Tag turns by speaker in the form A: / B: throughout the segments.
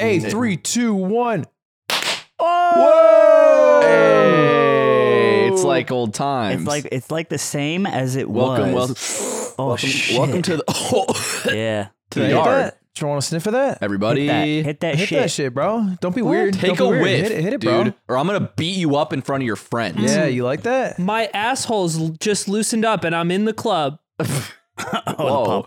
A: Hey, three, two, one.
B: Oh!
A: Hey, it's like old times.
B: It's like it's like the same as it
A: welcome,
B: was.
A: welcome,
B: Oh
A: welcome,
B: shit!
A: welcome to the
B: yeah.
A: to the
C: Hit
A: yard,
C: that. Do you want a sniff of that?
A: everybody.
B: That- hit that
C: Hit
B: shit.
C: that shit, bro. Don't be weird.
A: Take a
C: Don't be weird.
A: whiff,
C: Hit it, hit it
A: dude,
C: bro. Mm.
A: or I'm gonna beat you up in front of your friends.
C: Yeah, you like that?
D: My asshole's l- just loosened up and I'm in the club.
A: Whoa.
C: Oh,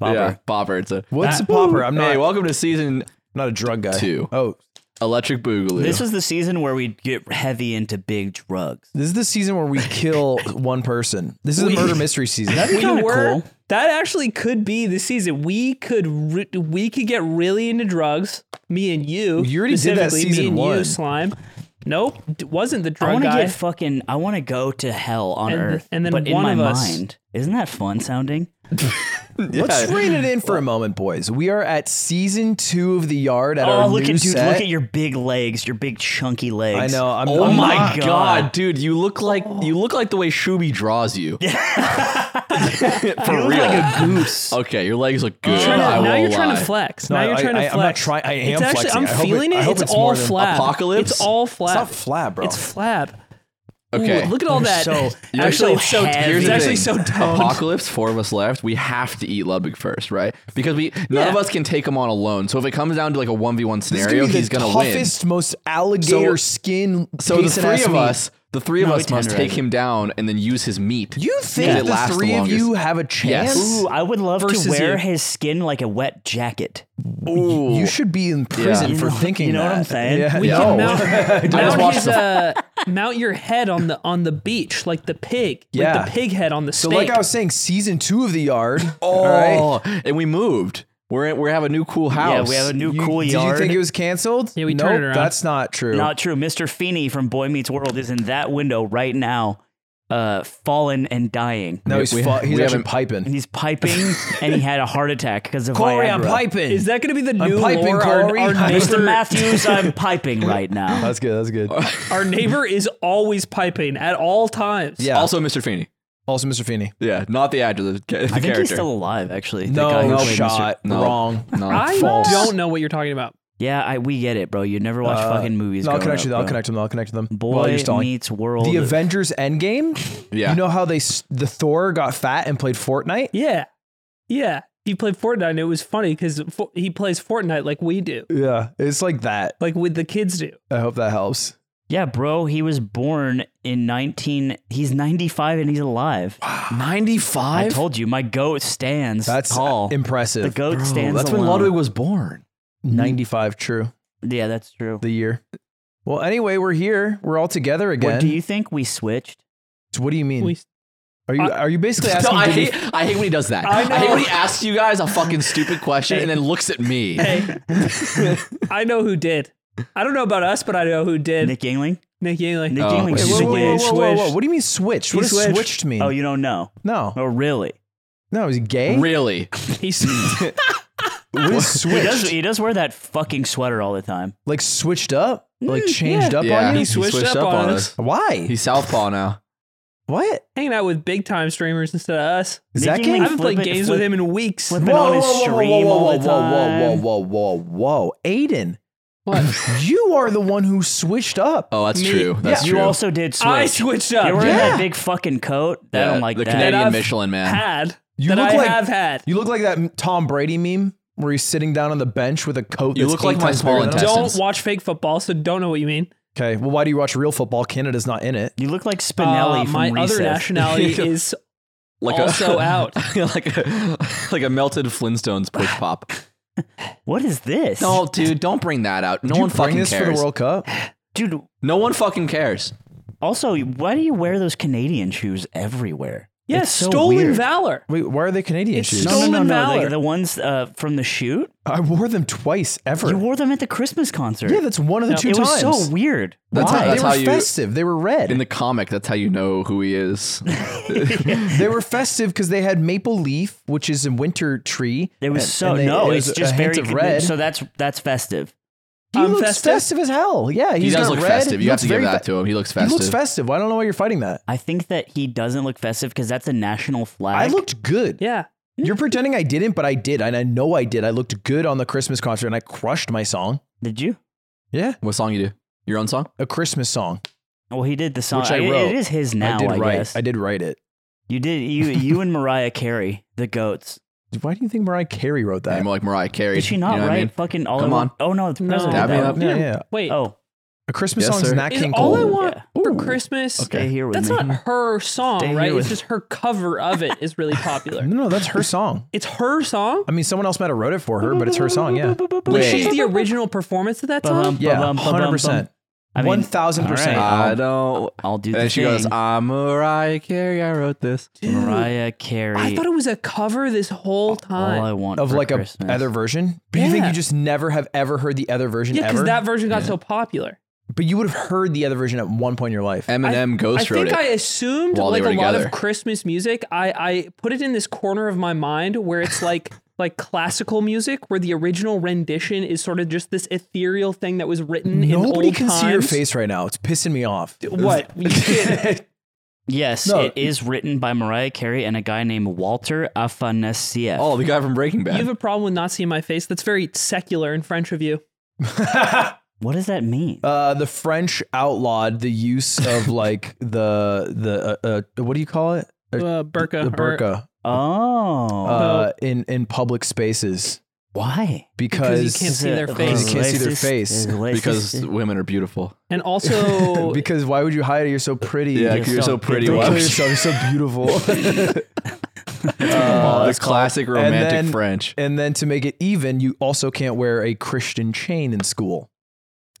B: Bopper.
A: Yeah, bopper. It's a
C: what's a popper? I'm not.
A: Hey, welcome to season
C: not a drug guy.
A: two.
C: Oh,
A: Electric Boogaloo.
B: This is the season where we get heavy into big drugs.
C: this is the season where we kill one person. This is the murder mystery season.
D: We
B: kinda
D: were
B: cool.
D: that actually could be the season. We could re- we could get really into drugs. Me and you.
C: You already did that
D: specifically,
C: season
D: me and You,
C: one.
D: slime. Nope, d- wasn't the
B: I
D: drug
B: want to
D: guy.
B: get fucking. I want to go to hell on
D: And-
B: earth,
D: and then
B: but
D: one
B: in
D: of
B: my
D: us-
B: mind, isn't that fun sounding?
C: Let's rein it in for a moment, boys. We are at season two of the yard at
B: oh,
C: our
B: look
C: new
B: at dude!
C: set.
B: Look at your big legs, your big chunky legs.
C: I know. I'm,
A: Oh
C: I'm
A: my
C: not-
A: god. dude! You look like you look like the way Shuby draws you. For real.
B: like a goose.
A: okay, your legs look good.
D: You're trying to-
A: I
D: now
A: won't
D: you're trying to
A: lie.
D: flex.
C: No,
D: now
C: I-
D: you're
C: I-
D: trying
C: I-
D: to
C: I'm
D: flex.
C: not trying- I am
D: it's actually,
C: flexing.
D: I'm
C: I hope it-
D: feeling
C: I
D: it.
C: hope
D: It's,
C: it's
D: all
C: more than
D: flab.
A: apocalypse.
D: It's all flab.
C: It's not flat, bro.
D: It's flab. Ooh,
A: Okay.
D: look at all that.
B: so- you're
D: actually,
B: so
D: it's so.
B: heavy.
A: Here's
D: It's
A: the
D: actually
A: thing.
D: so toned.
A: Apocalypse, four of us left. We have to eat Ludwig first, right? Because we none of
D: Yeah.
A: us can take him on alone. So if it comes down to like a one v one
C: This is
A: scenario,
C: gonna be the
A: he's gonna win.
C: toughest, most alligator skin.
A: So the
C: piece of E.
A: three
C: ass
A: of
C: meat.
A: us, the three of
B: No,
A: us
B: we
A: must take
B: tenderize
A: him down and then use his meat.
C: You
A: because
C: think
A: it
C: the
A: lasts
C: three of
A: longest.
C: you have a chance?
A: Yes.
B: Ooh, I would love to
D: Versus
B: wear
D: you.
B: his skin like a wet jacket.
C: You should be in prison
A: You
C: for
B: know-
C: thinking.
B: you know what
C: that.
B: I'm saying?
C: Yeah.
D: We
A: Yeah.
D: can
A: No.
D: mount,
A: just
D: mount,
A: watched
D: his, uh, mount your head on the on the beach like the pig,
C: Yeah.
D: like the pig head on the
C: So,
D: snake.
C: like I was saying, season two of the yard. all right?
A: Oh, and we moved. We're we have a new cool house.
B: Yeah, we have a new
C: You-
B: cool
C: did
B: yard.
C: you think it was canceled?
D: Yeah, we
C: nope,
D: turned it around.
C: That's not true.
B: Not true. Mr. Feeney from Boy Meets World is in that window right now, uh, fallen and dying.
C: no, he's
A: we-
C: fu- he's
A: we
C: actually
A: haven't-
B: And
C: piping.
B: he's piping, and he had a heart attack because of Viagra.
C: piping.
D: Is that going to be the
C: I'm
D: new
C: piping,
D: lore? Our,
C: Corey.
D: our
C: I'm
B: Mr.
D: neighbor,
B: Matthews, I'm piping right now.
C: That's good. That's good.
D: our neighbor is always piping at all times.
C: Yeah.
A: also Mr. Feeney.
C: Also, Mr. Feeney.
A: Yeah, not the actor, the, ca- the
B: I think
A: character.
B: he's still alive, actually. The guy who
C: No
B: played Mr.
C: shot.
A: No.
C: Wrong.
A: no.
D: I
C: False.
D: don't know what you're talking about.
B: Yeah, I, we get it, bro. You never watch
C: Uh,
B: fucking movies.
C: No, I'll
B: growing
C: connect
B: up,
C: you. I'll
B: bro.
C: connect to them. I'll connect to them.
B: Boy
C: Well, you're stalling.
B: Meets World.
C: The Avengers Endgame.
A: yeah.
C: You know how they s- the Thor got fat and played Fortnite.
D: Yeah, yeah. He played Fortnite. and It was funny because fo- he plays Fortnite like we do,
C: Yeah, it's like that.
D: like with the kids do.
C: I hope that helps.
B: Yeah, bro. He was born in 19. He's 95 and he's alive.
A: 95?
B: I told you, my goat stands
C: That's
B: tall.
C: impressive.
B: The goat stands
A: That's
B: alone.
A: when Ludwig was born.
C: 95 true
B: Yeah, that's true.
C: the year. Well, anyway, we're here. We're all together again.
B: What do you think we switched?
C: So what do you mean?
D: We-
C: are you are you basically asking?
A: I
C: did we-
A: hate, I hate when he does that.
D: I
A: I,
D: know.
A: hate when he asks you guys a fucking stupid question and then looks at me.
D: Hey, I know who did. I don't know about us, but I know who did. Nick,
B: Nick Yingling?
D: Yingling.
B: Nick
A: Oh,
B: Yingling
A: wait,
C: Wait, whoa,
B: switched.
C: whoa, whoa, whoa, whoa, whoa.
D: Switched.
C: What do you mean switch?
D: He
C: What does
D: switched.
C: switched, mean?
B: Oh, you don't know?
C: no,
B: Oh, really?
C: no, he's gay.
A: Really?
D: He's
C: What is
B: He does,
C: switched?
B: he does wear that fucking sweater all the time.
C: Like switched up? Like
B: Mm,
C: changed up
A: yeah.
C: on you?
D: He switched up on us.
C: Why?
A: He's Southpaw now.
C: what?
D: hanging out with big time streamers instead of us.
C: Is
B: Nick
C: that gay?
D: I
B: Yingling
D: haven't played
B: flip it-
D: games
B: flip-
D: with him in weeks.
B: flip- been on his stream all the
C: whoa,
B: time.
C: whoa, whoa, whoa, whoa, Aiden, you are the one who switched up.
A: Oh, that's
D: Me.
A: true. That's
B: You
A: true.
B: also did switch.
D: I switched up.
B: You're wearing
C: Yeah.
B: that big fucking coat. I
A: Yeah,
B: don't like
A: the
B: that.
A: Canadian
D: I've
A: Michelin man.
D: Had
C: You
D: that
C: look
D: I
C: like-
D: have had.
C: You look like that Tom Brady meme where he's sitting down on the bench with a coat.
A: You
C: that's
A: look like
C: eight
A: my
C: times
A: small
C: bigger than him.
A: intestine.
D: Don't
A: Essence.
D: watch fake football, so don't know what you mean.
C: Okay, well, why do you watch real football? Canada's not in it.
B: You look like Spinelli
D: Uh,
B: from
D: my
B: Recess.
D: other nationality is
A: like
D: also
A: a,
D: out.
A: like a like a melted Flintstones push pop.
B: What is this?
A: No, dude, don't bring that out. No
C: Did you
A: one
C: bring
A: fucking
C: this
A: cares.
C: for the World Cup.
B: dude.
A: No one fucking cares.
B: Also, why do you wear those Canadian shoes everywhere?
D: Yeah,
B: It's so
D: stolen
B: weird.
D: valor.
C: Wait, why are they Canadian
D: It's
C: shoes?
D: so-
B: No, no, no,
D: Stolen
B: no. like
D: valor.
B: the ones uh, from the shoot.
C: I wore them twice ever.
B: You wore them at the Christmas concert.
C: yeah, that's one of the two
B: it
C: times.
B: was so weird.
A: That's
B: Why?
A: how-
C: they
A: that's
C: were
A: you-
C: festive. They were red.
A: In the comic, that's how you know who he is.
C: they were festive because they had maple leaf, which is a winter tree.
B: It was
C: and-
B: so
C: and they-
B: no.
C: it
B: it's
C: was
B: just
C: a
B: very
C: hint of red.
B: So that's that's festive.
C: he
D: I'm
C: looks
D: festive?
C: festive? as hell. Yeah, he's
A: he does
C: got
A: look
C: red.
A: festive.
C: He
A: You have
C: looks
A: to give
C: very
A: that
C: fe-
A: to him. He looks
C: He
A: festive.
C: looks festive. I don't know why you're fighting that.
B: I think that he doesn't look festive because that's a national flag.
C: I looked good.
D: Yeah.
C: You're pretending I didn't, but I did, and I know I did. I looked good on the Christmas concert, and I crushed my song.
B: Did you?
C: Yeah,
A: What song you do? Your own song?
C: a Christmas song.
B: Well, he did the song.
C: Which I
B: It- it-
C: wrote.
B: it is his
C: I
B: now. I,
C: did write.
B: guess
C: I did write it.
B: you did. You you and Mariah Carey, the goats.
C: Why do you think Mariah Carey wrote
A: And
C: that?
A: more like Mariah Carey.
B: Did she not
A: you know what
B: write
A: I mean?
B: fucking all?
A: Come
B: I
A: on.
B: want? Oh no, the
D: No.
B: president.
A: Dab
B: that
A: me
B: one.
A: up.
C: Yeah, yeah.
D: Wait.
B: Oh,
C: A Christmas
A: Yes,
C: song is
A: sir.
C: not
D: is
C: King
D: all I
C: Cole.
D: want for Christmas.
A: Okay.
B: stay here with
D: That's
B: me.
D: not her song,
B: Stay
D: right?
B: here with-
D: It's just her cover of it is really popular.
C: No, no, that's her song.
D: it's her song.
C: I mean, someone else might have wrote it for her, but it's her song. Yeah,
D: Like,
A: Wait.
D: she's the original performance of that song.
C: yeah,
B: Ba-bum, ba-bum,
C: hundred percent,
B: I mean,
C: one thousand
B: all
C: percent.
B: right.
A: I don't.
B: I'll do
A: And
B: the
A: then she
B: thing.
A: goes, I'm Mariah Carey. I wrote this.
B: Mariah Carey.
D: I thought it was a cover this whole
B: all I
D: time.
B: want
C: Of
B: Ah, for
C: like a
B: Christmas.
C: other version, but you think
D: Yeah.
C: you just never have ever heard the other version
D: Yeah,
C: ever?
D: because that version got so popular.
C: but you would have heard the other version at one point in your life.
A: Eminem
D: I
A: ghost wrote
D: think
A: it.
D: I assumed
A: while they
D: like a
A: were
D: lot of
A: together.
D: Christmas music. I I put it in this corner of my mind where it's like like classical music, where the original rendition is sort of just this ethereal thing that was written. in
C: Nobody
D: old
C: can see your
D: times.
C: face right now. It's pissing me off.
D: What? You can't-
B: Yes,
C: No.
B: it is written by Mariah Carey and a guy named Walter Afanasieff.
A: oh, the guy from Breaking
D: you
A: Bad.
D: have a problem with not seeing my face? That's very secular in French of you.
B: What does that mean?
C: Uh, the French outlawed the use of like the the uh, uh, what do you call it? Uh,
D: Uh, burqa.
C: the
D: or-
C: burqa
B: oh,
C: uh, in in public spaces
B: why?
C: because
D: you can't see their
B: Because
D: face.
B: it's
C: You can't see their
B: racist,
C: face.
B: it's racist.
A: because women are beautiful.
D: and also,
C: because why would you hide it? You're so pretty.
A: Yeah,
B: You're
A: 'cause you're
B: so
A: so pretty.
B: good.
C: Don't
A: Why
C: kill
A: would you-
C: yourself. You're so beautiful.
B: Oh,
A: the
B: that's called-
A: classic romantic
C: then-
A: French.
C: and then to make it even, you also can't wear a Christian chain in school.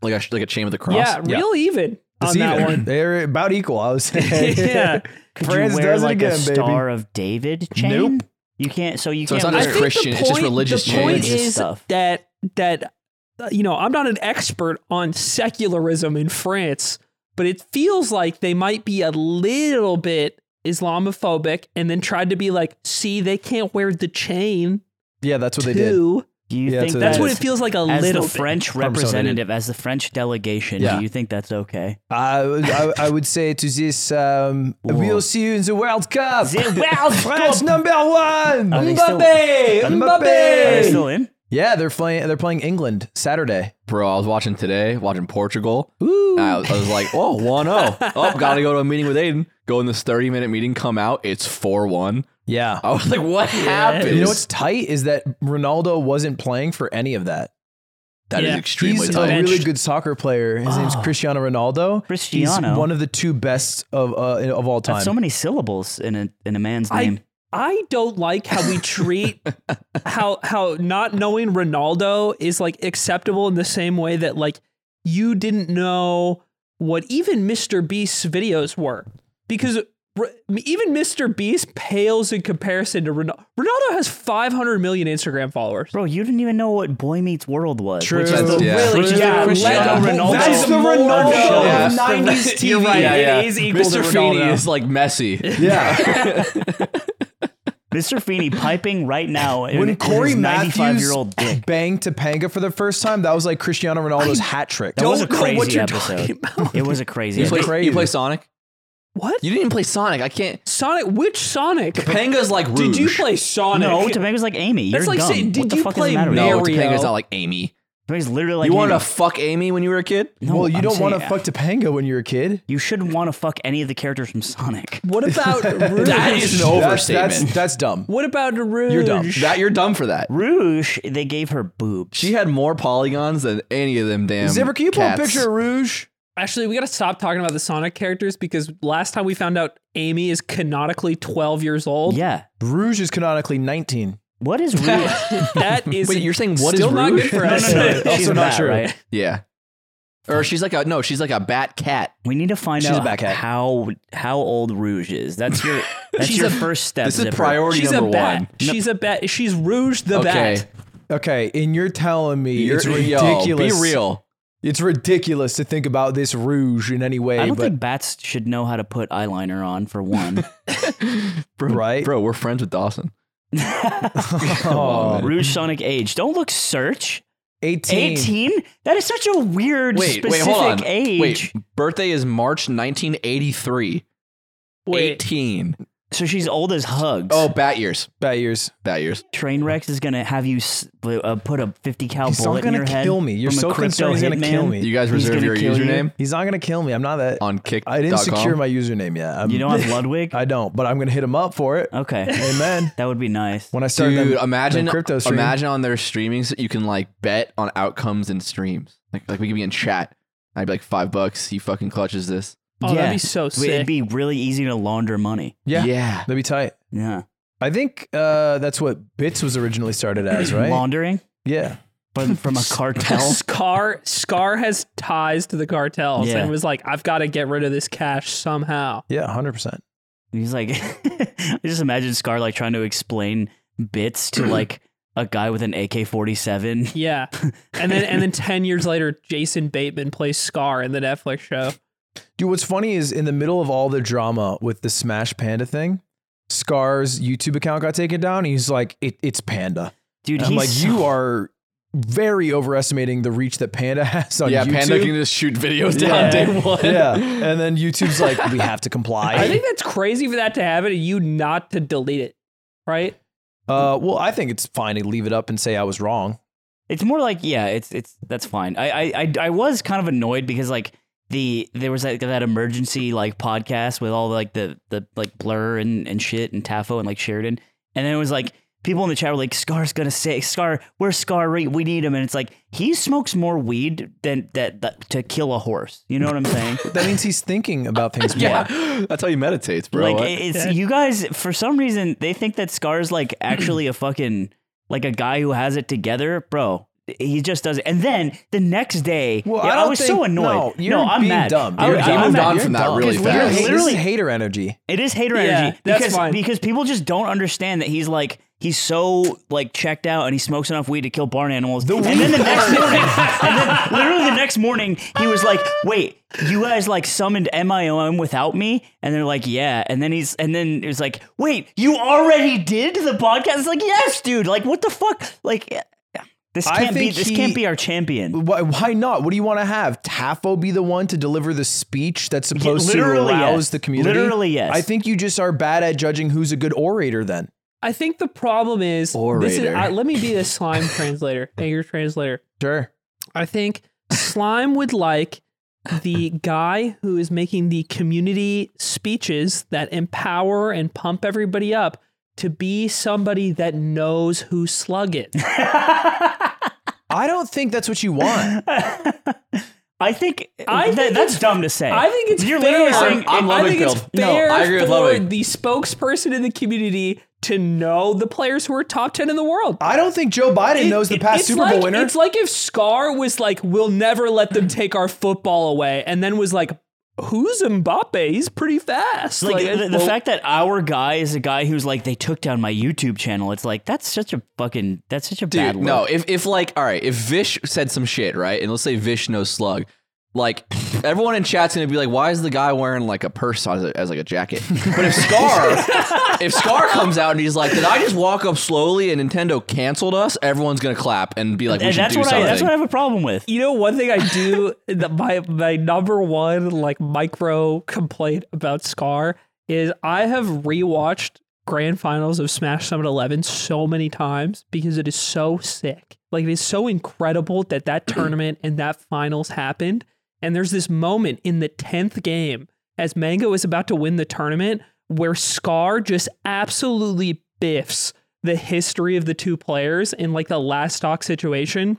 A: Like a, sh- like a chain with a cross.
D: yeah, real even
C: It's
D: on that
C: even.
D: one.
C: They're about equal. I was saying.
D: yeah.
B: Could
C: France
B: you wear
C: does it
B: like
C: again,
B: a
C: baby.
B: Star of David chain?
C: Nope.
B: You can't. So you
A: So it's
B: can't.
A: not
D: I
A: just
B: wear-
D: think
A: Christian,
D: the
A: it's just
D: point-
A: religious
D: The point
B: chains.
D: is
B: Stuff.
D: that that uh, you know I'm not an expert on secularism in France, but it feels like they might be a little bit Islamophobic, and then tried to be like, see, they can't wear the chain
C: yeah, that's what they did.
D: too.
B: do you
C: Yeah,
B: think
C: so
D: That's
B: that
D: what
B: is-
D: it feels like a
B: as
D: little.
B: the
D: bit.
B: French
C: Probably so they did.
B: representative, as the French delegation,
C: Yeah.
B: do you think that's okay?
C: I, I, I would say to this, um, we'll see you in the World Cup. France number one.
B: Are they still-
C: Mbappe,
B: Are they
C: Mbappe.
B: still in?
C: Yeah, they're playing. They're playing England Saturday.
A: Bro, I was watching today, watching Portugal. I was, I was like, oh, 1 0. Oh, gotta go to a meeting with Aiden. Go in this 30 minute meeting, come out, it's 4 1.
C: Yeah.
A: I was like, what happened?
C: You know what's tight is that Ronaldo wasn't playing for any of that.
A: That is
D: Yeah.
A: extremely
C: He's
A: tight.
C: a really
B: Benched.
C: good soccer player. His name's Cristiano Ronaldo.
B: Oh. Cristiano.
C: He's one of the two best of uh, of all time.
B: That's so many syllables in a in a man's
D: I
B: name.
D: I don't like how we treat how how not knowing Ronaldo is like acceptable in the same way that like you didn't know what even Mr. Beast's videos were because r- even Mr. Beast pales in comparison to Ronaldo. Ronaldo has 500 million Instagram followers.
B: Bro, you didn't even know what Boy Meets World was.
C: True.
B: Which is the
A: Yeah.
B: really which is
D: Yeah,
B: the Cristiano
D: let-
B: Ronaldo.
D: that's the
B: more
D: Ronaldo
B: show.
D: of
A: Yeah.
C: 90s
D: You're
C: TV.
D: right.
A: Yeah,
D: it
A: yeah.
D: is equal
A: Mr.
D: to
A: Feeney
D: Ronaldo.
A: is like Messi.
C: Yeah.
B: Mr. Feeney piping right now in,
C: when
B: with
C: Corey
B: his 95
C: Matthews
B: year old dick.
C: banged Topanga for the first time, that was like Cristiano Ronaldo's hat trick.
B: That was a
D: don't know what
B: crazy
D: you're
B: episode.
D: talking about.
B: It was a crazy
A: You
B: episode.
A: play,
C: crazy.
A: you play Sonic?
D: What?
A: You didn't even play Sonic. I can't.
D: Sonic? Which Sonic?
A: Panga's like Rouge.
D: Did you play Sonic?
B: No, Tobago's like Amy. You're
D: That's like
B: dumb.
D: saying,
B: What
D: did
B: the
D: you
B: fuck is the
D: play
B: matter with you?
A: No,
D: Mario?
A: Topanga's not like Amy.
B: Tobago's literally like
A: you wanted
B: Amy.
A: to fuck Amy when you were a kid?
B: No,
C: well, you
B: I'm
C: don't want to
B: saying-
C: fuck Topanga when you're a kid.
B: You shouldn't want to fuck any of the characters from Sonic.
D: What about
A: That
D: Rouge?
A: is an
C: That's, that's,
A: overstatement.
C: that's dumb.
D: What about Rouge?
C: You're dumb.
A: that you're dumb for that.
B: Rouge, they gave her boobs.
A: She had more polygons than any of them damn.
C: Zipper, can you pull
A: cats.
C: a picture of Rouge?
D: Actually, we got to stop talking about the Sonic characters because last time we found out Amy is canonically 12 years old.
B: yeah.
C: Rouge is canonically 19.
B: What is Rouge?
D: That is
A: Wait, you're saying what is
D: still not
A: Rouge?
D: good for
B: no,
D: us.
B: no, no.
C: Also
B: She's
C: not
B: not
C: sure.
B: right?
A: Yeah. Or she's like a no, she's like a bat cat.
B: We need to find
C: She's a
B: out
C: back hat.
B: how how old Rouge is. That's your that's
A: She's
B: your
A: a-
B: first step.
A: this is
B: Zipper.
A: priority
D: She's a
A: number
D: bat.
A: one.
D: She's a bat. She's Rouge the
A: okay.
D: bat.
C: Okay, and you're telling me
A: You're,
C: it's ridiculous.
A: Yo, be real.
C: It's ridiculous to think about this Rouge in any way,
B: I don't
C: but
B: think bats should know how to put eyeliner on for one.
A: Bro,
C: Right?
A: Bro, we're friends with Dawson.
C: Oh,
B: Rouge Sonic age. Don't look search.
C: 18.
B: 18? That is such a weird
A: Wait,
B: specific
A: wait, hold on.
B: age.
A: Wait, birthday is March 1983.
D: Wait,
A: 18.
B: So she's old as hugs.
A: Oh, bat years.
C: Bad years.
A: Bat years.
B: Trainwrecks is gonna have you s- uh, put a fifty cal
C: He's not
B: bullet in
C: gonna
B: your head.
C: kill me. You're
B: from a
C: so
B: crypto
C: concerned he's gonna
B: hitman.
C: kill me.
A: You guys
B: He's
A: reserve
B: gonna
A: your
B: kill you.
A: username
C: He's not gonna kill me. I'm not that.
A: on kick.
C: I didn't
A: dot com?
C: secure my username yet. I'm,
B: You don't have Ludwig?
C: I don't, but I'm gonna hit him up for it.
B: okay,
C: Amen.
B: that would be nice.
C: When I start,
A: Dude,
C: them,
A: imagine
C: them crypto stream.
A: imagine on their streamings you can like bet on outcomes and streams. Like like we could be in chat. I'd be like five bucks. He fucking clutches this.
D: Oh, that'd
B: Yeah.
D: be so
B: Wait,
D: sick.
B: It'd be really easy to launder money.
C: Yeah,
A: yeah.
C: that'd be tight.
B: Yeah,
C: I think uh, that's what Bits was originally started as, right?
B: laundering,
C: yeah.
B: but from a cartel.
D: Scar Scar has ties to the cartels
B: Yeah.
D: and was like, I've got to get rid of this cash somehow.
C: Yeah, 100%.
B: He's like, I just imagine Scar like trying to explain bits to like a guy with an AK forty seven.
D: Yeah. And then and then ten years later, Jason Bateman plays Scar in the Netflix show.
C: Dude, what's funny is in the middle of all the drama with the Smash Panda thing, Scar's YouTube account got taken down. And he's like, it, it's Panda.
B: Dude,
C: And I'm
B: he's
C: like,
B: so-
C: you are very overestimating the reach that Panda has on
A: yeah,
C: YouTube.
A: Panda can just shoot videos down
D: Yeah.
A: day one.
C: yeah. And then YouTube's like, we have to comply.
D: I think that's crazy for that to happen and you not to delete it. Right?
C: uh, well, I think it's fine to leave it up and say I was wrong.
B: It's more like yeah, it's it's that's fine. I I I, I was kind of annoyed because like the there was like that emergency like podcast with all like the the like blur and and shit and Taffo and like Sheridan, and then it was like people in the chat were like Scar's gonna say Scar, where's Scar? We we need him, and it's like he smokes more weed than that, that to kill a horse. You know what I'm saying?
C: That means he's thinking about things more.
A: Yeah. That's how he meditates, bro.
B: like it- it's you guys for some reason they think that Scar's like actually a fucking like a guy who has it together, bro. He just does it, and then the next day,
C: Well,
B: yeah,
C: I
B: I,
C: don't
B: was
C: think-
B: so annoyed.
C: No, you're
B: I'm
C: being
B: mad.
C: dumb.
B: I-
A: You're
B: I-
A: dumb.
B: I'm
A: You're
B: mad.
A: dumb. from that really
C: Because we're
A: fast.
C: hate- This
B: Literally-
C: is hater energy.
B: It is hater
D: Yeah,
B: energy
D: that's
B: because
D: fine.
B: because people just don't understand that he's like he's so like checked out and he smokes enough weed to kill barn animals. and then the next morning, and then literally the next morning, he was like, "Wait, you guys like summoned MIOM without me?" And they're like, "Yeah." And then he's and then it was like, "Wait, you already did the podcast?" It's like, "Yes, dude. Like, what the fuck? Like, this
C: I
B: can't be
C: think
B: this
C: he-
B: can't be our champion."
C: Why, why not? What do you want to have? Taffo be the one to deliver the speech that's supposed to
B: literally,
C: arouse
B: yes.
C: the community?
B: Literally, yes.
C: I think you just are bad at judging who's a good orator then.
D: I think the problem is this is
A: Orator.
D: I, let me be the slime translator, anger translator.
C: Sure.
D: I think Slime would like the guy who is making the community speeches that empower and pump everybody up to be somebody that knows who Slug is.
C: I don't think that's what you want.
B: I think,
D: I
B: that-
D: think
B: that's dumb to say.
D: I think it's
B: you're
D: fair.
B: literally saying
A: I'm- I'm
D: I
A: Ludwig
D: think it's
A: Guild. No,
D: fair
A: I agree with
D: for
A: Ludwig.
D: the spokesperson in the community to know the players who are top ten in the world.
C: I don't think Joe Biden
D: It-
C: knows the
D: it-
C: past
D: it's
C: Super
D: like,
C: Bowl winner.
D: It's like if Scar was like, "We'll never let them take our football away," and then was like, "Who's Mbappe? He's pretty fast."
B: like, the, the
D: well,
B: fact that our guy is a guy who's like they took down my YouTube channel. It's like that's such a fucking that's such a bad
A: Dude,
B: look.
A: no, if if like all right, if Vish said some shit, right? And let's say Vish knows slug, like everyone in chat's gonna be like, why is the guy wearing like a purse as, a, as like a jacket? But if Scar if Scar comes out and he's like, Did I just walk up slowly and Nintendo canceled us? Everyone's gonna clap and be like, We
B: and
A: should
B: that's
A: do
B: what
A: something.
B: I that's what I have a problem with.
D: you know, one thing I do that my my number one like micro complaint about Scar is I have rewatched grand finals of Smash Summit 11 so many times because it is so sick. Like it is so incredible that that tournament and that finals happened. And there's this moment in the 10th game as Mango is about to win the tournament where Scar just absolutely biffs the history of the two players in like the last stock situation.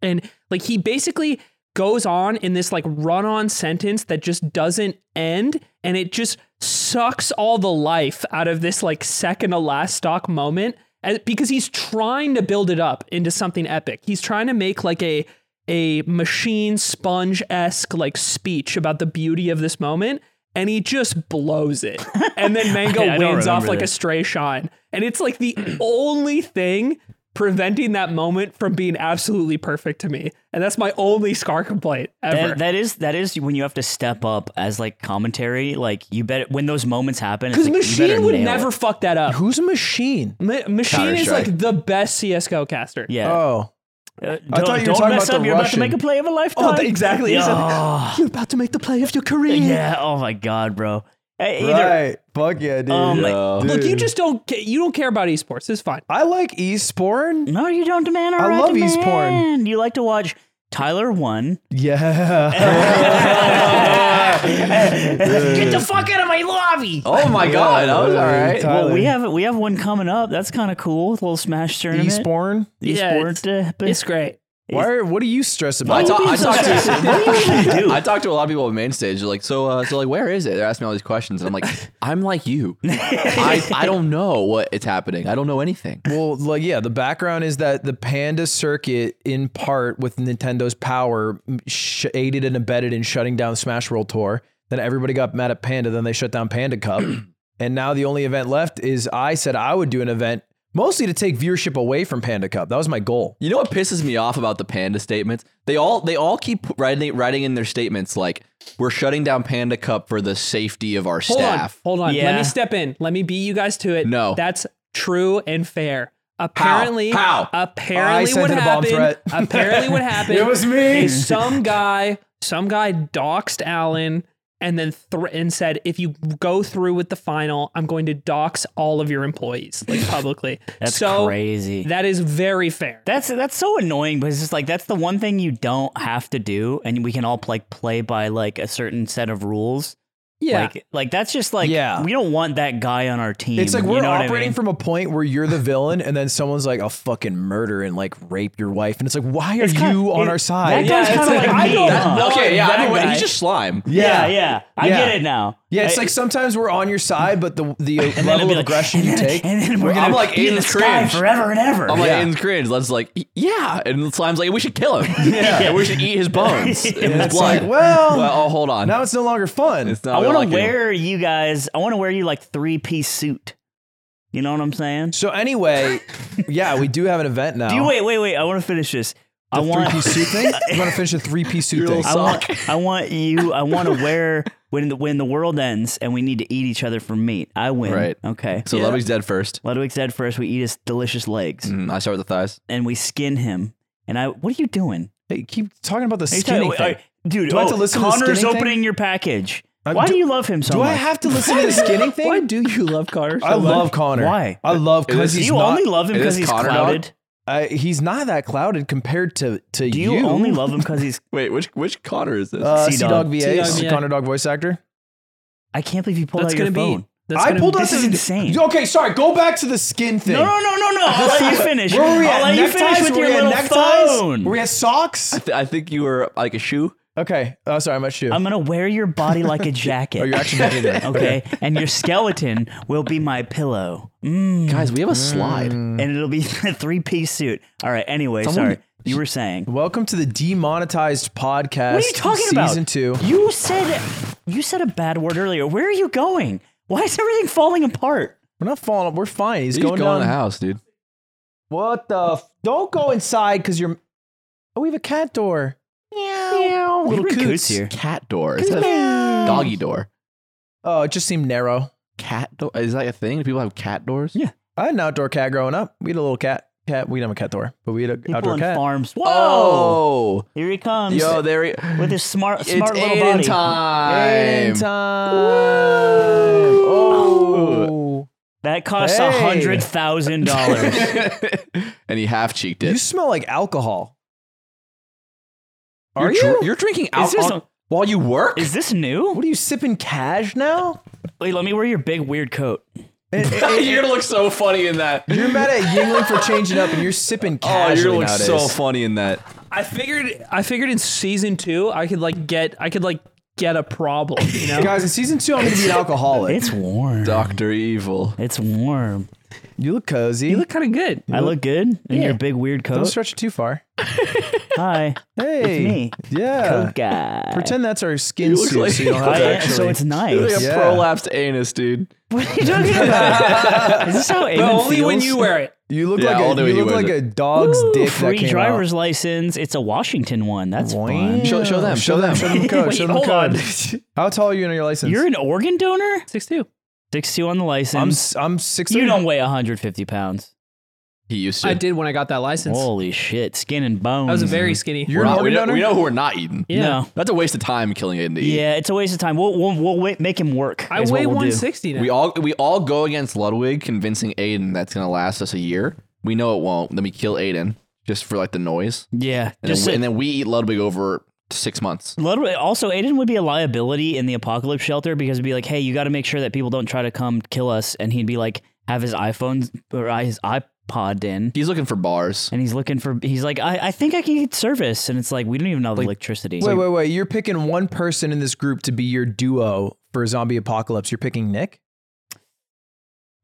D: And like he basically goes on in this like run on sentence that just doesn't end and it just sucks all the life out of this like second to last stock moment as, because he's trying to build it up into something epic. He's trying to make like a a machine sponge esque like speech about the beauty of this moment and he just blows it. And then Mango
B: I don't
D: wins off
B: remember
D: like a
B: this.
D: stray shot. And it's like the only thing preventing that moment from being absolutely perfect to me. And that's my only scar complaint ever.
B: That, that is that is when you have to step up as like commentary. Like you bet when those moments happen. it's
D: Because
B: like, you better
D: Machine would
B: nail
D: never
B: it.
D: fuck that up.
C: Who's a machine?
D: Ma- Machine is
A: Counter-Strike.
D: like the best CSGO caster.
B: Yeah.
C: Oh.
B: Uh, don't
C: thought you were
B: don't
C: talking
B: mess
C: about
B: up.
C: the
B: You're
C: Russian.
B: about to make a play of a lifetime.
D: Oh, th- exactly.
B: Yeah.
D: You're about to make the play of your career.
B: yeah. Oh my god, bro. Eh, Either,
C: Right. Fuck yeah, dude.
B: Um,
A: Yo.
D: Look, you
C: Dude.
D: just don't ca- you don't care about esports. It's fine.
C: I like e-sporn.
B: No, you don't demand. Our
C: I
B: right
C: love
B: to
C: East porn.
B: man. You like to watch Tyler One.
C: Yeah.
D: Get the fuck out of my lobby.
A: Oh my god, that was all right.
C: Tyler.
B: Well, Oh, we have we have one coming up. That's kind of cool. With a little Smash tournament.
C: e-sporn.
D: Yeah,
B: Esport, uh, but-
D: It's great.
C: Why? Are, what do you stress
A: I,
C: about?
A: talk, I, talked
B: What do you
A: to,
B: do?
A: I talked to a lot of people at main stage. They're like, so, uh, so like, where is it? They're asking me all these questions, and I'm like, I'm like you. I, I don't know what it's happening. I don't know anything.
C: Well, like yeah, the background is that the Panda Circuit, in part with Nintendo's power, m- sh- aided and abetted in shutting down Smash World Tour. Then everybody got mad at Panda. Then they shut down Panda Cup, and now the only event left is I said I would do an event mostly to take viewership away from Panda Cup. That was my goal.
A: You know what pisses me off about the panda statements? They all they all keep writing writing in their statements like, we're shutting down Panda Cup for the safety of our
D: Hold
A: staff.
D: on. Hold on. Let
B: Yeah.
D: me step in. Let me beat you guys to it.
A: No.
D: That's true and fair. Apparently,
A: How?
C: I
D: apparently
C: sent
D: what
C: in a bomb
D: happened.
C: threat.
D: Apparently what happened.
C: me.
D: is some guy, some guy doxed Allen and then thr and said, if you go through with the final, I'm going to dox all of your employees like publicly.
B: That's
D: so
B: crazy.
D: That is very fair.
B: That's that's so annoying, but it's just like that's the one thing you don't have to do, and we can all like play by like a certain set of rules.
D: yeah.
B: Like, like that's just like
C: Yeah.
B: we don't want that guy on our team.
C: It's like
B: You
C: we're
B: know what I
C: operating
B: mean?
C: from a point where you're the villain, and then someone's like, "I'll fucking murder and like rape your wife," and it's like, "Why are
B: It's
C: you
B: kinda-
C: on
B: it-
C: our side?"
B: That guy's
D: Yeah, it's
B: kind of
D: like,
B: like,
D: I
B: me,
D: don't
B: huh?
D: know.
A: Okay, yeah,
D: That
A: I know what-
D: guy.
A: he's just slime.
B: yeah, yeah, I
C: Yeah.
B: get it now.
C: Yeah, it's
B: I-
C: like sometimes we're on your side, but the the
B: then it'll
C: level
B: be
C: of
B: like,
C: aggression
B: and
C: you
B: then-
C: take.
B: and then we're
A: Well,
B: gonna
A: I'm like
B: be in the
A: Aiden
B: sky
A: Cringe.
B: forever and ever.
A: I'm like
C: Yeah.
A: in cringe. Let's like "Y- yeah, and slime's like we should kill him. Yeah, we should eat his bones and his
C: It's like,
A: blood.
C: well,
A: well, oh, hold on.
C: now it's no longer fun.
A: It's not-
B: I
A: we don't
B: want
A: like
B: to
A: him.
B: wear you guys. I want to wear you like three piece suit. You know what I'm saying?
C: so anyway, yeah, we do have an event now.
B: Do you wait, wait, wait? I want to finish this. I want
C: three piece suit thing? You want to finish a three piece suit thing?
A: little
B: I
A: sock.
B: want, I want you. I want to wear when the when the world ends and we need to eat each other for meat. I win.
A: Right.
B: Okay.
A: So Ludwig's dead first.
B: Ludwig said first we eat his delicious legs
A: Mm, I start with the thighs.
B: and we skin him. And I, what are you doing?
C: Hey, keep talking about the
B: Are you
C: skinny
B: talking-
C: thing.
B: uh, dude.
C: Do I have
B: oh,
C: to listen to the
B: Connor's
C: skinny thing?
B: opening your package.
C: I'm-
B: Why do,
C: do-
B: you love him so
C: Do
B: much?
C: I have to listen to the skinny thing?
D: Why do you love Connor? so
C: I
D: much?
C: love Connor.
B: Why?
C: I love
A: It
C: because
A: is-
C: he's
B: do you
C: not.
B: only love him
A: it
B: because
A: is
B: he's
A: Connor dog?
B: clouded?
C: I- he's not that clouded compared to to
B: Do you, only love him because he's?
A: Wait, which which Connor is this?
C: uh,
B: C-Dog?
C: Sea Dog VA,
D: C-Dog VA.
C: Connor Dog voice actor?
B: I can't believe you pulled
D: That's
B: out your
D: gonna
B: phone.
D: be. That's
C: I
D: gonna
C: pulled
D: be,
C: out
B: this
C: the-
B: is insane.
C: Okay, sorry. Go back to the skin thing.
B: No, no, no, no, no! I'll let you finish.
C: Where were we at?
B: I'll let you
C: Neckties?
B: finish with
C: Were
B: your
C: we at
B: little
C: neckties?
B: phone.
C: Were we at socks?
A: I, th- I think you were like a shoe.
C: Okay. Oh, sorry. I'm at shoe.
B: I'm gonna wear your body like a jacket.
C: oh, you're actually making it.
B: okay, and your skeleton will be my pillow, mm.
A: Guys, we have a slide.
C: Mm.
B: and it'll be a three piece suit. All right. Anyway, sorry, you were saying.
C: Welcome to the demonetized podcast.
B: What are you talking
C: season
B: about?
C: two.
B: You said you said a bad word earlier. Where are you going? Why is everything falling apart?
C: We're not falling. We're fine. He's,
A: He's
C: going,
A: going, in the
C: down.
A: house, dude.
C: What the? F- don't go inside because you're. Oh, we have a cat door. Meow. Little
B: Ruben Coots
C: coots.
B: here.
A: Cat door. Is that a doggy door?
C: Oh, it just seemed narrow.
A: Cat door. Is that a thing? Do people have cat doors?
B: Yeah.
C: I had an outdoor cat growing up. We had a little cat. Cat. We didn't have a cat door, but we had an
B: People
C: outdoor
B: in
C: cat.
B: farms. Whoa!
A: Oh,
B: Here he comes
A: yo, there he.
B: with his smart,
A: It's
B: smart little
A: Aiden
B: body.
A: time.
C: Aiden time.
A: Woo.
C: Oh.
B: That costs a
C: Hey.
B: hundred thousand dollars.
A: and he half cheeked
C: You
A: it.
C: smell like alcohol.
A: You're
C: Are
A: dr-
C: you?
A: You're drinking
B: Is there
A: alcohol
B: some-
A: while you work.
B: Is this new?
C: what are you sipping? Cash now?
B: Wait, let me wear your big weird coat.
C: And- and-
A: you're gonna look so funny in that.
C: You're mad at Yingling for changing up, and you're sipping
A: Oh,
C: casually
A: you look
C: nowadays.
A: so funny in that.
D: I figured. I figured in season two, I could like get. I could like get a problem. You know.
C: Guys, in season two, I'm gonna be an alcoholic.
B: It's warm.
A: Doctor Evil.
B: It's warm.
C: You look cozy.
D: you look kind of good.
B: I look good in your big weird
C: Don't
B: coat.
C: stretch it too far.
B: Hi,
C: Hey,
B: me.
C: yeah.
B: coat guy.
C: Pretend that's our skin
A: look
C: suit,
A: like-
C: so you don't have
B: I
C: to
B: am,
C: actually.
B: so it's
A: You're like
B: nice.
A: a
C: Yeah.
A: prolapsed anus, dude.
B: What are you talking about? Is this how Aiden
D: But only
B: feels?
D: when you wear it.
C: you look
A: Yeah, I'll
C: like
A: do
C: a,
A: it,
C: you
A: he
C: look
A: wears
C: like
A: it.
C: a dog's
B: Ooh,
C: dick. that
B: free
C: came
B: driver's license. It's a Washington one. That's
C: Out.
B: fun.
A: Show- show them, show them.
C: Show them the code.
D: Wait,
C: show them the
D: hold
C: code.
D: on.
C: How tall are you on your license?
B: You're an organ donor.
D: Six two.
B: Six two on the
C: I'm
B: license.
C: s- I'm six.
B: you don't weigh 150 pounds.
A: He used to.
D: I did when I got that license.
B: Holy shit, skin and bones.
D: I
A: mm,
D: was very skinny.
C: You're
A: We're
C: an
A: not- we,
C: organ
A: know,
C: donor?
A: we know who we're not eating.
D: Yeah.
B: No.
A: That's a waste of time killing it to eat.
B: Yeah, it's a waste of time. We'll we'll, we'll wait, make him work.
D: I
B: is what
D: weigh
B: we'll do.
D: 160 now.
A: We all we all go against Ludwig, convincing Aiden that's gonna last us a year. We know it won't. Then we kill Aiden just for like the noise,
B: Yeah,
A: and,
B: just
A: then, we,
B: so-
A: and then we eat Ludwig over six months.
B: Ludwig, also, Aiden would be a liability in the apocalypse shelter because it'd be like, hey, you got to make sure that people don't try to come kill us. And he'd be like, have his iPhone or uh, his iPod in.
A: He's looking for bars.
B: And he's looking for, he's like, I, I think I can get service. And it's like, we don't even know the electricity.
C: Wait, wait, wait. You're picking one person in this group to be your duo for zombie apocalypse. You're picking Nick?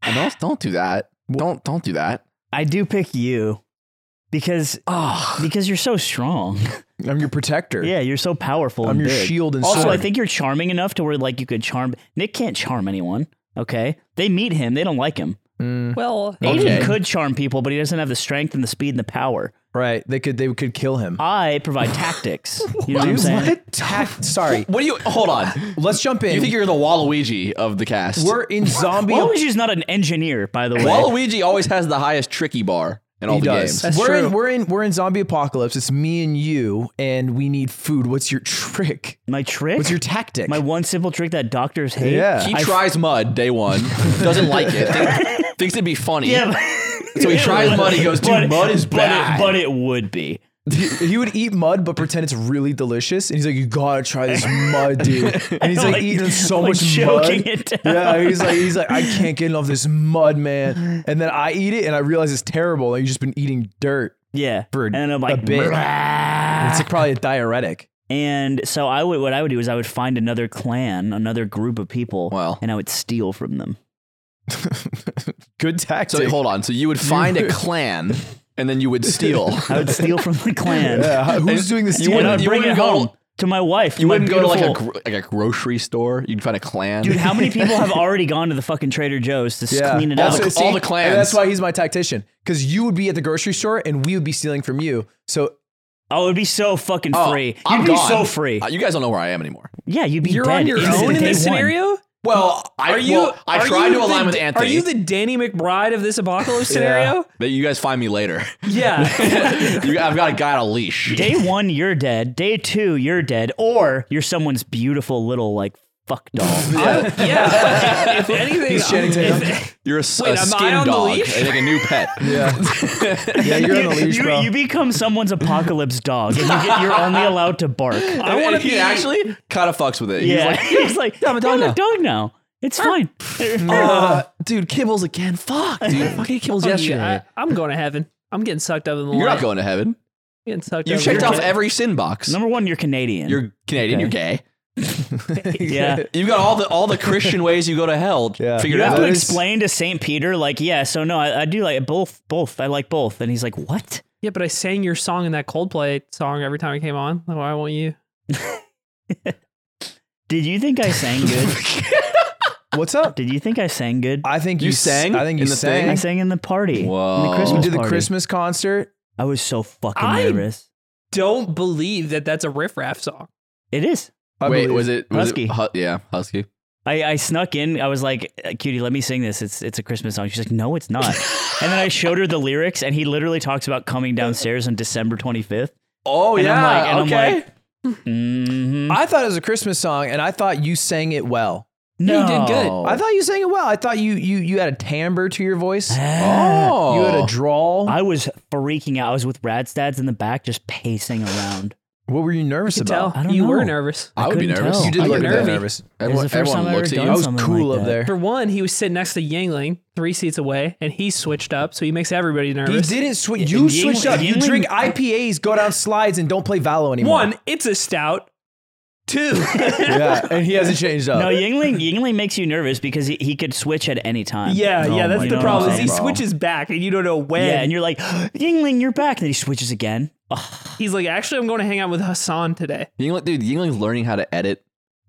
A: And don't don't do that. Don't don't do that.
B: I do pick you because
A: Oh,
B: because you're so strong.
C: I'm your protector.
B: yeah, you're so powerful.
C: I'm
B: and
C: your
B: big.
C: shield and
B: Also,
C: sword.
B: I think you're charming enough to where like you could charm. Nick can't charm anyone. Okay, they meet him, they don't like him.
C: Mm,
D: well,
A: Okay.
B: Aiden could charm people, but he doesn't have the strength and the speed and the power.
C: right. They could they could kill him.
B: I provide tactics. You know what I'm
C: Dude,
B: saying?
C: what? Tact- Sorry.
A: what do you? Hold on.
C: Let's jump in.
A: You think you're the Waluigi of the cast?
C: We're in zombie
B: Waluigi's not an engineer, by the way.
A: Waluigi always has the highest tricky bar in all
C: He
A: the
C: does.
A: games.
D: That's
C: we're
D: true.
C: in we're in we're in zombie apocalypse. It's me and you, and we need food. What's your trick?
B: My trick,
C: What's your tactic?
B: my one simple trick that doctors hate.
C: Yeah.
A: He
B: I-
A: tries mud day one, doesn't like it, think- thinks it'd be funny.
B: Yeah, but-
A: So he tries mud. He goes, dude,
B: but-
A: mud is
B: but it-
A: bad.
B: but it would be.
C: he would eat mud, but pretend it's really delicious, and he's like, "You gotta try this mud, dude." And he's like,
B: Like-
C: eating so
B: like
C: much
B: choking
C: mud.
B: it down.
C: Yeah, he's like, he's like, I can't get enough of this mud, man. And then I eat it, and I realize it's terrible. And you've just been eating dirt.
B: Yeah.
C: For
B: and then I'm
C: a
B: like,
C: bit.
B: "Brah."
C: It's like probably a diuretic.
B: and so I would, what I would do is I would find another clan, another group of people,
A: Wow.
B: and I would steal from them.
C: Good tactic.
A: So hold on. So you would find a clan, and then you would steal.
B: I would steal from the clan.
C: Yeah, who's doing this?
A: You
C: to
B: And
A: wouldn't-
B: I'd bring
A: wouldn't
B: it
A: go-
B: home to my wife.
A: You
B: my
A: wouldn't go to like a
B: beautiful-
A: gro- like a grocery store. You'd find a clan.
B: Dude, how many people have already gone to the fucking Trader Joe's to s-
C: Yeah.
B: clean it
A: That's
B: out?
A: what- all the clans.
C: And that's why he's my tactician. Because you would be at the grocery store and we would be stealing from you. So
B: Oh, it'd be so fucking
A: Oh,
B: free.
A: I'm
B: you'd be
A: gone.
B: so free.
A: Uh, you guys don't know where I am anymore.
B: yeah, you'd be
D: you're
B: dead
D: on your
B: instant
D: own in
B: day
D: this
B: one.
D: scenario?
A: Well, I
D: Are you?
A: well, I
D: are
A: tried
D: you
A: to align
D: the-
A: with Anthony.
D: Are you the Danny McBride of this apocalypse scenario?
A: But you guys find me later.
D: Yeah.
A: you, I've got a guy on a leash.
B: Day one, you're dead. Day two, you're dead. Or you're someone's beautiful little like fuck doll.
D: yeah. yeah. If anything,
C: he's Channing Tatum.
A: You're a, s-
D: Wait,
A: a
D: am I
A: skin
D: on the
A: dog,
D: leash?
A: like a new pet.
C: yeah, you're on the leash,
B: you,
C: bro.
B: you become someone's apocalypse dog, and you get, you're only allowed to bark.
A: I want to
D: be-
A: be actually kind of fucks with it. He's
B: Yeah,
A: like,
B: he's like,
A: I'm a dog
B: "You're
A: now."
B: dog now. It's fine.
A: uh,
C: Ah.
A: dude, kibbles again. Fuck, dude, fucking kibbles
D: Oh,
A: yesterday.
D: I, I'm going to heaven. I'm getting sucked up in the
A: You're
D: light.
A: not going to heaven.
D: I'm getting sucked
A: You
D: up.
A: checked
D: in
A: off
D: the-
A: every sin box.
B: Number one, you're Canadian.
A: You're Canadian. You're gay.
B: yeah.
A: You got all the all the Christian ways you go to hell
C: Yeah.
A: figured
B: You have
A: out.
B: to
C: That is-
B: explain to Saint Peter, like, yeah, so no, I, I do like both, both. I like both, and he's like, what?
D: Yeah, but I sang your song in that Coldplay song every time I came on. Like, Why won't you?
B: Did you think I sang good?
C: What's up?
B: Did you think I sang good?
C: I think you,
A: You
C: s-
A: sang
C: I think you
A: in the
C: sang.
A: thing?
B: I sang in the party. In
A: Whoa.
B: the
C: You
B: Christmas
C: did the
B: party.
C: Christmas concert.
B: I was so fucking
D: I-
B: nervous.
D: Don't believe that that's a riffraff song.
B: It is.
C: I
A: Wait,
C: believe.
A: was it was
B: Husky.
A: It, hu- yeah, husky.
B: I, I snuck in. I was like, "Cutie, let me sing this. It's it's a Christmas song." She's like, "No, it's not." and then I showed her the lyrics, and he literally talks about coming downstairs on December twenty fifth.
A: Oh
B: And I'm
A: yeah,
B: like- and I'm
A: okay.
B: like, Mm-hmm.
C: I thought it was a Christmas song, and I thought you sang it well.
B: No,
D: did good.
A: Oh.
C: I thought you sang it well. I thought you you you had a timbre to your voice.
A: oh,
C: You had a drawl.
B: Ah. I was freaking out. I was with Radstads in the back, just pacing around.
C: what were you nervous
D: You could
C: about?
D: tell
B: I don't
D: you
B: know.
D: were nervous.
A: I would be
B: couldn't
A: nervous.
B: tell.
C: You did
A: I
C: look
A: get
C: a bit
A: nervous.
C: nervous.
A: Everyone,
B: It was the first
A: everyone
B: time I
A: looks
B: ever
A: at you.
B: done
C: I was
B: Something
C: cool
B: like
C: up
B: that.
C: there.
D: For one, he was sitting next to Yingling, three seats away, and he switched up, so he makes everybody
C: You
D: nervous.
C: didn't switch. You
B: Yingling-
C: switched up. You
B: Yingling-
C: drink IPAs, go down slides, and don't play Valo anymore.
D: One, it's a stout. Two,
C: Yeah, and he hasn't changed up.
B: No, Yingling Yingling makes you nervous because he, he could switch at any time.
D: yeah,
C: Oh
D: yeah, that's
C: my
D: the
B: God,
D: problem. Is he
C: bro.
D: switches back, and you don't know when.
B: Yeah, and you're like, Yingling, you're back. And then he switches again. Ugh.
D: He's like, actually, I'm going to hang out with Hassan today.
A: Yingling, dude, Yingling's learning how to edit.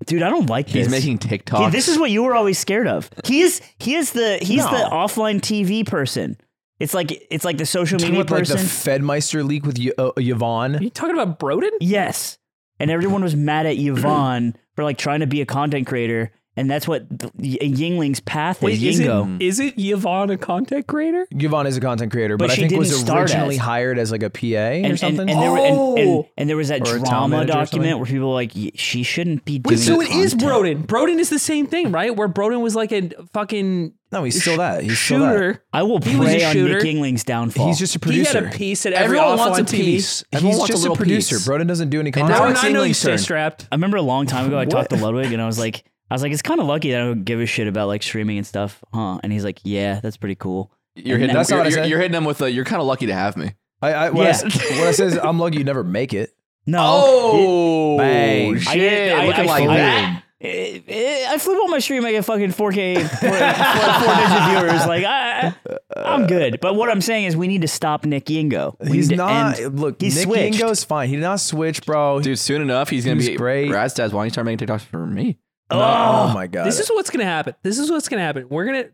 B: Dude, I don't like
A: He's
B: this.
A: making
B: He-
A: TikToks.
B: this is what you were always scared of. He is he is the he's
C: No.
B: the offline TV person. It's like it's like the social
C: Talking
B: media
C: about, like the
B: person.
C: Fedmeister leak with y- uh, Yvonne.
D: Are you talking about Broden?
B: yes. And everyone was mad at Yvonne for like trying to be a content creator and that's what the, Yingling's path
D: Wait,
B: is.
D: is
B: Yingo.
D: it, is it Yvonne a content creator?
C: Yvonne is a content creator,
B: But
C: but,
B: she
C: I think
B: didn't
C: was
B: start
C: originally
B: as-
C: hired as like a PA or
B: And, and,
C: something.
B: and there were, and, and,
D: Oh!
B: and there was that
C: Or a town
B: drama
C: manager or
B: document
C: something.
B: where people were like, "Y- she shouldn't be doing
D: Wait, so it is
B: content."
D: Broden. Broden is the same thing, right? Where Broden was like a fucking
C: no, he's still that. He's still that.
D: shooter.
B: I will
D: He was
B: pray
D: a
B: on
D: shooter.
B: Nick Yingling's downfall.
C: Oh. He's just a
D: He had
C: producer.
D: a piece at every
A: Everyone
D: awful
A: wants a
D: on TV.
A: piece. Everyone
C: he's
A: wants
C: just a,
A: little
C: producer.
A: piece.
C: Broden doesn't do any
A: now
C: content.
A: we're
D: Now,
A: Alex
D: I know you
A: Yingling's
D: stay
A: turn.
D: strapped.
B: I remember a long time ago I talked to Ludwig and I was like I was like, it's kind of lucky that I don't give a shit about like streaming and stuff, huh? And he's like, yeah, that's pretty cool.
A: You're
B: And
A: hitting,
B: that's
C: not what
A: you're,
C: I
A: you're,
C: said.
A: you're hitting them with a. You're kind of lucky to have me.
C: I, I, what, I,
B: Yeah.
C: s- what I say is, I'm lucky you never make it.
B: No,
A: Oh,
C: Bang.
A: shit!
B: I did- I-
A: Looking
B: I-
A: like
B: I-
A: that.
B: It- it- I flip on my stream. I get fucking 4K, four, four, four digit viewers. Like I, I, am good. But what I'm saying is, we need to stop Nick Yingo. We
C: He's
B: need to
C: not.
B: end-
C: Look,
B: he
C: Nick
B: switched.
C: Yingo's fine. He did not switch, bro.
A: Dude, soon enough he's gonna
C: He was
A: be
C: great.
A: Brad's dad's. Why don't you start making TikToks for me?
C: No,
B: Oh,
C: oh my god.
D: This is what's gonna happen. This is what's gonna happen. We're gonna.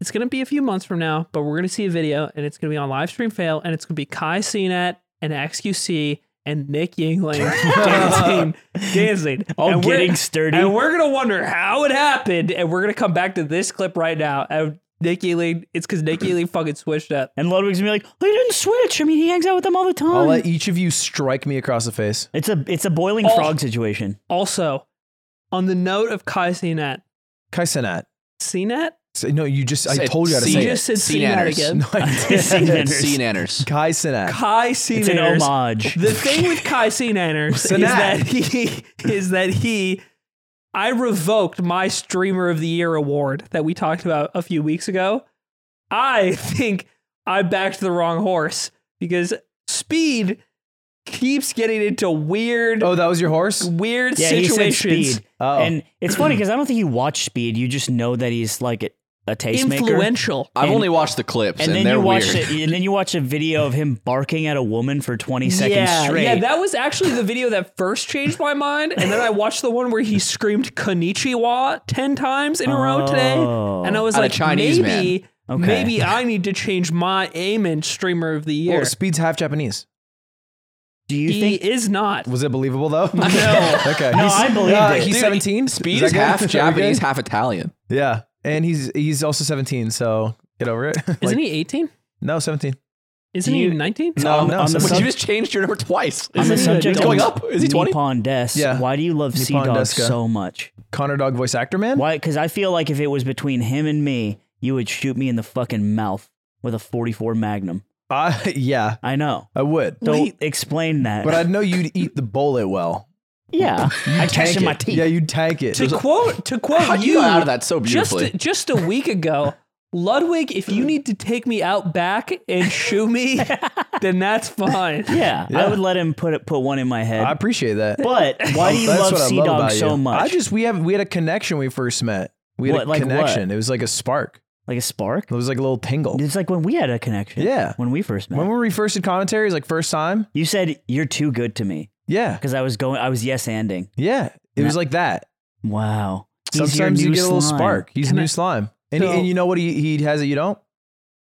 D: It's gonna be a few months from now, but we're gonna see a video, and it's gonna be on live stream fail, and it's gonna be Kai CNET and XQC and Nick Yingling dancing, dancing,
B: all
D: and we're-
B: getting sturdy.
D: And we're gonna wonder how it happened, and we're gonna come back to this clip right now. And Nick Yingling, it's because Nick Yingling fucking switched up.
B: And Ludwig's gonna be like, "Well, he didn't switch. I mean, he hangs out with them all the
C: I'll
B: time."
C: let each of you strike me across the face.
B: it's a it's a boiling
D: Oh.
B: frog situation.
D: Also, on the note of Kai CNET,
C: Kaisenat.
D: CNET,
C: Say- No, you just. I
A: Say-
C: told you how to
A: see-
D: you
C: say
D: just
C: it.
D: said CNET
A: CNETers.
D: again.
C: No, I didn't.
A: C nanners.
C: Kaisenat.
D: Kai
B: It's an
D: CNETers.
B: homage.
D: The thing with Kai Sinaners is
C: Sinat.
D: that he is that he I revoked my streamer of the year award that we talked about a few weeks ago. I think I backed the wrong horse because speed keeps getting into weird
C: Oh, that was your horse.
D: weird
B: yeah, he said
D: situations.
B: speed.
C: Oh,
B: And it's funny because I don't think you watch Speed. You just know that he's like a, a tastemaker.
D: Influential.
A: I've
B: And-
A: only watched the clips, and,
B: And then
A: they're
B: you watch
A: weird.
B: it, and then you watch a video of him barking at a woman for 20 seconds
D: yeah,
B: straight.
D: yeah, that was actually the video that first changed my mind, and then I watched the one where he screamed "Konichiwa" ten times in a row today,
B: Oh.
D: and I was
A: At a
D: like,
A: Chinese
D: maybe,
B: Okay.
D: maybe I need to change my aim streamer of the year.
C: Well, Oh, Speed's half Japanese.
B: Do you
D: he
B: think?
D: is not.
C: Was it believable though? No. okay.
B: No,
C: He's-
B: I believed
C: uh,
B: it.
C: He's
A: Dude,
C: 17.
A: Speed
C: that
A: is
C: good? Are
A: half
C: we good?
A: Japanese, half Italian.
C: Yeah, and he's he's also 17. So get over it. Like,
D: Isn't he eighteen?
C: no, 17.
D: Isn't he
B: you-
D: nineteen?
C: No,
B: on,
C: no,
B: on
C: so-
B: the
A: But
B: sub-
A: you just changed your number twice.
B: on the
D: Isn't he a-
B: subject
D: he's
B: of
A: going up? Is he 20?
B: Nippon Des.
C: Yeah.
B: Why do you love Sea
C: Nippon
B: Dog
C: Deska.
B: so much?
C: Connor Dog voice actor man.
B: Why? Because I feel like if it was between him and me, you would shoot me in the fucking mouth with a 44 Magnum.
C: Uh, yeah,
B: I know.
C: I would.
B: So
D: Wait.
B: explain that.
C: But I'd know you'd eat the bullet well.
B: yeah, I
C: Tank
B: catch in
C: it.
B: my teeth.
C: Yeah, you'd tank it.
D: To quote, to quote
A: How you
D: you,
A: got out of that so beautifully?
D: just just a week ago, Ludwig, if you need to take me out back and shoe me, then that's fine.
B: yeah, I
C: Yeah.
B: would let him put it, put one in my head.
C: I appreciate that.
B: but why do you
C: That's
B: love
C: what I
B: Sea
C: love
B: Dog
C: about
B: so
C: you.
B: much?
C: I just we have we had a connection when we first met. We had
B: What,
C: a
B: like
C: connection. It was like a spark.
B: like a spark.
C: It was like a little tingle.
B: It's like when we had a connection.
C: Yeah.
B: when we first met.
C: When were we first in commentaries? Like first time?
B: You said you're too good to me
C: Yeah.
B: because I was going. I was yes anding.
C: Yeah. It was like that.
B: Wow. He's your
C: Sometimes you
B: new
C: get a little
B: slime.
C: spark. He's
D: Can
C: new
D: I-
C: slime. And,
D: So-
C: and you know what he, he has that you don't?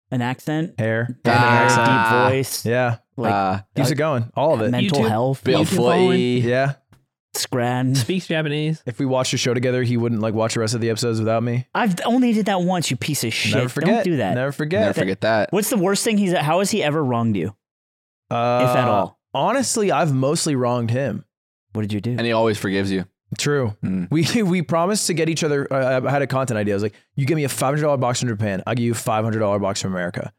B: An accent.
C: Hair.
B: and a very
A: Ah.
B: deep voice.
C: Yeah. Ah,
B: Like
A: uh,
C: Keeps it going. All of it.
B: mental
D: YouTube-
B: health.
A: Bill
D: YouTube following.
A: Footy.
C: Yeah.
B: Scran.
D: Speaks Japanese.
C: If we watched a show together, he wouldn't like watch the rest of the episodes without me.
B: I've only did that once. You piece of shit.
C: Never forget.
B: Don't do that.
C: Never
A: Never
C: forget.
A: forget that.
B: What's the worst thing he's? How has he ever wronged you,
C: Uh,
B: if at all?
C: Honestly, I've mostly wronged him.
B: What did you do?
A: And he always forgives you.
C: True.
A: Mm.
C: We we promised to get each other. Uh, I had a content idea. I was like, "You give me a five hundred dollar box from Japan, I'll give you a five hundred dollar box from America."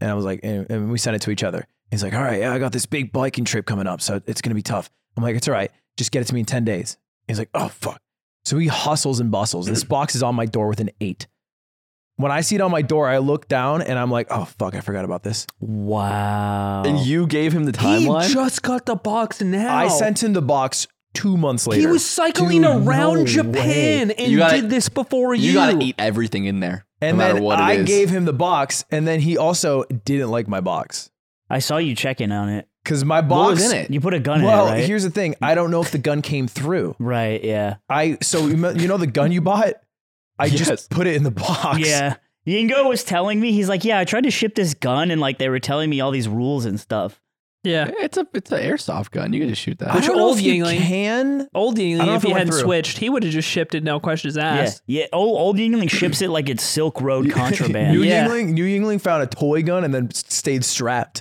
C: And I was like, and, and we sent it to each other. He's like, "All right, yeah, I got this big biking trip coming up, so it's gonna be tough." I'm like, "It's all right, just get it to me in ten days." He's like, "Oh fuck!" So he hustles and bustles. This box is on my door with an eight. When I see it on my door, I look down and I'm like, "Oh fuck, I forgot about this."
B: Wow.
A: And you gave him the timeline.
D: He just got the box now.
C: I sent him the box two months later.
D: He was cycling
C: Dude,
D: around
C: no
D: Japan and
A: You gotta-
D: did this before you.
A: you gotta eat everything in there,
C: And
A: no matter
C: then
A: what it
C: I
A: is.
C: gave him the box, and then he also didn't like my box
B: I saw you checking on it.
C: because my box.
A: what was in it?
B: You put a gun
C: Well,
B: in it, right?
C: here's the thing. I don't know if the gun came through.
B: right. Yeah.
C: I so you know- you know the gun you bought. I
A: Yes.
C: just put it in the box.
B: Yeah. Yingo was telling me, he's like, yeah, I tried to ship this gun and like they were telling me all these rules and stuff.
D: Yeah.
A: It's a it's an airsoft gun. You can just shoot that.
C: I
D: Which
C: don't know
D: old
C: if you
D: Yingling-
C: can.
D: Old
C: I don't know
D: Yingling, if
C: if it
D: he
C: went
D: hadn't
C: through.
D: switched, he would have just shipped it, no questions
B: Yeah,
D: asked.
B: yeah. Old, old Yingling ships it like it's Silk Road contraband.
C: New
D: Yeah.
C: Yingling, New Yingling found a toy gun and then s- stayed strapped.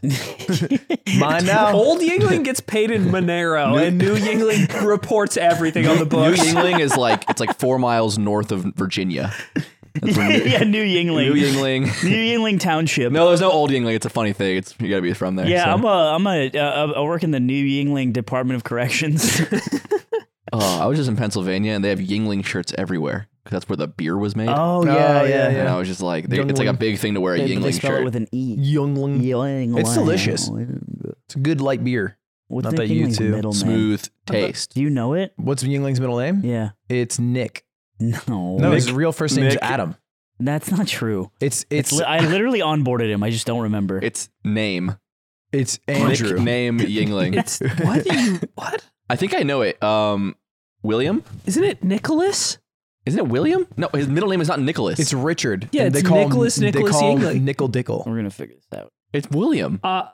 C: Mine now.
D: Old Yingling gets paid in Monero, and New Yingling reports everything on the
A: New
D: books.
A: Yingling is like it's like four miles north of Virginia. That's where New,
B: yeah, New
A: New
B: Yingling.
A: Yingling.
B: New Yingling Township.
A: No, there's no old Yingling. It's a funny thing. It's you gotta be from there.
B: Yeah,
A: so.
B: I'm a, I'm a, uh, I work in the New Yingling Department of Corrections.
A: Oh, I was just in Pennsylvania, and they have Yingling shirts everywhere 'cause that's where the beer was made.
B: oh
C: yeah, yeah.
A: And I was just like, they, it's like a
C: Yingling.
A: big thing to wear a
B: But they
A: Yingling
B: spell it
A: shirt.
B: with an E.
C: Yingling.
B: Yingling.
C: It's delicious. It's a good light beer.
B: What's
C: Not
B: Nick
C: that you
B: Yingling's
C: two.
B: middle name?
A: Smooth taste.
B: Do you know it?
C: What's Yingling's middle name?
B: Yeah. Oh.
C: It's Nick.
B: No.
C: No, his real first name is
A: Nick.
C: Adam.
B: That's not true.
C: It's
B: It's,
C: it's
B: li- I literally onboarded him. I just don't remember.
A: It's name.
C: it's Andrew.
A: Nickname Yingling.
D: It's what do you what?
A: I think I know it. Um, William.
D: Isn't it Nicholas?
A: Isn't it William? No, his middle name is not Nicholas.
C: It's Richard.
D: Yeah,
C: And
D: it's
C: call him-
D: Nicholas- Nicholas
C: they call him
D: Yingling.
C: Nickel Dickle.
B: We're gonna figure this out.
A: it's William.
D: Uh,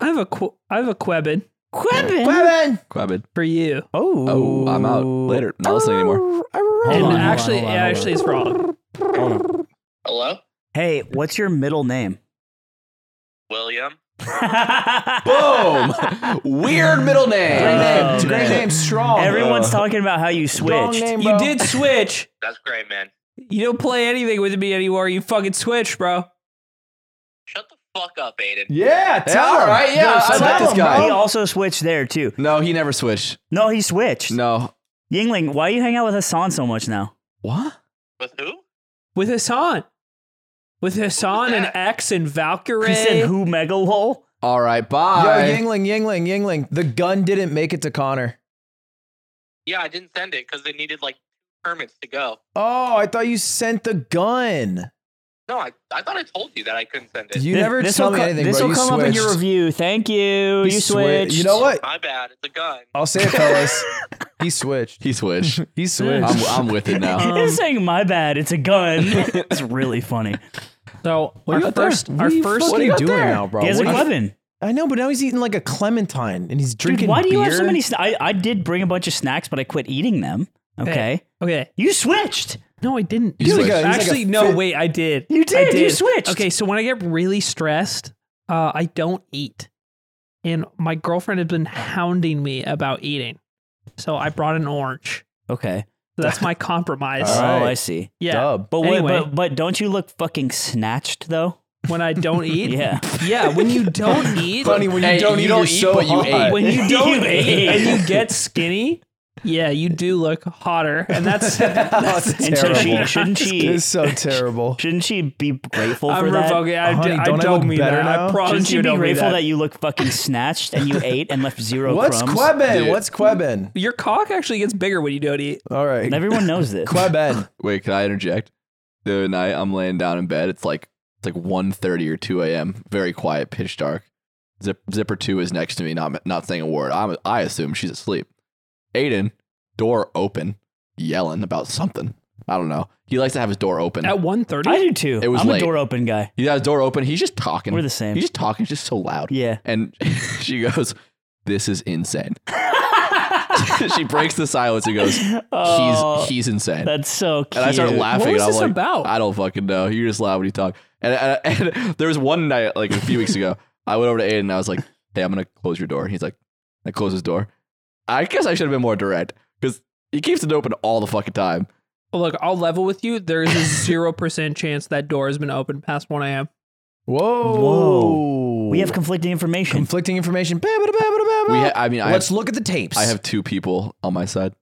D: I have a qu- I have a Quebin
B: Quevin.
A: Quabbed.
D: for you.
C: Oh,
A: Oh, I'm out. Later. Not listening anymore.
B: Hold
D: and
B: on, hold on,
D: actually,
B: hold on,
D: yeah,
B: hold on.
D: actually, it's wrong.
E: Hello?
B: Hey, what's your middle name?
E: William?
A: Boom. Weird middle name.
B: Great name.
C: It's a Mm. great
B: Oh, man.
C: name. Strong.
B: Everyone's talking about how you
C: Strong
B: switched.
C: name,
D: You
C: bro.
D: did switch.
E: That's great, man.
D: You don't play anything with me anymore. You fucking switch, bro.
E: Shut the fuck up, Aiden.
C: Yeah.
A: Yeah,
C: Tell
A: all
C: him.
A: right. Yeah,
C: Yo,
A: I
C: tell
A: like this
C: him,
A: guy.
B: He
C: bro.
B: also switched there too.
A: No, he never switched.
B: No, he switched.
A: No.
B: Yingling, why you hang out with Hassan so much now?
A: What?
E: With who?
D: With Hassan, with Hassan and X and Valkyrie.
B: He said who megalol?
A: All right.
C: Yo,
A: Bye.
C: Yingling, Yingling, Yingling. The gun didn't make it to Connor.
E: Yeah, I didn't send it because they needed like permits to go.
C: Oh, I thought you sent the gun.
E: No, I, I thought I told you that I couldn't send it.
C: You never tell me anything,
B: This
C: bro.
B: will
C: You
B: come up in your
C: switched.
B: review. Thank you.
C: He swi-
B: you switched.
C: You know what?
E: My bad. It's a gun.
C: I'll say it, fellas. he switched.
A: He switched.
C: He
A: I'm,
C: switched.
A: I'm with it now.
B: It's saying my bad. It's a gun. it's really funny.
D: So
A: you
D: our
A: got there?
D: first,
A: What
D: our
A: do you
D: first.
C: what are
A: fucking-
C: you
A: got
C: doing
A: there?
C: now, bro?
B: he has
C: What
B: a
C: do you-
B: weapon.
C: I know, but now he's eating like a clementine and he's
B: Dude,
C: drinking.
B: why do you have so
C: beer.
B: many? Sna- I I did bring a bunch of snacks, but I quit eating them. Okay,
D: Okay.
B: you switched.
D: No, Eh. I didn't.
A: He's like a- he's
C: like a
D: Actually, no.
C: fit-
D: Wait, I did.
B: You
D: I
B: did. You switched.
D: Okay, so when I get really stressed, uh, I don't eat, and my girlfriend has been hounding me about eating, so I brought an orange.
B: Okay.
D: So that's my compromise.
C: All right.
B: Oh, I see.
D: yeah.
C: Dub.
B: But wait,
D: Anyway.
B: but but don't you look fucking snatched though?
D: When I don't eat.
B: Yeah.
D: Yeah. When you don't eat.
C: Funny when you
A: Hey,
C: don't
A: you
C: eat,
A: don't
C: you're
A: eat,
C: so
A: but you
C: hot.
A: ate.
D: When you don't
B: You
D: eat
B: ate.
D: and you get skinny. Yeah, you do look hotter, and that's. that's
C: That's
B: and so she
C: terrible.
B: shouldn't she
C: It's so terrible.
B: shouldn't she be grateful
D: I'm
B: for that?
D: revoking. I,
C: Honey,
D: I
C: don't I
D: don't,
C: look
D: mean
C: better
D: that.
C: now?
D: I promise
B: Shouldn't
D: you
B: you be
D: don't mean
B: grateful
D: that.
B: that. you look fucking snatched and you ate and left zero
C: What's
B: crumbs?
C: Queben?
A: Dude.
C: What's Queben?
D: Your cock actually gets bigger when you don't eat.
C: All right.
B: Everyone knows this.
C: Queben.
A: Wait, can I interject? The other night, I'm laying down in bed. It's like it's like 1.30 or 2 a.m. Very quiet, pitch dark. Zip, Zipper two is next to me, not not saying a word. I'm, I assume she's asleep. Aiden, door open, yelling about something. I don't know. He likes to have his door open.
D: At 1.30?
B: I do too.
A: It was
B: I'm
A: late.
B: a door open guy.
A: He has his door open. He's just talking.
B: We're the same.
A: He's just talking. He's just so loud.
B: Yeah.
A: And she goes, "This is insane." she breaks the silence and goes, "He's
B: Oh,
A: he's insane."
B: that's so cute.
A: And I started laughing.
D: What
A: and
D: was
A: I'm
D: this
A: like,
D: about?
A: I don't fucking know. You're just loud when you talk. And, and, and there was one night, like a few weeks ago, I went over to Aiden and I was like, hey, I'm going to close your door. And he's like, I close his door. I guess I should have been more direct because he keeps it open all the fucking time.
D: Well, Look, I'll level with you. There is a zero percent chance that door has been open past one a.m.
C: Whoa.
B: Whoa. We have conflicting information.
C: conflicting information. Ba, ba, da, ba, da, ba, ba.
A: We ha- I mean, I
C: Let's
A: have,
C: look at the tapes.
A: I have two people on my side.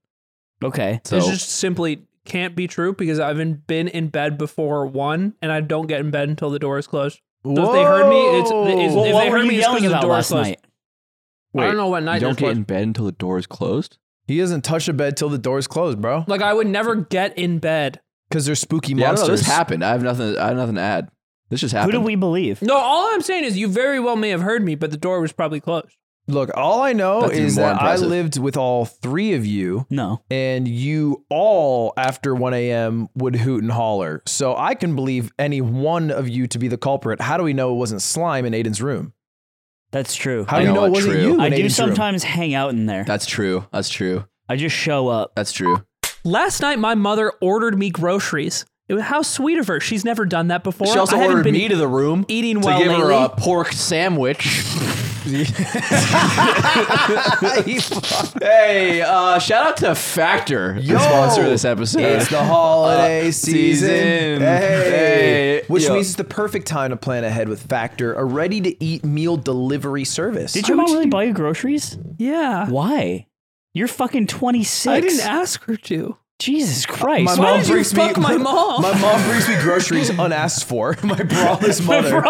B: okay.
A: So
D: It's just simply can't be true because I've been, been in bed before one, and I don't get in bed until the door is closed.
C: Whoa.
D: So if they heard me, it's- it's-
B: Well,
D: If
B: what
D: they
B: were
D: heard
B: you
D: me, it's 'cause
B: yelling
D: the
B: about
D: door
B: last
D: closed.
B: night?
D: I
A: Wait,
D: don't know what night
A: you don't
D: this
A: get
D: was.
A: in bed until the door is closed?
C: he doesn't touch a bed till the door's closed, bro.
D: Like I would never get in bed.
C: Because they're spooky
A: Yeah, I don't know.
C: monsters.
A: This happened. I have nothing. I have nothing to add. This just
B: Who
A: happened.
B: do we believe?
D: No, all I'm saying is you very well may have heard me, but the door was probably closed.
C: Look, all I know
A: That's even
C: is
A: more
C: that I
A: impressive.
C: lived with all three of you,
B: No.
C: and you all after 1 a.m. would hoot and holler. So I can believe any one of you to be the culprit. How do we know it wasn't slime in Aiden's room?
B: That's true.
C: How
B: I,
C: do you
A: know
C: know it
A: it,
C: wasn't
A: true.
C: you? in
B: I do
C: Aiden's room?
B: sometimes hang out in there.
A: That's true. That's true.
B: I just show up.
A: That's true.
D: Last night, my mother ordered me groceries. It was, how sweet of her. She's never done that before.
A: She also
D: I haven't
A: ordered
D: been
A: me to the room
D: eating
A: to
D: well
A: give her
D: lately.
A: a pork sandwich. hey, uh, shout out to Factor, the sponsor of this episode.
C: It's the holiday
A: Uh,
C: season.
A: season.
C: Hey.
A: Hey.
C: Which
A: Yo.
C: means it's the perfect time to plan ahead with Factor, a ready to eat meal delivery service.
B: Did your mom really buy you groceries?
D: Yeah.
B: Why? You're fucking 26.
D: I didn't ask her to.
B: Jesus Christ.
C: My
B: Why
C: mom
B: did you
C: brings me-
D: Fuck my mom.
C: My mom brings me groceries unasked for. My braless mother.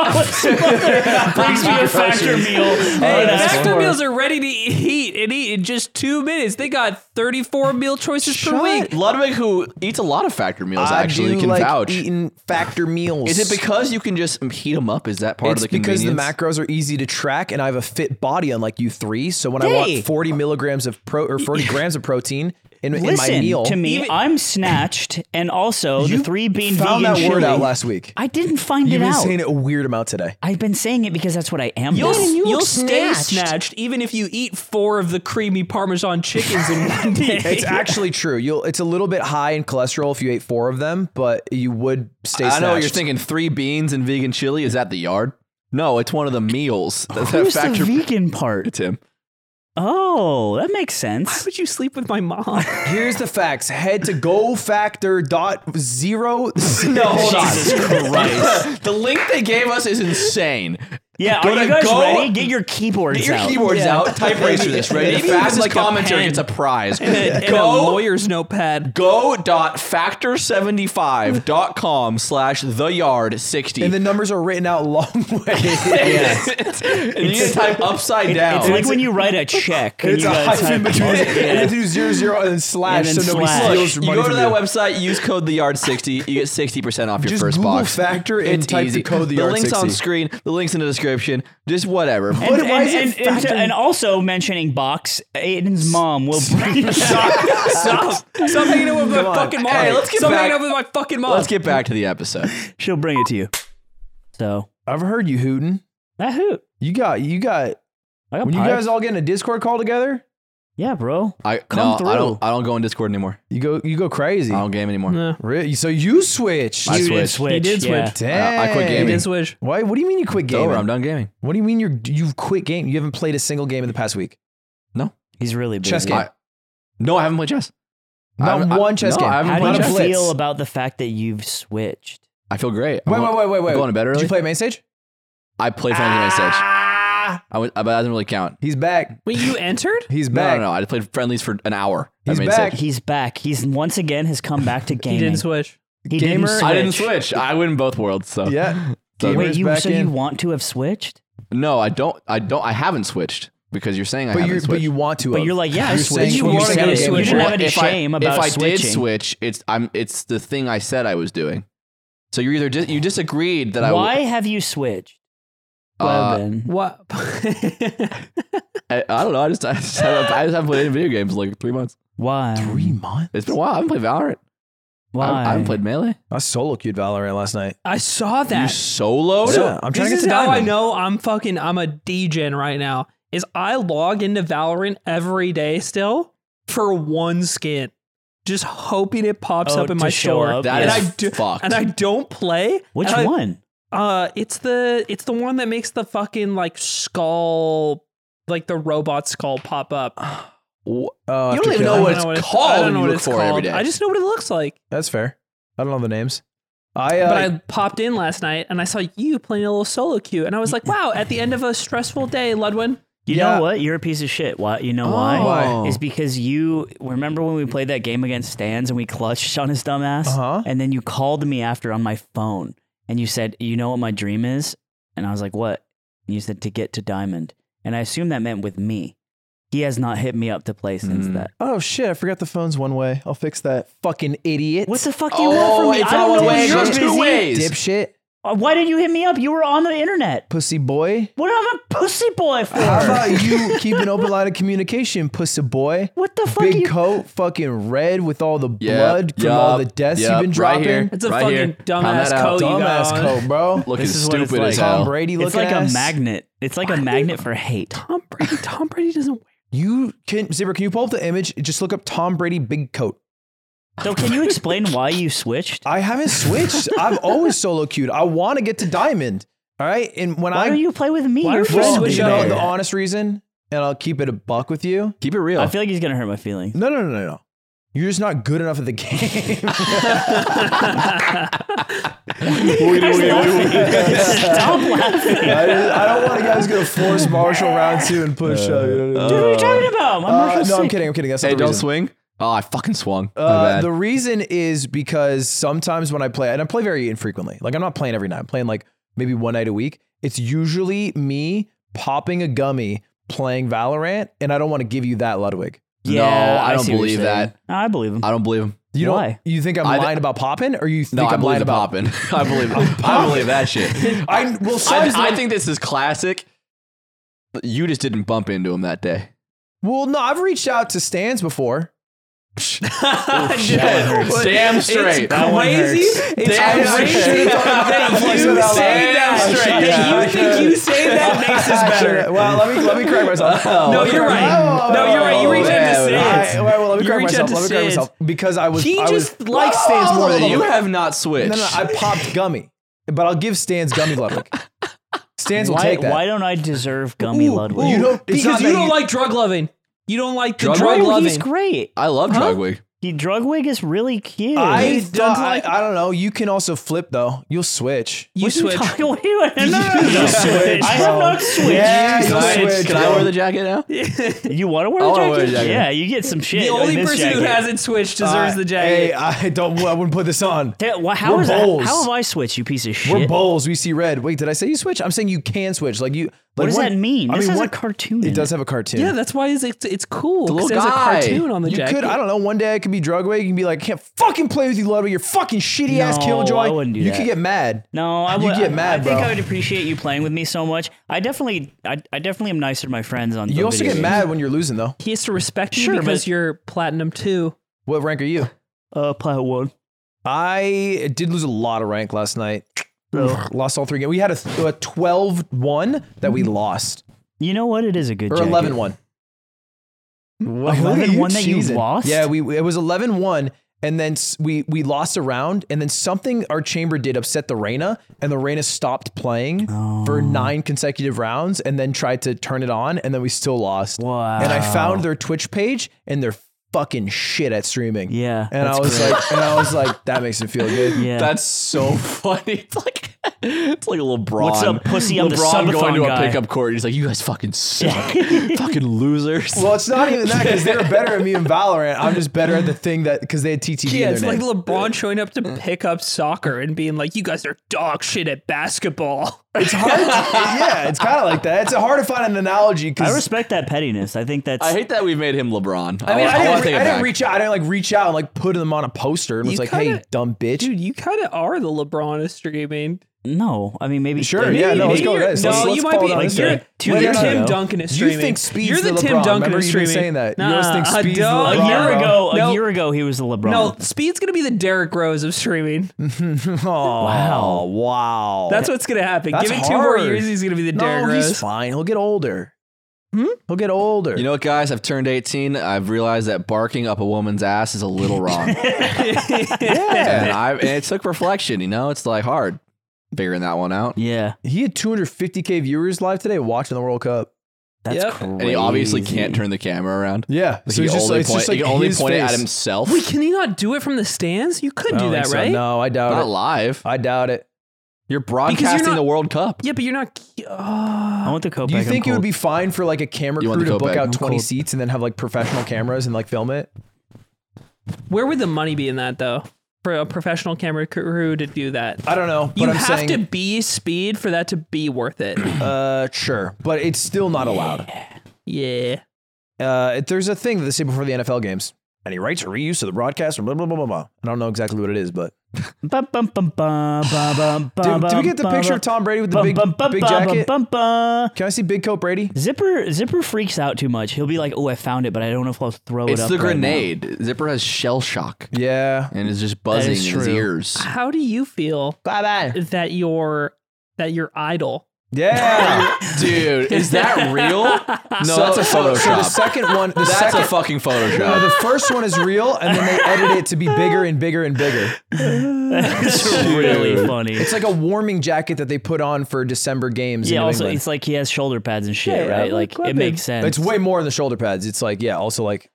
B: brings me a factor meal.
C: Hey, that's
B: Unasked
C: cool.
D: Factor
B: for.
D: meals are ready to eat and eat in just two minutes. They got 34 meal choices per
C: Shut
D: week.
A: Ludwig, who eats a lot of Factor meals, actually
C: do
A: can
C: like
A: vouch.
C: eating Factor meals.
A: Is it because you can just heat them up? Is that part
C: it's
A: of the
C: because the
A: convenience?
C: macros are easy to track, and I have a fit body, unlike you three. So when I
B: Hey.
C: want forty milligrams of pro or forty grams of protein in, in my
B: Listen
C: meal,
B: to me.
D: Even-
B: I'm snatched, and also the three bean
C: found
B: vegan
C: that word
B: chili.
C: out last week.
B: I didn't find
C: You've
B: it
C: been
B: out.
C: saying it a weird amount today.
B: I've been saying it because that's what I am.
D: You'll,
B: now.
D: you will
C: look
D: stay
C: snatched.
D: snatched even if you eat four of the creamy Parmesan chickens in one day.
C: It's actually true. You'll. It's a little bit high in cholesterol if you ate four of them, but you would stay.
A: I know what you're
C: snatched.
A: thinking. Three beans and vegan chili. Is that the yard? No, it's one of the meals. That's that
B: Who's
A: Factor
B: the vegan part?
A: It's him.
B: Oh, that makes
D: Why
B: sense.
D: would you sleep with my mom?
C: Here's the facts. Head to gofactor.0. No,
B: Oh,
C: hold
B: Jesus Christ.
A: the link they gave us is insane.
B: Yeah,
A: Go
B: are you
A: to
B: guys
A: go-
B: ready? Get your keyboards
A: Get your
B: out.
A: keyboards out. Type race for this, right?
D: Maybe
A: The
D: even
A: fastest
D: like a
A: commenter
D: pen.
A: gets a prize.
D: and a
A: go
D: lawyer's notepad.
A: go.factor75.com slash the yard 60.
C: And the numbers are written out long way.
A: and you need to type upside
B: It-
A: down.
B: It's like when you write a check and
C: it's
B: you
C: a
B: gotta
C: hyphen
B: type-
C: between it.
B: Yeah.
C: And then do zero zero and then slash
B: And then
C: so nobody
B: slash.
C: steals
A: you
C: money
A: go to
C: from
A: that
C: you.
A: website, use code the yard 60, you get 60% off your
C: Just
A: first
C: Google
A: box.
C: Factor and
A: it's
C: type the
A: easy.
C: code The Yard
A: link's on
C: 60.
A: screen, the link's in the description, just whatever.
B: And,
C: Why
B: and,
C: is it
B: and, and,
C: factor-
B: and also mentioning box, Aiden's mom will bring
D: Stop. Stop hanging out with my
C: on.
D: fucking mom.
A: Hey, let's get
D: Stop
A: back-
D: hanging out with my fucking mom.
A: Let's get back to the episode.
B: she'll bring it to you. So
C: I've heard you hooting.
B: that hoot.
C: You got you got
B: I got
C: when you
B: piped.
C: guys all get in a Discord call together,
B: yeah, bro.
A: I,
B: Come
A: no, I
B: through.
A: don't, I don't go in Discord anymore.
C: you go you go crazy.
A: I don't game anymore.
D: No.
C: Really? So you switched.
A: I
B: you did
A: switched.
B: switch.
D: He did
B: yeah.
D: switch.
C: Dang.
A: I quit
D: It
A: gaming.
D: is wish.
C: Why? What do you mean you quit
A: It's over,
C: gaming?
A: I'm done gaming.
C: What do you mean you're you've quit game? You haven't played a single game in the past week.
B: He's really busy.
C: Chess game.
A: I- no, I haven't played chess. I
C: Not
A: haven't- I-
C: one chess
A: no,
C: game.
A: I haven't
B: How
A: played
C: Not a
B: do
A: chess.
B: you
C: blitz.
B: feel about the fact that you've switched?
A: I feel great. I'm
C: Wait,
A: going-
C: wait, wait, wait, wait.
A: I'm going to bed
C: Did
A: early.
C: you play main stage?
A: I played Final Fantasy Main Stage.
C: Ah,
A: I went, but that doesn't really count.
C: he's back.
D: Wait, you entered?
C: He's
A: No,
C: back.
A: no, no. I played friendlies for an hour. at
C: He's
A: Main
C: back.
A: Stage.
B: He's back. He's once again has come back to
D: He
B: gaming.
D: didn't switch.
B: He
C: Gamer-
B: didn't
A: I didn't switch. I win both worlds. So
C: Yeah.
A: So-
C: Gamer's
B: Wait, you
C: back
B: so
C: in.
B: you want to have switched?
A: No, I don't. I don't. I haven't switched because you're saying I
C: But
A: haven't
C: you
A: switched.
C: but you want to.
B: But
C: have.
B: you're like, yeah, I
C: You're
B: switched.
C: saying
B: You,
C: you
B: you,
C: wanna
B: said
C: go
B: it. you
C: switch.
B: didn't have any
A: if
B: shame
A: I,
B: about
A: If I
B: switching.
A: did switch, it's I'm. It's the thing I said I was doing. So you're either dis- you disagreed that
B: Why have you switched?
A: I.
B: Well,
A: Uh,
B: then.
D: What?
A: I, I don't know. I just I just, haven't, I just haven't played any video games in like three months.
B: Why?
C: three months.
A: It's been a while. I haven't played Valorant.
B: Why?
A: I, I haven't played Melee.
C: I solo queued Valorant last night.
D: I saw
A: You
D: that.
A: soloed.
C: Yeah, I'm trying
D: this
C: to get
D: is
C: to
D: how I
C: diamond.
D: know I'm fucking I'm a degen right now. Is I log into Valorant every day still for one skin, just hoping it pops
B: Oh,
D: up in
B: to
D: my
B: show
D: store.
B: up,
A: That
D: and
A: is
D: I do,
A: fucked.
D: and I don't play.
B: Which
D: and I-
B: one?
D: Uh, it's the it's the one that makes the fucking like skull, like the robot skull pop up.
A: Wh-
C: Oh,
A: You
C: after
A: don't even
C: kill.
A: know
D: I
A: what
D: don't
A: it's
D: know what it's-
A: called.
D: I don't
A: when
D: know
A: you
D: what
A: look
D: it's
A: for it every
D: called.
A: day.
D: I just know what it looks like.
C: That's fair. I don't know the names. I uh,
D: But I popped in last night and I saw you playing a little solo queue, and I was like, "Wow!" At the end of a stressful day, Ludwin,
B: You
C: Yeah.
B: know what? You're a piece of shit. Why? You know
A: Why?
B: why? Oh. Is because you remember when we played that game against Stans and we clutched on his dumbass,
C: Uh-huh.
B: and then you called me after on my phone and you said, "You know what my dream is?" And I was like, "What?" And you said to get to diamond, and I assume that meant with me. He has not hit me up to play since
A: Mm.
B: that.
C: oh shit! I forgot the phone's one way. I'll fix that. Fucking idiot.
B: What the fuck do you want
A: Oh,
B: from me?
A: it's
B: I
A: not
B: don't
A: one
B: know
A: way. It
B: you're
A: goes two
B: busy.
A: ways.
C: dipshit?
B: Uh, Why did you hit me up? You were on the internet.
C: Pussy boy.
B: What am I pussy boy for?
C: How about you keep an open line of communication, pussy boy?
B: what the fuck?
C: Big
B: you-
C: coat, fucking red with all the
A: Yep,
C: blood from all the
A: yep,
C: deaths you've
A: yep,
C: been
A: right
C: dropping.
A: here.
D: It's a
A: Right
D: fucking
A: here. Pound
D: dumbass
A: that out.
D: coat you
C: Dumbass
D: got on.
C: coat, bro.
A: Looking
B: This is what it's
A: stupid as
B: like.
A: hell.
C: Tom Brady looking
B: Oh, It's like
C: ass.
B: a magnet. It's like a magnet for hate.
D: Tom Brady. Tom Brady doesn't.
C: You can Zipper, can you pull up the image? Just look up Tom Brady big coat.
B: So can you explain why you switched?
C: I haven't switched. I've always solo queued. I want to get to diamond. All right. And when
B: Why
C: I
B: do you play with me?
D: Why
B: You're
D: don't you
C: well,
B: friends
D: switch
B: with
C: you
D: it
B: me.
C: know
D: up?
C: the honest reason, and I'll keep it a buck with you.
A: Keep it real.
B: I feel like he's gonna hurt my feelings.
C: No, no, no, no, no. You're just not good enough at the game.
B: Stop laughing.
C: I, I don't want a guy who's gonna force Marshall round two and push. Uh,
B: Dude, what are you talking about? My
C: uh,
B: Marshall's
C: no, I'm
B: sick.
C: kidding. I'm kidding. That's not
A: hey,
C: the
A: don't
C: reason.
A: swing. Oh, I fucking swung. My
C: Uh,
A: bad.
C: the reason is because sometimes when I play, and I play very infrequently. Like I'm not playing every night. I'm playing like maybe one night a week. It's usually me popping a gummy playing Valorant, and I don't want to give you that Ludwig.
A: no, I, don't
B: see what you're
A: believe
B: saying.
A: that.
B: No, I believe him.
A: I don't believe him.
C: You don't.
B: Why?
C: You think I'm
A: I-
C: lying about popping, or you think
A: No, I
C: I'm lying
A: believe the
C: about
A: popping. I believe. I believe that shit.
C: I well,
A: I,
C: sometimes
A: I think this is classic. But You just didn't bump into him that day.
C: well, no, I've reached out to stands before.
D: Oh,
A: Damn straight.
D: It's crazy. It's
A: Damn
D: crazy
A: straight.
D: that you
C: Damn
D: say that
A: straight.
D: straight.
A: Yeah.
D: You think you say that makes us better.
C: Well, let me let me correct myself.
D: No, you're right. No, you're right. You reach out to
A: man.
D: Sans.
C: I, well, let me
D: You
C: correct
D: reach
C: myself.
D: out to
C: Let me correct
D: Sans.
C: myself because I was.
D: He
C: I was,
D: just likes Sans more than
A: Oh, You have not switched.
C: No, no, I popped gummy, but I'll give Stans gummy Ludwig. Stans will
B: why,
C: take that.
B: why don't I deserve Gummy Ludwig?
C: You don't. It's not
D: Because you
C: that
D: don't like drug loving. You don't like the
A: Drug
D: drug
B: Ludwig, he's
D: loving.
B: great.
A: I love Drugwig.
B: He, Drugwig is really cute.
C: I,
D: doesn't
C: don't I,
D: like-
C: I don't know. You can also flip though. You'll switch.
D: You
B: What are
D: switch.
B: talking- what are you- no, no, no, no.
C: switch,
B: I have
C: bro.
B: not switched.
C: Yeah,
A: Can
C: you'll
A: I,
C: switch.
A: can I wear the jacket now?
B: You want to wear
A: I
B: the
A: wanna
B: jacket?
A: wear a jacket.
B: Yeah, you get some shit.
D: The
B: like
D: only
B: this
D: person
B: jacket.
D: who hasn't switched deserves
C: Uh,
D: the
C: Hey,
D: jacket.
C: I don't. I wouldn't put this on.
B: Ta- wha- how
C: We're
B: is that-
C: bulls.
B: How have I switched? You piece of shit.
C: We're bowls. We see red. Wait, did I say you switch? I'm saying you can switch. Like you. Like
B: what does
C: one-
B: that mean?
C: I
B: this
C: mean,
B: has
C: one-
B: a cartoon. in
C: It
B: it
C: does have a cartoon.
D: Yeah, that's why it's it's, it's cool.
A: little
D: Because there's a
A: guy.
D: cartoon on the
C: You
D: jacket.
C: could, I don't know, one day I could be drug away. You can be like, can't fucking play with you, Ludwig. You're fucking shitty ass
B: No,
C: killjoy.
B: I wouldn't do
C: you
B: that.
C: could get mad.
B: No, I
C: You
B: would.
C: get
B: I-
C: mad,
B: I think
C: bro.
B: I would appreciate you playing with me so much. I definitely, I, I definitely am nicer to my friends on.
C: You
B: on
C: also
B: video
C: get
B: games.
C: mad when you're losing, though.
D: He has to respect
B: Sure,
D: you because
B: but-
D: you're platinum too.
C: What rank are you?
B: Uh, plat one.
C: I did lose a lot of rank last night.
B: So
C: Lost all three games. We had a, a 12 1 that we lost,
B: you know what? It is a good
C: or
B: jacket.
C: 11 1.
B: 11 1 that you lost?
C: Yeah, we, it was 11 1. And then s- we we lost a round, and then something our chamber did upset the Reina, and the Reina stopped playing
B: Oh.
C: for nine consecutive rounds, and then tried to turn it on, and then we still lost.
B: Wow.
C: And I found their Twitch page, and they're fucking shit at streaming.
B: Yeah,
C: and I
B: that's
C: was
B: great.
C: like, and I was like, that makes me feel good.
B: Yeah.
A: That's so funny. It's like it's like a LeBron.
B: What's up, pussy? I'm the
A: LeBron going
B: subathon
A: to
B: guy.
A: a pickup court. He's like, you guys fucking suck, fucking losers.
C: Well, it's not even that because they were better at me in Valorant. I'm just better at the thing that because they had TTD
D: Yeah,
C: in
D: it's
C: their
D: like
C: name.
D: LeBron showing up to pick up soccer and being like, "You guys are dog shit at basketball."
C: it's hard. to- yeah, it's kind of like that. It's hard to find an analogy
B: I
C: because
B: respect that pettiness. I think that's.
A: I hate that we made him LeBron.
C: I mean,
A: wa-
C: I,
A: wanna
C: didn't,
A: take
C: re-
A: it
C: I didn't
A: back.
C: reach out. I didn't like reach out and like put them on a poster and was
D: You
C: like,
D: kinda-
C: "Hey, dumb bitch."
D: Dude, you kind of are the LeBron of streaming.
B: no, I mean maybe.
C: Sure,
B: maybe-
C: yeah, no, let's
B: maybe
C: go
D: you're-
C: with this.
D: No,
C: Let's-
D: you
C: let's
D: might
C: follow
D: be
C: down
D: like
C: this
D: you're,
C: way.
D: dude,
C: Wait,
D: you're
C: no, no,
D: Tim
C: no.
D: Duncan is
C: You
D: streaming.
C: think Speed's
D: you're the,
C: the
D: Tim
C: LeBron.
D: Duncan
C: Remember
D: of
C: you've been
D: streaming.
C: saying that. You
D: Nah,
C: always think Speed's the
D: dog-
B: A
C: LeBron,
B: year
C: bro.
B: ago, a
D: No,
B: year ago, he was the LeBron.
D: No, Speed's gonna be the Derrick Rose of streaming.
C: oh,
B: Wow.
C: wow.
D: That's what's gonna happen.
C: That's
D: Give it two more
C: hard.
D: years, he's gonna be the
C: no,
D: Derrick
C: he's
D: Rose.
C: fine. He'll get older.
D: Hmm?
C: He'll get older.
A: You know what, guys? I've turned 18. I've realized that barking up a woman's ass is a little wrong. and, I, and it took reflection. You know, it's like hard figuring that one out.
B: Yeah,
C: he had 250k viewers live today watching the World Cup.
B: that's
D: Yep.
B: crazy.
A: And he obviously can't turn the camera around.
C: Yeah,
A: Like, he, can only point, he can only point it at himself.
D: Wait, can he not do it from the stands? You could do that, right?
C: No, I doubt
A: Not
C: it.
A: live.
C: I doubt it.
A: You're broadcasting
D: not-
A: the World Cup.
D: Yeah, but you're not.
B: I
D: Oh.
B: want the Kopeck.
C: Do you
B: I'm
C: think it would
B: cold.
C: be fine for like a camera
A: You want
C: crew
A: the
C: to book
A: Kopeck?
C: out
A: I'm
C: 20
B: cold.
C: seats and then have like professional cameras and like film it?
D: Where would the money be in that though? For a professional camera crew to do that,
C: I don't know. But
D: you
C: I'm
D: have
C: saying,
D: to be speed for that to be worth it.
C: Uh, sure, but it's still not allowed.
D: yeah.
C: Uh, it- there's a thing that they say before the NFL games. and he writes a reuse of the broadcast and blah blah blah blah blah. I don't know exactly what it is, but
B: Bum, bum, bum, bum, bum, bum,
C: do,
B: bum,
C: do we get the
B: bum,
C: picture
B: bum,
C: of Tom Brady with the
B: bum,
C: big
B: bum, bum,
C: big
B: bum,
C: jacket?
B: bum, bum.
C: Can I see Big Coat Brady?
B: Zipper Zipper freaks out too much. He'll be like, "Oh, I found it, but I don't know if I'll throw it
A: It's
B: up."
A: the
B: right now."
A: grenade. Zipper has shell shock
C: Yeah.
A: and is just buzzing
B: is
A: in his
B: true.
A: ears.
D: How do you feel
C: Bye bye.
D: that your that your idol?
C: Yeah.
A: Dude, is that real? No,
C: So-
A: that's a
C: so- So the
A: Photoshop.
C: second one, the
A: That's
C: second,
A: a fucking
C: No,
A: Photoshop.
C: the first one is real, and then they edit it to be bigger and bigger and bigger.
B: It's really
A: Dude.
B: funny.
C: It's like a warming jacket that they put on for December games.
B: yeah.
C: in New
B: Also,
C: England.
B: it's like he has shoulder pads and shit,
D: Yeah,
B: right?
D: I'm
B: Like it
D: equipped.
B: makes sense.
C: It's way more than the shoulder pads. It's like yeah, also like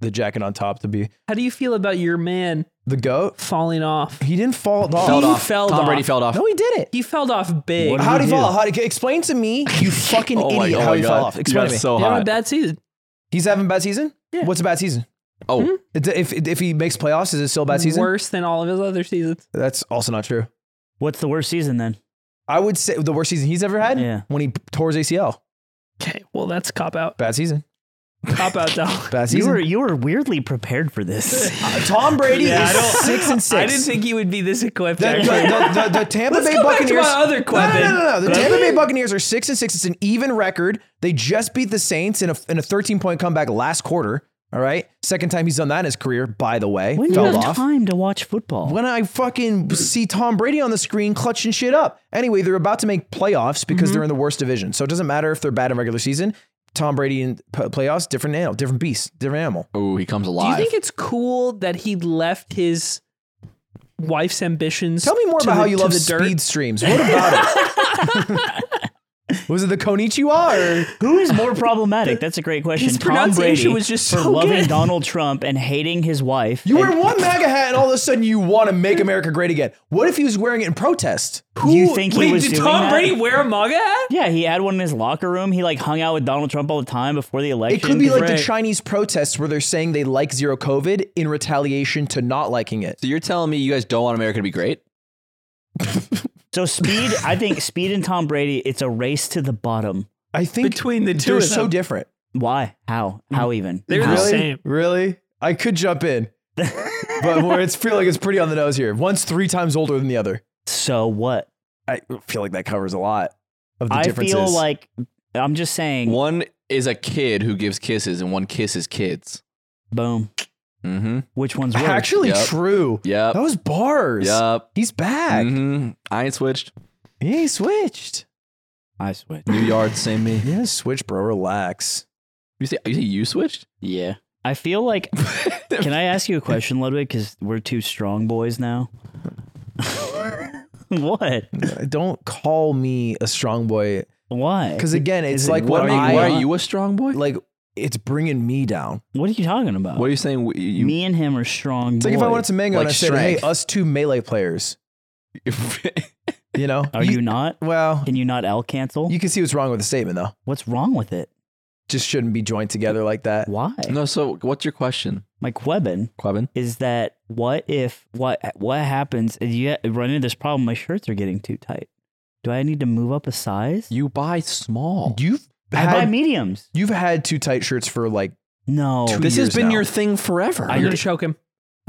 C: the jacket on top to be
D: How do you feel about your man
C: the goat.
D: falling off?
C: He didn't fall off.
A: Fell
D: He
A: off.
D: fell
A: Tom
D: off.
A: Brady fell off.
C: No, he didn't.
D: He fell off big.
B: What
D: He
C: How did
B: did
C: he
B: he do?
C: fall? How did, explain to me, you fucking
A: Oh my-
C: idiot,
A: oh
C: how
A: my
C: he
A: God.
C: fell off.
A: You
C: Explain
A: got
C: to me.
A: so
D: had a
A: hot.
D: bad season.
C: He's having a bad season.
D: Yeah.
C: What's a bad season?
A: Oh,
C: It- If if he makes playoffs, is it still a bad season?
D: Worse than all of his other seasons.
C: That's also not true.
B: What's the worst season then?
C: I would say the worst season he's ever had
B: Yeah.
C: when he tore his ACL.
D: Okay, well that's cop out.
C: Bad season.
D: Cop out though.
C: Bad
B: You
C: season.
B: were you were weirdly prepared for this.
C: Uh, Tom Brady
D: Yeah, I
C: is
D: don't-
C: six and six.
D: I didn't think he would be this equipped.
C: the,
D: actually.
C: the, the, the, the Tampa
D: Let's
C: Bay
D: go back to
C: Buccaneers.
D: my other
C: no, no,
D: Quentin.
C: no, no, no. The Tampa Bay Buccaneers are six and six. It's an even record. They just beat the Saints in a in a thirteen point comeback last quarter. All right, second time he's done that in his career. By the way,
B: When do you
C: fell
B: have
C: off.
B: time to watch football?
C: When I fucking see Tom Brady on the screen clutching shit up. Anyway, they're about to make playoffs because
D: Mm-hmm.
C: they're in the worst division. So it doesn't matter if they're bad in regular season. Tom Brady in p- playoffs, different animal, different beast, different animal.
A: oh, he comes
D: Do you
A: alive.
D: think it's cool that he left his wife's ambitions?
C: Tell me more
D: to
C: about
D: the-
C: how you
D: to
C: love
D: the dirt?
C: speed streams. What about it? Was it the Konichiwa or
B: Who is more problematic? That's a great question.
D: His
B: Tom Brady
D: pronunciation was just
B: for
D: so
B: loving
D: good.
B: Donald Trump and hating his wife.
C: you
B: and
C: wear one MAGA hat and all of a sudden you want to make America great again? What if he was wearing it in protest?
B: you think he
D: Wait,
B: was
D: did
B: doing
D: Tom
B: that?
D: Brady wear a MAGA hat?
B: Yeah, he had one in his locker room. He like hung out with Donald Trump all the time before the election.
C: It could be like the
D: Right.
C: Chinese protests where they're saying they like zero COVID in retaliation to not liking it.
A: so you're telling me you guys don't want America to be great?
B: so speed. I think speed and Tom Brady. It's a race to the bottom.
C: I think
D: Between the two
C: they're
D: of
C: so
D: them.
C: different.
B: Why? How? How even?
D: They're
B: How?
D: the same.
C: Hmm. Really? I could jump in. but where it's feel like it's pretty on the nose here. One's three times older than the other.
B: So what?
C: I feel like that covers a lot of the
B: I
C: differences.
B: feel like I'm just saying.
A: One is a kid who gives kisses, and one kisses kids.
B: Boom.
A: Mm-hmm.
B: Which one's worse?
C: actually
A: Yep.
C: true.
A: Yep.
C: That was bars.
A: Yep.
C: He's back.
A: Mhm. I ain't switched.
C: He ain't switched.
B: I switch.
A: New yard, same me.
C: Yeah, switch, bro. Relax.
A: You say you, say you switched?
B: Yeah. I feel like. can I ask you a question, Ludwig? Because we're two strong boys now. what?
C: Don't call me a strong boy.
B: Why?
C: Because again, it's
B: Is it-
C: like what,
A: What make,
C: I,
A: why are you a strong boy?
C: like. It's bringing me down.
B: What are you talking about?
A: What are you saying? we- You,
B: Me and him are strong.
C: It's like if I wanted to mango
A: Like
C: and I said,
A: strength.
C: "Hey, us two melee players," you know?
B: Are you not?
C: Well,
B: Can you not L cancel?
C: you can see what's wrong with the statement, though.
B: What's wrong with it?
C: Just shouldn't be joined together like that.
B: Why?
A: no. So what's your question,
B: My Quebin
A: Quabin?
B: is that what if what what happens? If you run into this problem, my shirts are getting too tight. Do I need to move up a size?
A: You buy small.
C: You've
B: I
C: had
B: buy mediums.
C: you've had two tight shirts for like
B: No.
C: Two-
A: Oh, this has
C: years
A: been
C: now.
A: your thing forever.
D: I'm
A: You're-
D: gonna choke him.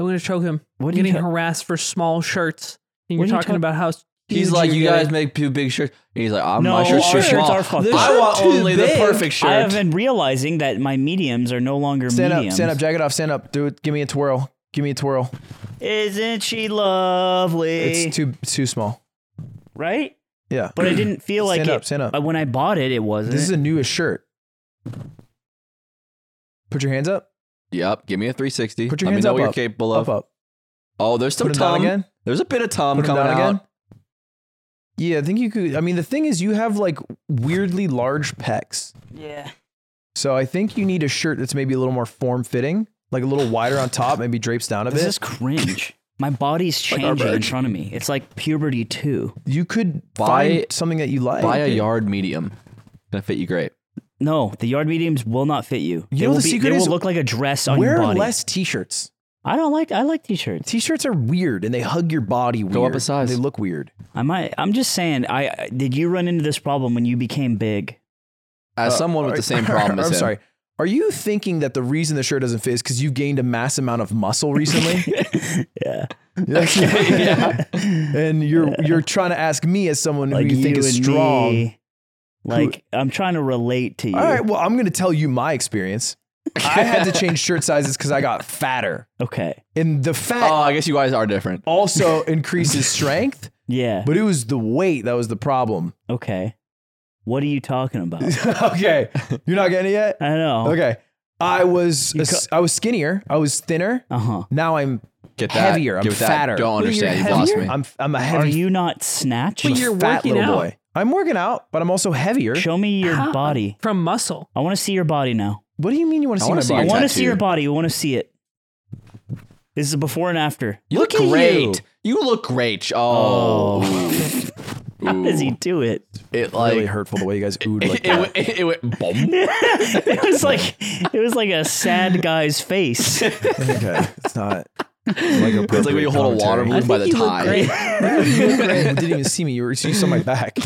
D: I'm gonna choke him.
B: What
D: I'm
B: are you
D: getting
B: ta-
D: harassed for small shirts, and
B: What are
D: you're
B: you
D: talking
B: ta-
D: about how
A: he's
D: huge
A: like, you
D: you're
A: guys
D: getting."
A: make too big shirts. And he's like, I'm,
B: No,
A: my shirt's
B: our
A: too
B: shirts
A: small.
B: are fucked
A: I
B: up.
A: want
D: They're too
A: only
D: big.
A: the perfect shirt.
B: I have been realizing that my mediums are no longer
C: stand
B: mediums.
C: up, stand up, jacket off, stand up, do it, give me a twirl, give me a twirl.
B: Isn't she lovely?
C: It's too it's too small.
B: right?
C: Yeah,
B: But I didn't feel like
C: Stand
B: it.
C: up, stand up.
B: uh, When I bought it, it wasn't.
C: this is a newest shirt. Put your hands up,
A: Yep. Give me a 360.
C: Put your
A: Let
C: hands
A: me know
C: up,
A: what you're
C: up,
A: capable
C: up,
A: of.
C: up.
A: Oh, there's some
C: Put it
A: tongue.
C: down again.
A: There's a bit of Tom
C: Put it
A: coming
C: down
A: out.
C: again. Yeah, I think you could. I mean, the thing is, you have like weirdly large pecs,
B: yeah.
C: so I think you need a shirt that's maybe a little more form fitting, like a little wider on top, maybe drapes down a
B: This
C: bit.
B: is cringe. My body's
A: Like our
B: changing in
A: merch.
B: front of me. It's like puberty too.
C: you could
A: Buy-
C: find something that you like.
A: Buy a yard medium. Gonna fit you great.
B: No, the yard mediums will not fit you.
C: You
B: they
C: know
B: will
C: the
B: be-
C: secret
B: they
C: is
B: will look like a dress on your
C: Wear
B: body.
C: less t-shirts.
B: I don't like. I like t-shirts.
C: T-shirts are weird and they hug your body weird.
A: Go up a size.
C: They look weird.
B: I might. I'm just saying. I I- did you run into this problem when you became big?
A: As someone with the same problem
C: Uh, I'm
A: as him.
C: sorry. Are you thinking that the reason the shirt doesn't fit is because you've gained a mass amount of muscle recently?
B: yeah.
A: yeah.
C: and you're you're trying to ask me as someone
B: Like
C: who you think is strong.
B: Me, like I'm trying to relate to you.
C: All right, well, I'm going to tell you my experience. I had to change shirt sizes because I got fatter,
B: Okay.
C: and the fat
A: Oh, I guess you guys are different.
C: also increases strength,
B: Yeah.
C: but it was the weight that was the problem.
B: Okay. What are you talking about?
C: okay, you're not getting it yet.
B: I know.
C: Okay, I was
B: You
C: a-
B: cut-
C: I was skinnier. I was thinner.
B: Uh huh.
C: Now I'm
A: Get that.
C: Heavier, I'm
A: Give that-
C: fatter.
A: Don't
D: Wait, you're
A: understand. You've lost
D: heavier?
A: me.
C: I'm I'm a
B: Are
C: heavy
B: you not snatched?
D: Wait, you're
C: fat
D: working
C: little
D: out?
C: boy. I'm working out, but I'm also heavier.
B: Show me your
D: How?
B: body.
D: from muscle.
B: I want to see your body now.
C: What do you mean you want
A: I
C: to see my body?
A: wanna see
B: I
A: Your
B: want to
A: tattoo.
B: see your body. I want to see it. This is a before and after.
A: You look,
B: at
A: great. You. look great. Oh.
B: How does he do it?
A: It like.
C: really hurtful the way you guys oohed like
A: It,
C: that.
A: went- it went boom.
B: it was like it was like a sad guy's face.
C: okay, it's not. Like
A: It's like when you hold a water balloon by the
D: think you look
A: tie.
D: great.
C: you didn't even see me. You, were, you saw my back.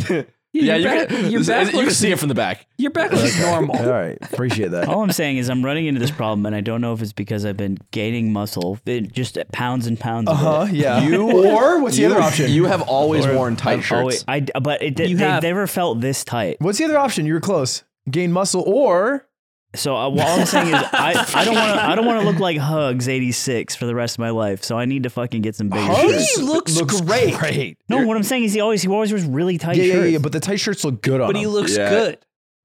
A: Yeah, you
D: your back,
A: can,
D: your
A: this-
D: back
A: you can
D: looks
A: see it from the back.
D: your back looks normal.
C: All right, appreciate that.
B: All I'm saying is I'm running into this problem, and I don't know if it's because I've been gaining muscle, it, just pounds and pounds.
C: Uh
B: of it.
C: huh. Yeah. You or what's
A: you,
C: the other option?
A: You have always worn tight
B: Oh,
A: shirts.
B: wait, I but it,
D: You
B: they,
D: have-
B: have never felt this tight.
C: what's the other option? You were close. Gain muscle or
B: So uh, well, all I'm saying is I, I don't want to I don't want to look like Hugs '86 for the rest of my life. So I need to fucking get some bigger shirts.
C: Hugs
D: looks great.
B: No, what I'm saying is he always he always wears really tight
C: Yeah, yeah, yeah,
B: shirts.
C: yeah. But the tight shirts look good on.
D: But he
C: him.
D: looks
A: Yeah.
D: good.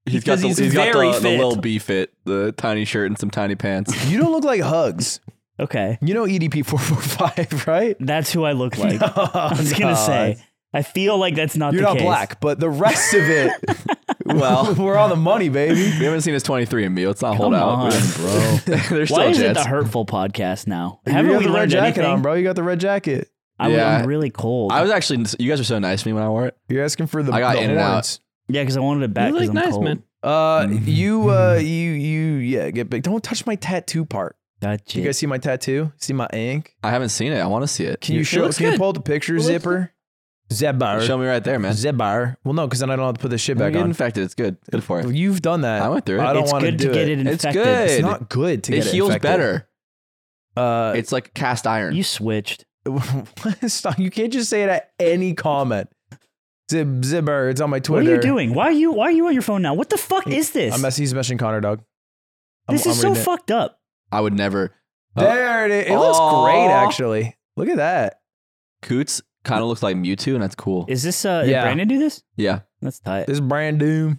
A: he's got
D: because
A: the,
D: he's
A: he's got
D: very
A: the, the
D: fit.
A: little B fit, the tiny shirt and some tiny pants.
C: you don't look like Hugs.
B: okay,
C: You know EDP four four five, right?
B: that's who I look like. I was
C: No.
B: gonna say I feel like that's not
C: You're
B: the
C: not
B: case.
C: black, but the rest of it.
A: Well-
C: we're on the money, baby.
A: We haven't seen his 23 and me. Let's not hold
B: Come
A: out.
B: on, bro.
A: There's still
B: Why
A: a
B: is it
A: chance.
B: the hurtful podcast now?
C: you
B: Haven't
C: got
B: we
C: the red
B: learned
C: jacket
B: anything?
C: on, bro. You got the red jacket.
B: I'm,
A: Yeah.
B: I'm really cold.
A: I was actually. You guys are so nice to me when I wore it.
C: You're asking for the.
A: I got
C: the
A: in and out. Mm-hmm.
C: horns.
B: yeah, because I wanted it back.
D: You
B: 'cause
D: look
B: I'm
D: nice,
B: cold.
D: man.
C: Uh, you, uh, you, you, yeah, get big. Don't touch my tattoo part.
B: That
C: Do you
B: shit.
C: guys see my tattoo? See my ink?
A: I haven't seen it. I want to see it.
C: Can you
D: It
C: show?
D: looks
C: Can you
D: good.
C: pull up the picture,
D: looks
C: zipper? Zipper.
A: Show me right there, man.
C: Zipper. Well, no, because then I don't have to put this shit
A: You
C: back
A: get
C: on.
A: infected. It's good. Good for it.
C: You've done that.
A: I went through it.
C: I don't
B: it's
C: want
B: good
C: do
B: to get it,
A: It's
B: infected.
A: good.
C: It's not good to
A: It
C: get
A: heals
C: infected.
A: better.
C: Uh,
A: It's like cast iron.
B: You switched.
C: Stop. You can't just say it at any comment. Zib, zibber. It's on my
B: What
C: Twitter.
B: are you doing? Why are you Why are you on your phone now? What the fuck is this?
C: I'm messing. He's messaging Connor, dog. I'm-
B: this
C: I'm
B: is so
C: reading it.
B: fucked up.
A: I would never. uh,
C: There it is. It looks
A: Aw.
C: great, actually. Look at that.
A: Coots kind of looks like Mewtwo, and that's cool.
B: Is this
C: Yeah.
B: uh? Did Brandon do this?
A: Yeah.
B: That's tight.
C: This is brand new.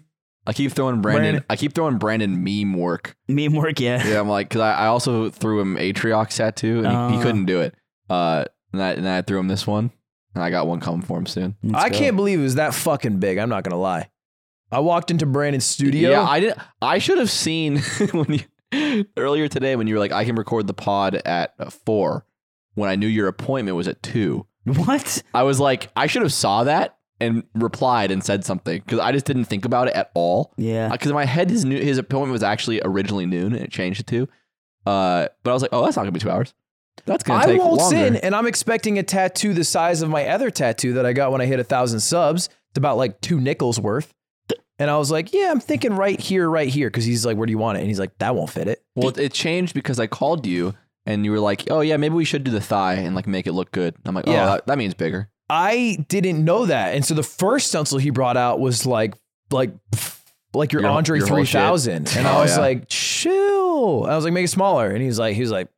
A: I keep throwing Brandon.
C: Brandon.
A: I keep throwing Brandon meme work.
B: Me and work. Yeah.
A: Yeah, I'm like, because I, I also threw him Atriox tattoo, and he, he
B: Uh.
A: couldn't do it. Uh, and I, and I threw him this one, and I got one coming for him soon.
B: Let's
C: I
B: go.
C: can't believe it was that fucking big. I'm not gonna lie. I walked into Brandon's studio.
A: Yeah, I did. I should have seen when you earlier today when you were like, I can record the pod at uh, four. When I knew your appointment was at two,
B: What?
A: I was like, I should have saw that and replied and said something because I just didn't think about it at all.
B: Yeah.
A: Because in my head, his new, his appointment was actually originally noon, and it changed it to. Uh, but I was like, oh, that's not gonna be two hours. That's gonna
C: I
A: take
C: waltzed
A: longer.
C: in and I'm expecting a tattoo the size of my other tattoo that I got when I hit a thousand subs. It's about like two nickels worth. And I was like, yeah, I'm thinking right here, right here. Cause he's like, where do you want it? And he's like, that won't fit it.
A: Well, it- it changed because I called you and you were like, "Oh yeah, maybe we should do the thigh and like make it look good." And I'm like, "Oh,
C: Yeah.
A: that, that means bigger."
C: I didn't know that. And so the first stencil he brought out was like, like, like your,
A: Your-
C: Andre
A: your whole shit.
C: 3000. And
A: Oh,
C: I was
A: yeah.
C: like, chill. I was like, make it smaller. And he's like, he was like,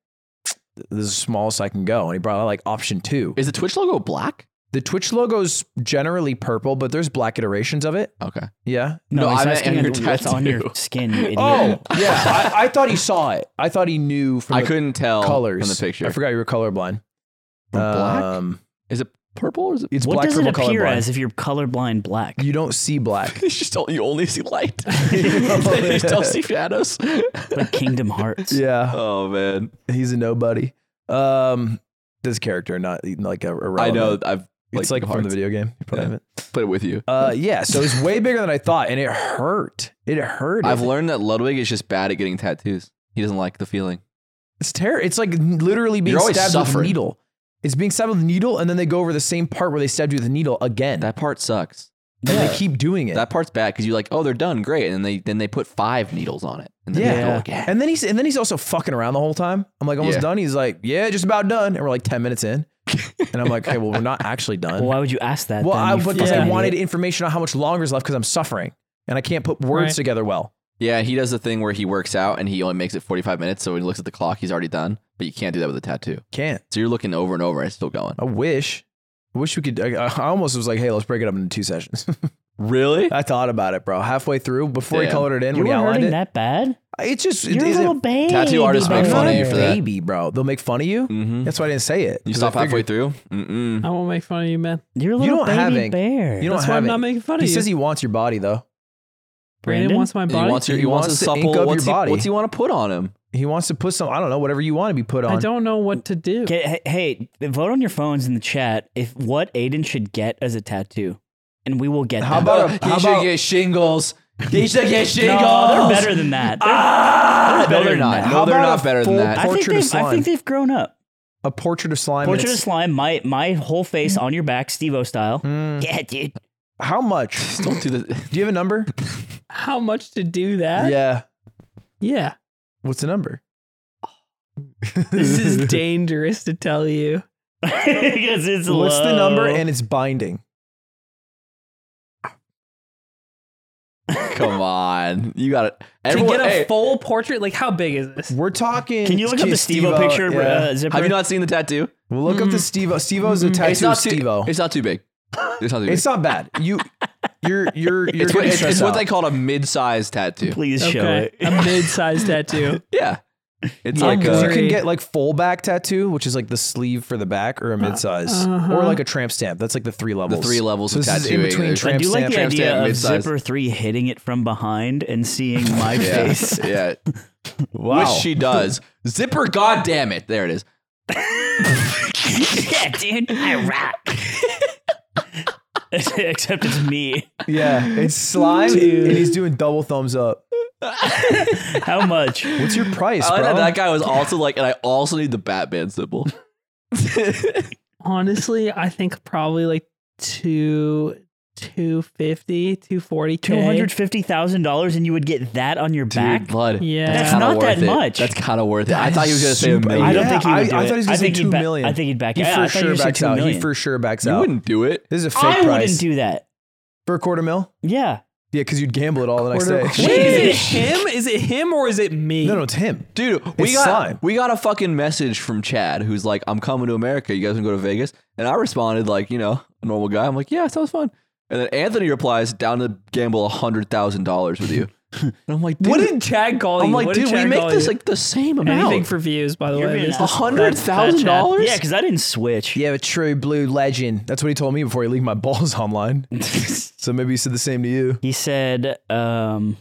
C: this is the smallest I can go. And he brought out like option two.
A: Is the Twitch logo black?
C: The Twitch logo's generally purple, but there's black iterations of it.
A: Okay.
C: Yeah.
A: No, I
B: he's
A: meant
B: asking
A: on your
B: what's on your
A: tattoo.
B: skin. You idiot.
C: Oh, yeah. I, I thought he saw it. I thought he knew from
A: I
C: the
A: couldn't tell
C: colors.
A: from the picture.
C: I forgot you were colorblind.
A: From black?
C: Um,
A: Is it purple or is it?
C: it's
B: what
C: black
B: does it
C: purple
B: appear
C: colorblind.
B: as if you're colorblind black?
C: you don't see black.
A: It's just all, you only see light. you just don't see shadows.
B: like Kingdom Hearts.
C: yeah,
A: oh man,
C: he's a nobody. Um, this character not like a.
A: I
C: irrelevant.
A: know. I've
C: It's like, from the video game. You probably
A: Yeah.
C: haven't.
A: Put it with you.
C: Uh, yeah. So it's way bigger than I thought, and it hurt. It hurt.
A: I've learned that Ludwig is just bad at getting tattoos. He doesn't like the feeling.
C: It's terrible. It's like literally being
A: You're always
C: stabbed with a
A: suffering.
C: needle. It's being stabbed with a needle, and then they go over the same part where they stabbed you with a needle again.
A: That part sucks.
C: And they keep doing it.
A: That part's bad because you're like, oh, they're done, great, and then they then they put five needles on it, and then yeah.
C: Yeah.
A: go again.
C: and then he's and then he's also fucking around the whole time. I'm like almost
A: Yeah.
C: done. He's like, yeah, just about done. And we're like ten minutes in, and I'm like, okay, well, we're not actually done.
B: Why would you ask that?
C: Well,
B: then,
C: I,
B: you
C: because
B: fucking
C: I wanted
B: idiot?
C: information on how much longer is left because I'm suffering and I can't put words
D: Right.
C: together well.
A: Yeah, he does the thing where he works out and he only makes it 45 minutes. So when he looks at the clock, he's already done. But you can't do that with a tattoo.
C: Can't.
A: So you're looking over and over and it's still going.
C: I wish. I wish we could. I, I almost was like, hey, let's break it up into two sessions.
A: Really?
C: I thought about it, bro. Halfway through, before he
A: Damn.
C: colored it in,
B: You
C: when he
B: were
C: outlined
B: hurting
C: it,
B: that bad?
C: it's just it
B: You're a
C: isn't-
B: little baby.
A: Tattoo artists make
C: I'm
B: bro.
A: fun
C: not
A: of you
C: a
A: for that.
C: baby, bro. They'll make fun of you.
A: Mm-hmm.
C: That's why I didn't say it.
A: You
C: 'Cause
A: stop
C: I
A: halfway
C: figured-
A: through? Mm-mm.
D: I won't make fun of you, man.
B: You're a little
C: don't
B: baby
C: have it.
B: bear.
C: You don't
D: That's
C: have
D: why I'm
C: it.
D: not making fun
C: He
D: of you.
C: says he wants your body, though.
D: Brandon
B: Brandon?
D: wants my
A: He
D: body.
A: wants, your, he
C: He
A: wants,
C: wants
A: a
C: to ink
A: supple.
C: up your
A: What's,
C: body.
A: He, what's he want to put on him?
C: He wants to put some. I don't know. Whatever you want to be put on.
D: I don't know what to do.
B: Get- hey- hey, vote on your phones in the chat if what Aiden should get as a tattoo, and we will get.
C: How
B: them.
C: about?
A: he
C: how
A: should
C: about?
A: get shingles. He should get shingles.
B: No, they're better than that. They're- they're
A: no,
B: better
A: they're
B: than
A: not.
B: that.
A: No,
C: How
A: they're
C: about
A: not
C: a
A: better than
C: full
A: that.
B: I think,
C: Portrait of
B: they've, I
C: slime.
B: think they've grown up.
C: a portrait of slime. and
B: Portrait of
C: it's-
B: slime, my my whole face on your back, Steve-O style.
C: Mm,
B: Yeah, dude.
C: how much?
A: Don't do the.
C: Do you have a number?
D: How much to do that?
C: yeah.
D: Yeah.
C: What's the number?
D: This is dangerous to tell you.
B: Because it's
C: What's the number
B: low.
C: and it's binding?
A: Come on. You got it.
D: to
A: Everyone,
D: get a
A: hey,
D: full portrait, like how big is this?
C: We're talking.
B: Can you look up the Steve-O,
C: Steve-O,
B: picture,
C: yeah.
B: uh, zipper?
A: have you not seen the tattoo?
C: We'll look up the
D: Mm.
C: Steve-O. Steve-O's a
D: Mhm.
C: tattoo
A: Mm-hmm. it's not
C: of Steve-O.
A: Too, it's not too big. It's not too big.
C: It's not bad. You, you're, you're, you're.
A: It's what,
C: getting
A: it's,
C: stressed
A: it's what
C: out.
A: they call a mid-sized tattoo.
B: Please show
D: Okay.
B: it.
D: a mid-sized tattoo.
A: Yeah, it's
D: Yeah,
A: like
D: because
C: Because you
A: a,
D: Sorry.
C: can get like full back tattoo, which is like the sleeve for the back, or a midsize,
D: uh-huh.
C: or like a tramp stamp. That's like the three levels.
A: three levels
C: So
A: of
C: this is in
A: tattooing.
C: between
A: There's-
B: I
C: tramp
B: do like
C: stamp.
B: the
A: Tramp
B: idea
A: stamp,
B: of
A: mid-size.
B: Zipper 3 hitting it from behind and seeing my
A: yeah,
B: face.
A: yeah.
C: wow.
A: Which she does. Zipper, goddamn it! There it is.
B: yeah, dude, I rock. Except it's me.
C: yeah, it's slime, and he's doing double thumbs up.
B: How much?
C: What's your price,
A: I like
C: bro?
A: that that guy was also like, and I also need the Batman symbol.
D: Honestly, I think probably like two, 250, 240
B: Two hundred fifty thousand dollars, and you would get that on your back.
A: blood.
D: Yeah. That's
A: kinda
B: not that
A: worth it.
B: much.
A: That's kind of worth it. I
C: That
A: thought he
C: is
A: was gonna say a
C: super-
A: million.
B: I
C: Yeah,
B: don't think he would
C: I-
B: do
C: I
B: it.
C: thought he was gonna
B: I
C: say
B: think he'd
C: two
B: ba-
C: million.
B: I think he'd back.
C: He
B: yeah, I
C: for
B: thought he
C: sure
B: was gonna say
C: backs
B: two
C: out. He
B: million.
C: for sure backs
A: you
C: out.
A: wouldn't do it.
C: This is a fake
B: I
C: price
B: wouldn't do that.
C: for a quarter mil.
B: Yeah.
C: Yeah, because you'd gamble it all the next day.
D: Wait, is it him? Is it him or is it me?
C: No, no, it's him.
A: Dude, we
C: It's
A: got
C: slime.
A: we got a fucking message from Chad who's like, "I'm coming to America. You guys wanna go to Vegas?" And I responded like, you know, a normal guy. I'm like, "Yeah, sounds fun." And then Anthony replies, "Down to gamble hundred thousand dollars with you." and I'm like, dude,
D: What did Chad call you?
A: I'm like,
D: What did
A: dude, we
D: Chad
A: make
D: call
A: this
D: you?
A: like the same
D: anything
A: amount.
D: for views, by the
B: You're
D: way.
B: being
D: This
B: a
D: is-
A: hundred thousand dollars.
B: Yeah, because I didn't switch.
C: Yeah, a true blue legend. That's what he told me before he leaked my balls online. so maybe he said the same to you.
B: He said, um,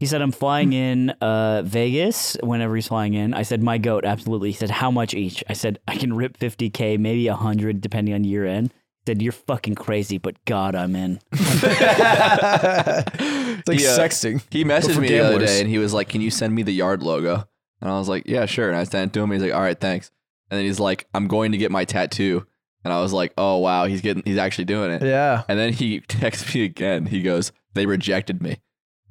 B: he said, I'm flying in uh, Vegas whenever he's flying in. I said, my goat, absolutely. He said, how much each? I said, I can rip 50K, maybe 100, depending on year end. He said, you're fucking crazy, but God, I'm in.
C: it's like
A: Yeah.
C: sexting.
A: He messaged
C: for
A: me the other
C: gamblers.
A: day and he was like, "Can you send me the yard logo?" And I was like, "Yeah, sure." And I sent it to him. He's like, "All right, thanks." And then he's like, "I'm going to get my tattoo." And I was like, "Oh wow, he's getting he's actually doing it."
C: Yeah.
A: And then he texts me again. He goes, "They rejected me."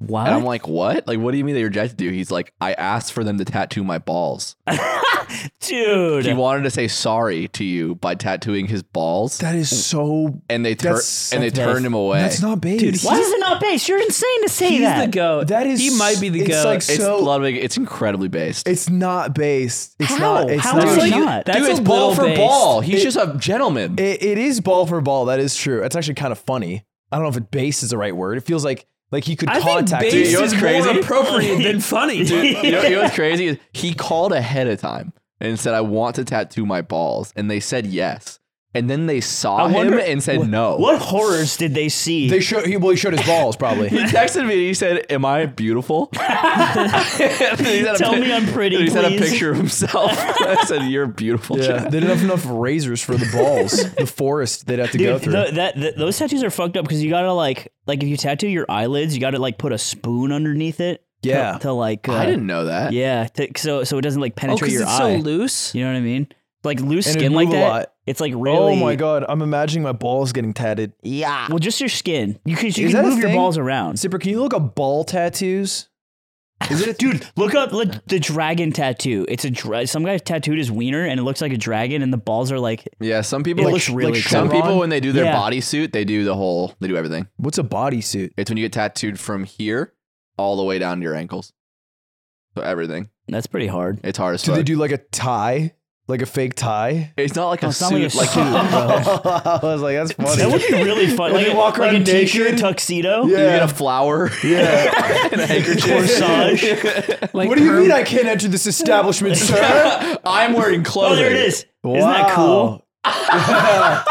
B: Wow.
A: And I'm like, "What? Like what do you mean they rejected you?" He's like, "I asked for them to tattoo my balls."
B: Dude.
A: He wanted to say sorry to you by tattooing his balls,
C: That is so.
A: and they tur-
C: that's-
A: and they
B: that's-
A: turned him away.
C: That's not base.
D: Dude,
B: Why is it not base? You're insane to say
D: He's
B: that.
D: the goat.
C: that is.
D: He might be the
C: it's
D: goat.
C: Like
A: it's
C: so,
A: Ludwig. It's incredibly based.
C: It's not based. It's
B: How?
C: not. It's
B: How
C: not.
B: is
A: Dude,
B: it
A: you-
B: not?
D: That's
A: Dude, it's
D: a
A: ball
D: little
A: for
D: based.
A: ball. He's just a gentleman.
C: It, it is ball for ball. That is true. It's actually kind of funny. I don't know if it base is the right word. It feels like like he could
D: I think
C: contact.
D: base
A: Dude, you know
C: you.
A: what's
D: is
A: crazy?
D: more appropriate than funny.
A: Dude, you, know, you know what's crazy is he called ahead of time and said, "I want to tattoo my balls," and they said yes, and then they saw
B: I wonder-
A: him and said no.
B: what horrors did they see?
C: They show. He, well, he showed his balls probably.
A: He texted me and he said, "Am I beautiful?" And he sent a
B: Tell
A: pic-
B: me I'm pretty,
A: and He sent a
B: please.
A: picture of himself. I said, "You're beautiful."
C: Yeah,
A: Chad."
C: they didn't have enough razors for the balls. the forest they'd have to go
B: Dude,
C: through.
B: tho- that, th those tattoos are fucked up because you gotta like, like if you tattoo your eyelids, you gotta like put a spoon underneath it. to-
C: Yeah.
B: To, like, uh,
A: I didn't know that.
B: Yeah, to, so so it doesn't like
D: Oh,
B: penetrate
D: because
B: your
D: it's
B: eye.
D: so loose.
B: you know what I mean? Like loose
C: And it'd
B: skin like
C: move a
B: that.
C: lot.
B: It's like really.
C: Oh my god, I'm imagining my balls getting tatted.
B: Yeah. Well, just your skin. You can, you
C: Is
B: can
C: that a
B: move your
C: thing?
B: balls around.
C: Zipper, can you look up ball tattoos? Is it a dude?
B: Look up like, the dragon tattoo. It's a dra- some guy tattooed his wiener and it looks like a dragon and the balls are like
A: Yeah, some people.
B: It looks really cool.
A: Some people, when they do their
B: Yeah.
A: bodysuit, they do the whole. They do everything.
C: What's a bodysuit?
A: It's when you get tattooed from here all the way down to your ankles. So everything.
B: that's pretty hard.
A: It's hard as
C: Do
A: fuck.
C: they do like a tie, like a fake tie?
A: it's not like
B: Oh,
A: a
B: it's not like
A: suit.
B: a
A: Like,
B: suit.
C: I was like, that's funny.
B: That would be really fun.
C: When
B: Like,
C: they walk
B: like a
C: around
B: t-shirt
C: naked?
B: tuxedo.
A: you get
C: Yeah.
A: a flower.
C: yeah.
A: and a handkerchief.
B: Corsage.
D: Like
C: what do you
D: Herm-
C: mean I can't enter this establishment, sir?
A: I'm wearing
B: Oh,
A: clothes.
B: there it is. Isn't that cool? I've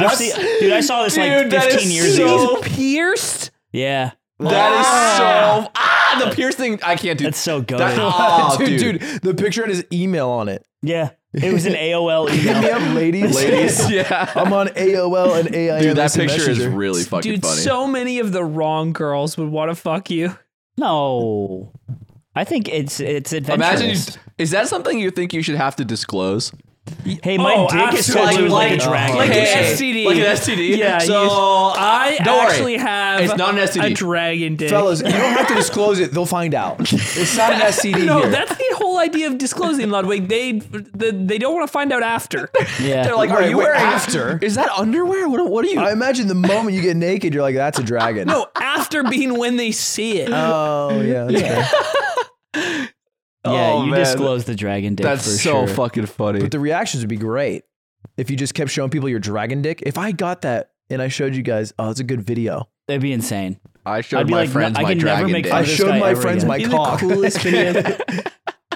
C: That's-
B: seen- dude, I saw this like
A: Dude, that
B: 15
A: is
B: years
A: so-
B: ago.
D: He's pierced.
B: Yeah,
A: That is so. Ah, the piercing. I can't do
B: that's so good.
A: that. Oh,
C: dude,
A: dude,
C: dude, the picture had his email on it.
B: yeah, it was an AOL
C: Hit
B: email.
C: me up, ladies.
A: Ladies, yeah.
C: I'm on AOL and AIM.
A: Dude, that picture is
C: Messenger.
A: really fucking
D: Dude,
A: funny.
D: so many of the wrong girls would want to fuck you.
B: No, I think it's it's adventurous.
A: Imagine, you, is that something you think you should have to disclose?
B: hey, my
D: Oh,
B: dick is
D: absolutely.
B: tattooed like, a
A: Like-
B: dragon.
D: Like
A: Okay.
D: an STD.
A: Like an STD?
D: Yeah.
A: So,
D: you- I
A: don't worry.
D: actually have
A: It's not an STD.
D: a dragon dick.
C: Fellas, you don't have to disclose it. They'll find out. It's not an STD
D: No,
C: here.
D: that's the whole idea of disclosing, Ludwig. They the, they don't want to find out after.
B: yeah,
A: They're like,
C: All
A: are
C: right,
A: you
C: wait,
A: wearing
C: after?
A: Is that underwear? What, what are you?
C: I imagine the moment you get naked, you're like, that's a dragon.
D: No, after being when they see it.
C: Oh, yeah. That's fair.
B: yeah.
A: Oh,
B: you
A: man.
B: disclose the dragon dick.
A: That's
B: for
A: so
B: sure.
A: fucking funny.
C: But the reactions would be great if you just kept showing people your dragon dick. If I got that and I showed you guys, oh, that's a good video.
B: That'd be insane.
A: I
B: I'd
A: showed
B: be
A: my
B: like, no,
A: friends
B: I
A: my
B: can never
A: dragon
B: make
A: dick.
B: fun
C: I
B: of this
C: showed
B: guy
C: my
B: ever
C: friends
B: again.
C: my
D: Be the
C: cock.
D: coolest video.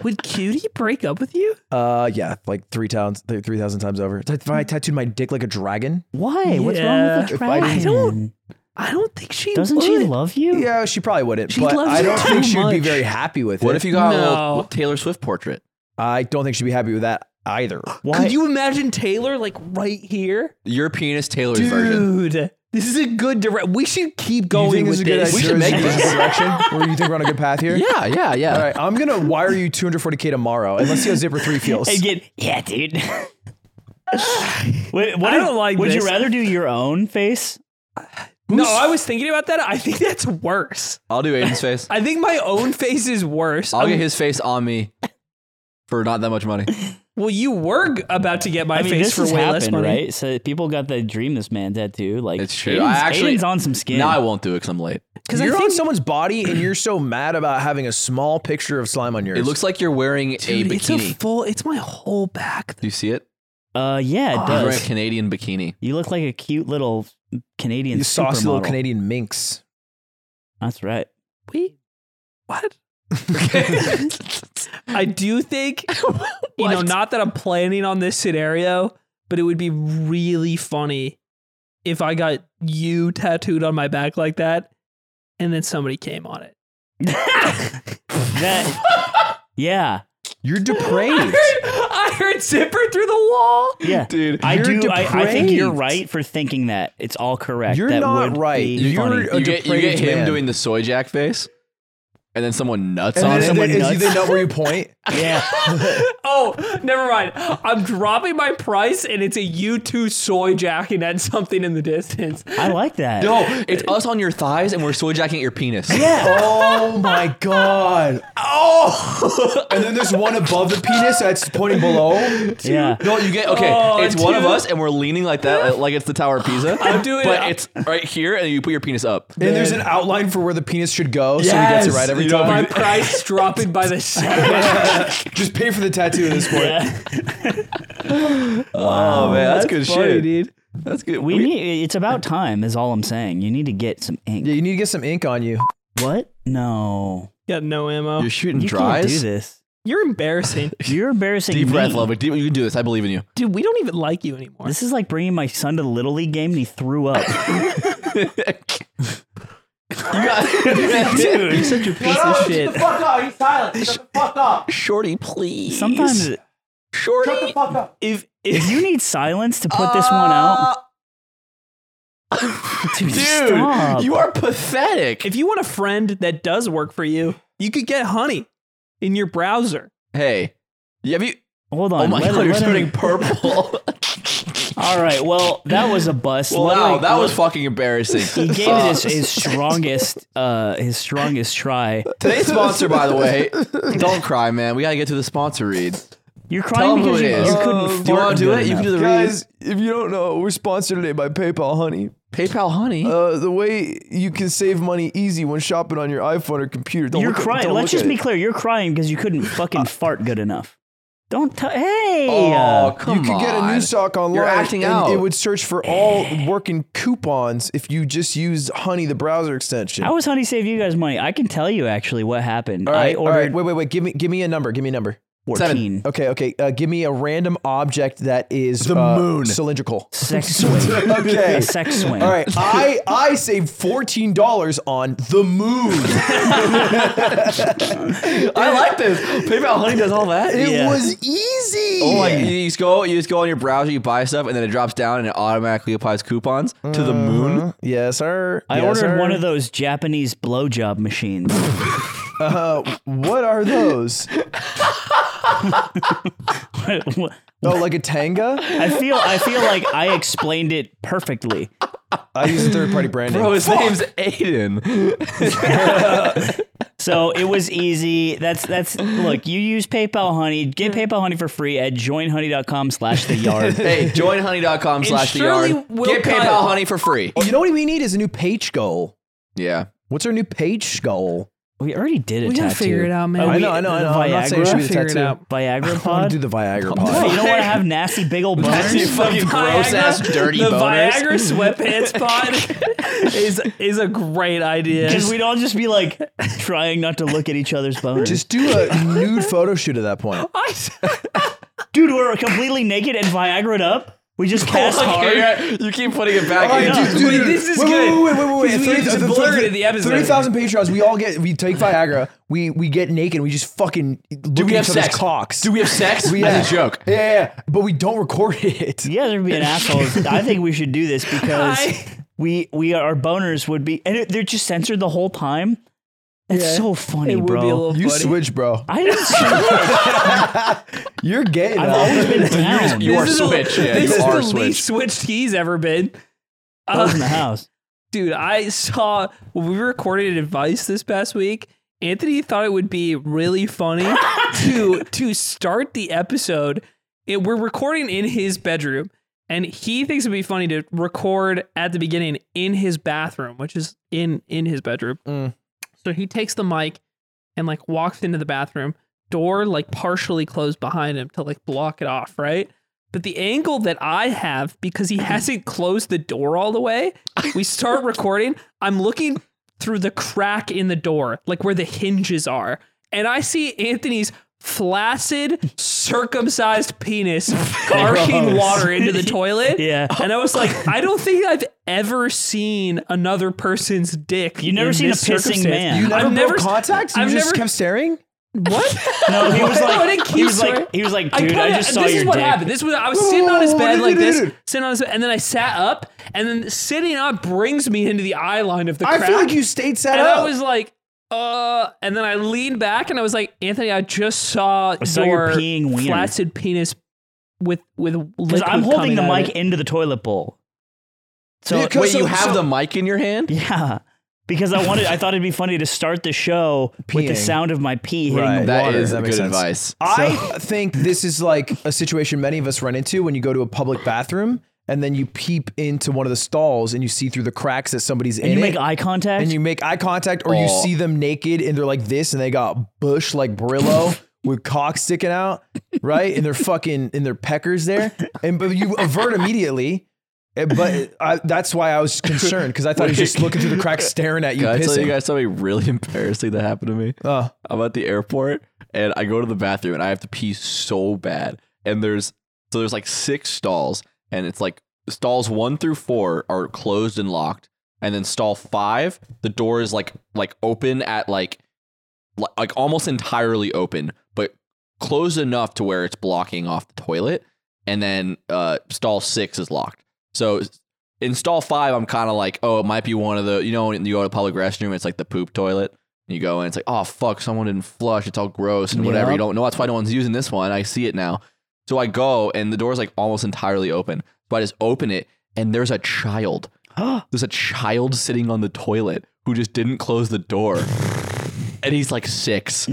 D: Would Cutie break up with you?
C: Uh, yeah, like three times, th- three thousand times over. If I tattooed my dick like a dragon,
B: Why? What's
D: Yeah.
B: wrong with the
C: If I
B: dragon?
C: didn't-
D: I don't think she
B: Doesn't
D: would.
B: she love you?
C: yeah, she probably wouldn't.
D: She
C: but
D: loves
C: I
D: you
C: don't
D: too
C: think she'd be
D: much.
C: very happy with
A: what
C: it.
A: if you got a
D: No.
A: little Taylor Swift portrait?
C: I don't think she'd be happy with that either.
B: Why?
D: Could you imagine Taylor like right here?
A: Your penis Taylor's version.
D: Dude, this is a good direct. We should keep
C: Do you
D: going
C: think
D: with
C: this is a good
D: this.
C: idea?
A: We should
C: Is
A: make
C: this
A: this.
C: a direction where you think we're on a good path here.
A: Yeah, yeah, yeah.
C: All right, I'm gonna wire you 240k tomorrow, and let's see how Zipper Three feels.
B: And get yeah, dude. Wait, what
D: I
B: if-
D: don't like
B: Would
D: this.
B: you rather do your own face?
D: No, I was thinking about that. I think that's worse.
A: I'll do Aiden's face.
D: I think my own face is worse.
A: I'll
D: I'm-
A: get his face on me for not that much money.
D: Well, you were g- about to get my
B: I mean,
D: face
B: this
D: for
B: has
D: way less
B: happened,
D: money.
B: right? So people got the dream this man tattoo. Like
A: It's true.
B: Aiden's,
A: I actually-
B: Aiden's on some skin.
A: Now I won't do it because I'm late.
D: Because I
C: you're on
D: think
C: someone's body, and you're so mad about having a small picture of slime on yours.
A: It looks like you're wearing
D: dude,
A: a
D: it's a
A: bikini.
D: full. It's my whole back.
A: do you see it?
B: uh, yeah, it
A: He's wearing a
B: does.
A: Canadian bikini.
B: You look like a cute little Canadian
C: you saucy little
B: supermodel.
C: Canadian minx.
B: That's right.
D: We what? I do think you know,
A: What?
D: not that I'm planning on this scenario, but it would be really funny if I got you tattooed on my back like that and then somebody came on it.
B: That. yeah,
C: You're depraved.
D: I heard zipper through the wall.
B: yeah.
A: Dude,
B: I
C: You're
B: do. I, I think you're
C: depraved.
B: right for thinking that. It's all correct.
C: You're
B: That
C: not
B: would
C: right.
B: be
C: You're-
B: funny.
C: a
A: you get, you get
C: depraved
A: him
C: man.
A: doing the soy jack face, and then someone nuts
C: and
A: on
C: then,
A: him.
B: someone
C: then, is-
B: nuts.
C: they know where you point.
B: Yeah.
D: Oh, never mind. I'm dropping my price and it's a U2 soy jacking at something in the distance.
B: I like that.
A: No, it's us on your thighs, and we're soy jacking at your penis.
C: Oh my god. Oh. and then there's one above the penis that's pointing below.
B: Yeah.
A: No, you get okay.
D: Oh,
A: it's one of
D: dude.
A: us, and we're leaning like that, like- like it's the Tower of Pisa.
D: I'm doing
A: but
D: it.
A: it's right here, and you put your penis up.
C: And there's an outline for where the penis should go, so he gets it
A: Yes.
C: right every
A: You know,
D: My
C: time.
D: price dropping by the second.
C: Just pay for the tattoo at this point.
A: Oh man, that's, good shit,
D: dude.
A: That's good.
B: We need. It's about time. Is all I'm saying. You need to get some ink.
C: Yeah, you need to get some ink on you.
B: What? No.
D: Got no ammo.
A: You're shooting
B: You
A: dries.
B: can't do this.
D: You're embarrassing.
B: You're embarrassing
A: Deep
B: me.
A: breath, love it. Deep, you can do this. I believe in you.
D: Dude, we don't even like you anymore.
B: This is like bringing my son to the little league game and he threw up.
D: Dude, you're such a piece of shit.
A: Shorty, please.
B: Sometimes
A: Shorty.
D: If
B: if
D: if
B: you need silence to put this one out, dude,
A: Uh, Dude,
B: stop.
A: you are pathetic.
D: if you want a friend that does work for you, you could get honey in your browser.
A: hey, have you?
B: Hold on.
A: Oh my
B: let
A: god,
B: him,
A: you're
B: let him-
A: turning purple.
B: All right. Well, that was a bust.
A: Wow,
B: Ludwig-
A: that was fucking embarrassing.
B: He gave
A: Uh,
B: it his, his strongest, uh, his strongest try.
A: Today's sponsor, by the way, don't cry, man. We gotta get to the sponsor read.
B: You're
A: Tell
B: crying
A: them who
B: because
A: it
B: you,
A: is.
B: you couldn't.
A: do you
B: fart
A: want to do
B: good
A: it? You can
B: enough.
A: do the
C: Guys, if you don't know, we're sponsored today by PayPal Honey.
A: read. PayPal, honey.
C: Uh, the way you can save money easy when shopping on your iPhone or computer. Don't
B: You're
C: look at-
B: crying.
C: don't
B: Let's
C: look
B: just
C: at
B: be
C: it. Uh,
B: clear. You're crying because you couldn't fucking fart good enough. Don't tell. Hey.
A: oh,
B: uh,
A: come
C: you could
A: on.
C: get a new sock online.
A: acting
C: and
A: out.
C: It would search for all working coupons if you just use Honey, the browser extension.
B: how was Honey save you guys money? I can tell you actually what happened.
C: all right,
B: I ordered
C: Wait, wait, wait. Give me, give me a number. Give me a number.
B: 14.
C: Okay, okay. Uh, give me a random object that is the moon cylindrical.
B: Sex swing.
C: Okay.
B: A sex swing.
C: All right, I I saved fourteen dollars on the moon.
A: I like this. PayPal, honey does all that.
C: It
B: Yeah.
C: was easy.
A: Oh, like you just go, you just go on your browser, you buy stuff, and then it drops down and it automatically applies coupons to the moon.
C: yes, sir.
B: I
C: Yes,
B: ordered
C: sir.
B: one of those Japanese blowjob machines.
C: Uh, what are those? Oh, like a tanga?
B: I feel I feel like I explained it perfectly.
C: I use a third party branding.
A: Bro, his name's Aiden.
B: So it was easy. That's that's look, you use PayPal honey, get
C: Mm-hmm.
B: PayPal honey for free at joinhoney.com slash the yard.
A: Hey, joinhoney.com slash the yard.
D: surely Will
A: Get PayPal
D: Kyle-
A: honey for free.
C: you know what we need is a new page goal.
A: Oh, Yeah.
C: What's our new page goal?
B: We already did it.
D: We gotta figure it out, man.
B: Oh,
D: I
B: we-
C: know, I know, I know.
B: Viagra,
C: I'm not saying it should be the
D: Figure it
C: tattoo.
D: out.
B: Viagra
C: I want
B: pod.
C: to do the Viagra
B: Hey,
C: pod.
B: you don't want to have nasty big old
A: Nasty
B: boners.
A: fucking gross ass
D: Viagra-
A: dirty
D: the
A: boners.
D: Viagra sweatpants pod is is a great idea.
B: Because we'd all just be like trying not to look at each other's boners.
C: Just do a nude photo shoot at that point.
D: I,
B: dude, we're completely naked and Viagra'd up. We just
C: Oh,
B: cast hard.
A: Okay, you keep putting it back in.
B: know.
D: dude, dude, this is
C: wait,
D: good.
C: Wait, wait, wait, wait, wait.
D: Because we need to blur it in the episode.
C: Thirty thousand Patreons. We all get. We take Viagra. We we get naked. and We just fucking look
A: Do
C: at
A: we have
C: each other's
A: sex?
C: cocks.
A: Do we have sex?
C: We-
A: As a joke.
C: Yeah, yeah, yeah. but we don't record it.
B: You guys are being assholes. I think we should do this because
D: I-
B: we we our boners would be and it, they're just censored the whole time. That's so funny,
D: it would
B: bro.
D: be a little
C: You
D: funny.
C: switch, bro.
B: I didn't. switch.
C: You're gay.
B: I've
C: though.
B: always been down.
A: You are
D: This is the-
A: switch. Yeah,
D: this
A: you
D: is
A: are
D: the least
A: switch.
D: switched he's ever been.
B: I was in the house.
D: Dude, I saw when we recorded advice this past week. Anthony thought it would be really funny to to start the episode. It, we're recording in his bedroom, and he thinks it'd be funny to record at the beginning in his bathroom, which is in in his bedroom.
C: Mm.
D: So he takes the mic and like walks into the bathroom, door like partially closed behind him to like block it off, right? But the angle that I have, because he hasn't closed the door all the way, we start recording. I'm looking through the crack in the door, like where the hinges are, and I see Anthony's flaccid, circumcised penis arcing water into the toilet.
B: Yeah.
D: And I was like, I don't think I've ever seen another person's dick.
B: You've never
D: in
B: seen a
D: this
B: pissing
D: circumstance.
B: man.
C: You never
D: I've
C: broke
D: never-
C: contacts. You
D: I've
C: just
D: never-
C: kept staring.
D: What?
B: No, he was
D: No, I
B: like,
D: didn't
B: he was
D: keep swearing.
B: like, he was like, dude, I,
D: kinda-
B: just saw
D: this
B: your
D: is what
B: dick.
D: happened. This was I was
C: Whoa,
D: sitting on his
C: whoa, whoa,
D: bed
C: dude,
D: like
C: dude,
D: this,
C: dude.
D: sitting on his bed, and then I sat up, and then sitting up brings me into the eye line of the crack.
C: I feel like you stayed set
D: and
C: up.
D: I was like, uh, and then I leaned back and I was like, Anthony, I just saw,
B: saw your
D: your,
B: peeing wiener.
D: flaccid penis with with
B: Because
D: liquid
B: I'm holding
D: coming
B: the
D: out of
B: mic
D: it.
B: into the toilet bowl. So
C: Yeah,
B: yeah,
C: 'cause-
A: Wait,
C: So-
A: you have
C: so-
A: the mic in your hand?
B: because I wanted, I thought it'd be funny to start the show with the
C: Peeing.
B: sound of my pee hitting
C: Right.
B: the
A: That
C: Water,
A: is
C: that
A: good
C: makes sense.
A: advice.
C: I think this is like a situation many of us run into when you go to a public bathroom and then you peep into one of the stalls and you see through the cracks that somebody's
B: and
C: in
B: you
C: it.
B: make eye contact.
C: and you make eye contact or you
A: Oh.
C: see them naked and they're like this and they got bush like Brillo with cock sticking out, right? And they're fucking in their peckers there. And but you avert immediately. Eh, But I, that's why I was concerned because I thought he was just looking through the cracks staring at you
A: Can I tell
C: pissing.
A: you guys something really embarrassing that happened to me?
C: Oh.
A: I'm at the airport and I go to the bathroom and I have to pee so bad. And there's so there's like six stalls and it's like stalls one through four are closed and locked, and then stall five the door is like like open at like li- like almost entirely open, but closed enough to where it's blocking off the toilet. And then uh, stall six is locked. So in stall five, I'm kind of like, oh, it might be one of the you know when you go to a public restroom, it's like the poop toilet. And you go in, it's like, oh fuck, someone didn't flush. It's all gross and whatever.
B: Yeah.
A: You don't know that's why no one's using this one. I see it now. So I go and the door's like almost entirely open. So I just open it and there's a child. there's a child sitting on the toilet who just didn't close the door. and he's like six.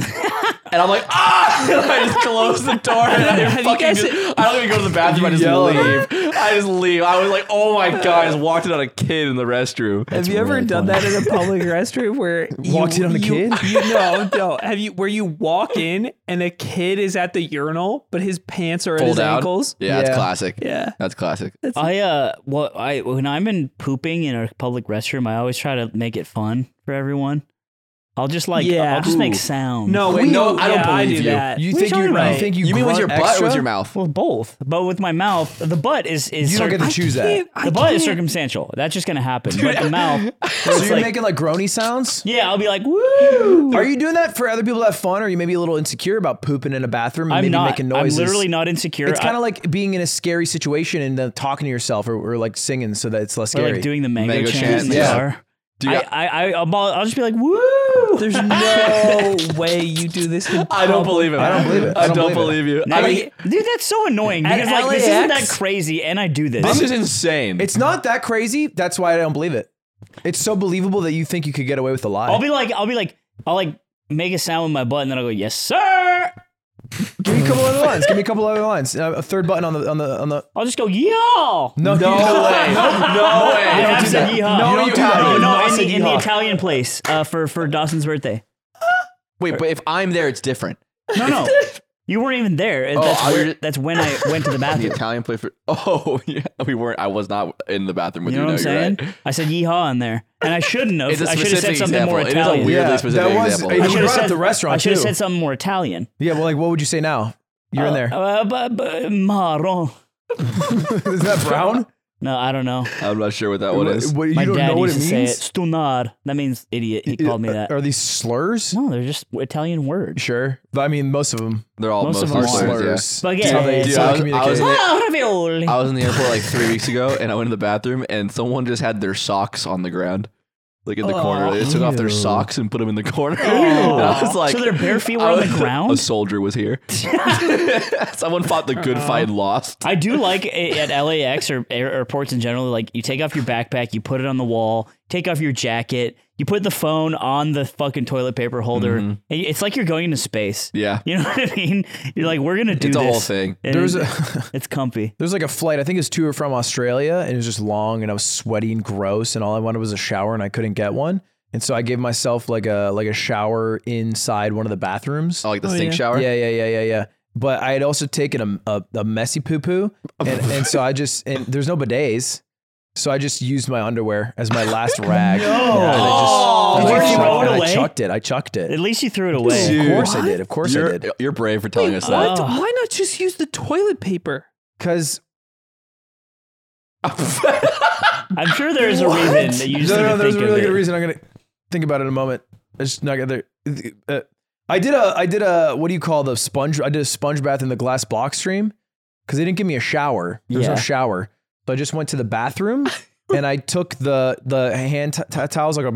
A: And I'm like, ah! And I just close the door and I
D: Have you
A: fucking
D: guys-
A: just, I don't even go to the bathroom. I just
C: yell at
A: leave. I just leave. I was like, oh my God. I just walked in on a kid in the restroom.
D: Have you ever
B: really
D: done
B: funny.
D: that in a public restroom where
C: Walked
D: you,
C: in on a
D: you-
C: kid?
D: You no, no. Have you where you walk in and a kid is at the urinal, but his pants are at
A: Pull
D: his
A: down.
D: ankles?
A: Yeah, that's
C: Yeah.
A: classic.
D: Yeah.
A: That's classic.
B: I uh, what I when I'm in pooping in a public restroom, I always try to make it fun for everyone. I'll just like,
D: Yeah.
B: I'll just make
A: Ooh.
B: sound.
D: No,
A: Wait,
D: we,
A: no, I don't
D: yeah, I do
A: believe you.
D: That.
C: You
B: What
C: think
B: are you
C: you,
B: talking
C: you
B: about?
C: think you
A: You, mean with
C: grunt
A: your butt or
C: extra?
A: with your mouth?
B: well, both, but with my mouth, the butt is is
C: You don't get to choose that.
D: Can't- I
B: the butt is
D: can't-
B: circumstantial. That's just gonna happen. but the mouth,
C: So
B: it's
C: you're
B: like-
C: making like groany sounds?
B: yeah, I'll be like, woo.
C: Are you doing that for other people to have fun, or are you maybe a little insecure about pooping in a bathroom and
B: I'm
C: maybe
B: not.
C: making noises?
B: I'm literally not insecure.
C: It's kind
B: I-
C: of like being in a scary situation and then talking to yourself or, or like singing so that it's less
B: or
C: scary.
B: like doing the mango,
A: Mango
B: chant,
A: chant,
B: in the
A: yeah.
B: car.
A: Do you-
B: I, I, I, I'll, I'll just be like, woo.
D: There's no way you do this. In
A: I don't believe it.
C: I don't believe it.
A: I
C: I don't
A: don't believe
C: believe
A: you.
B: Now
A: I
B: you-
A: mean,
B: dude, that's so annoying
D: At
B: because like this isn't that
D: LAX?
B: crazy, and I do this.
A: this is insane.
C: It's not that crazy. That's why I don't believe it. It's so believable that you think you could get away with a lie.
B: I'll be like, I'll be like, I'll like make a sound with my butt, and then I'll go, yes, sir.
C: Give me a couple other lines. Give me a couple other lines. Uh, a third button on the on the on the.
B: I'll just go, y'all.
C: No,
A: no way. No
B: I
A: way.
C: don't
B: have
C: do
B: said
C: that.
B: yeehaw.
C: No,
B: You don't
C: you
B: do that.
C: haven't.
B: No, no,
C: Not
B: in
C: said
B: the, in the
C: yeehaw.
B: Italian place uh, for for Dawson's birthday.
A: Wait, but if I'm there, it's different.
B: No, no, you weren't even there. and
A: Oh,
B: that's,
A: I
B: where,
A: was-
B: that's when I went to the
A: The
B: bathroom.
A: Italian play for. Oh, yeah. We weren't. I was not in the bathroom with
B: You
A: you.
B: know what I'm
A: no, you're
B: saying?
A: right.
B: I said yeehaw in there, and I shouldn't have.
A: It's a
B: I should have said
A: specific
B: something
A: example.
B: more
A: It is a
B: Italian.
A: weird- Weirdly
C: yeah,
A: specific
C: that was,
A: example.
C: and
A: I
B: I
C: you
B: should
C: brought
B: have
C: up
B: said
C: the restaurant
B: I should
C: too.
B: have said something more Italian.
C: yeah, well, like what would you say now? You're in there.
B: Uh, bu- bu- marron.
C: Is that brown?
B: No, I don't know.
A: I'm not sure what that one is.
C: What, you
B: My
C: don't
B: dad
C: know what
B: used
C: it
B: to
C: means.
B: say it. Stunard. That means idiot. He called
A: uh,
B: me that.
C: Are these slurs?
B: No, they're just Italian words.
C: Sure. But I mean, most of them
A: They're all
B: Most
A: most
B: of them
A: are
B: are
A: slurs. yeah.
C: slurs.
B: But
C: It's
B: yeah,
C: how they,
B: yeah,
C: it's
A: yeah.
C: how they
A: I was- I
C: communicate.
A: was in
B: Ah, ravioli.
A: I was in the airport like three weeks ago, and I went to the bathroom, and someone just had their socks on the ground, like in the corner. They took off their
C: ew.
A: socks and put them in the corner. And I was like,
B: so their bare feet were
A: I
B: on the
A: was- A
B: ground.
A: soldier was here. Someone fought the good fight and lost.
B: I do like a- at LAX or air- airports in general. Like you take off your backpack, you put it on the wall, take off your jacket, you put the phone on the fucking toilet paper holder.
A: Mm-hmm.
B: And It's like you're going into space.
A: Yeah,
B: You know what I mean? You're like, we're gonna do
A: it's a
B: this.
A: whole thing.
B: And
C: There was a-
B: it's comfy.
C: There was like a flight. I think it was to or from Australia, and it was just long, and I was sweaty and gross, and all I wanted was a shower, and I couldn't get one, and so I gave myself like a like a shower inside one of the bathrooms.
A: Oh, like the
D: Oh,
A: sink
D: yeah.
A: shower.
C: Yeah, yeah, yeah, yeah, yeah. But I had also taken a a, a messy poo poo, and, and so I just and there's no bidets, so I just used my underwear as my last rag. no.
B: Oh,
C: and I
B: where'd you
C: chucked-
B: throw it
C: and
B: away?
C: I chucked it. I chucked
B: At
C: it.
B: least you threw it away.
A: Dude.
C: Of course I did. Of course I
A: You're,
C: did.
A: you're brave for telling us that.
D: What?
B: Ah.
D: Why not just use the toilet paper?
C: Because
B: I'm sure there's a reason that you just
C: no,
B: need
C: no,
B: to
C: there's
B: think
C: a really
B: of
C: good
B: it.
C: reason. I'm gonna think about it in a moment. I just not gonna. Uh, I did a, I did a, what do you call the sponge? I did a sponge bath in the glass box stream because they didn't give me a shower. There was
B: Yeah.
C: no shower, so I just went to the bathroom and I took the the hand t- t- towels like a.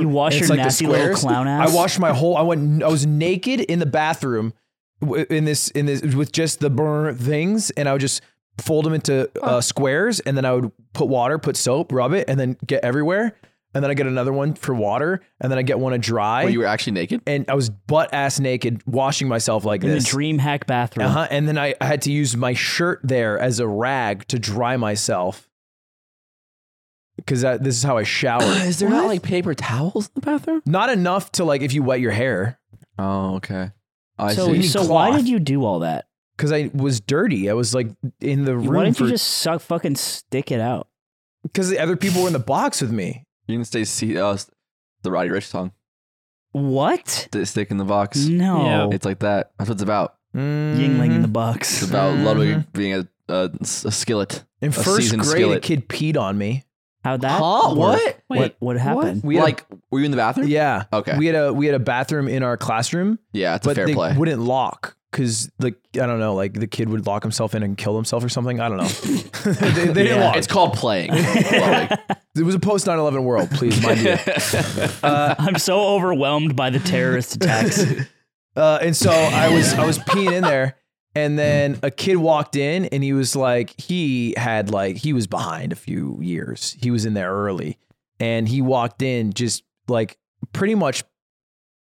B: You wash
C: and it's
B: your
C: like the
B: nasty little
C: squares.
B: clown ass?
C: I washed my whole. I went. I was naked in the bathroom w- in this in this with just the brr things, and I would just fold them into uh, squares, and then I would put water, put soap, rub it, and then get everywhere. And then I get another one for water, and then I get one to dry.
A: Wait, you were actually naked?
C: and I was butt ass naked, washing myself like
B: in the
C: this.
B: dream hack bathroom.
C: uh-huh. And then I, I had to use my shirt there as a rag to dry myself. Because this Uh, is how I shower.
A: Is there not like paper towels in the bathroom?
C: Not enough to like if you wet your hair.
A: Oh, okay. I
B: So,
A: see.
B: so
C: Cloth.
B: why did you do all that?
C: because I was dirty. I was like in the
B: Why
C: room
B: didn't you
C: for
B: just suck fucking stick it out?
C: because the other people were in the box with me.
A: You can stay seated. Uh, the Roddy Rich song.
B: What?
A: St- Stick in the box.
B: No.
A: It's like that. That's what it's about.
B: Yingling in
A: It's
B: the box.
A: about
C: Mhm.
A: Ludwig being a, a, a skillet.
C: In
A: A
C: first
A: seasoned
C: grade, a
A: skillet.
C: kid peed on me.
B: How that?
A: Huh?
B: work?
A: What?
B: What?
D: Wait,
B: what happened?
C: We had
A: like, were you in the bathroom?
C: Yeah.
A: Okay.
C: We had a we had a bathroom in our classroom,
A: yeah, it's a
C: but
A: fair
C: they
A: play.
C: wouldn't lock because like I don't know, like the kid would lock himself in and kill himself or something. I don't know. they, they didn't
B: Yeah.
C: lock.
A: It's called playing. Ludwig.
C: it was a post 9-11 world. Please mind you.
B: I'm so overwhelmed by the terrorist attacks.
C: Uh, and so I was I was peeing in there, And then a kid walked in and he was like, he had like, he was behind a few years. He was in there early. And he walked in just like pretty much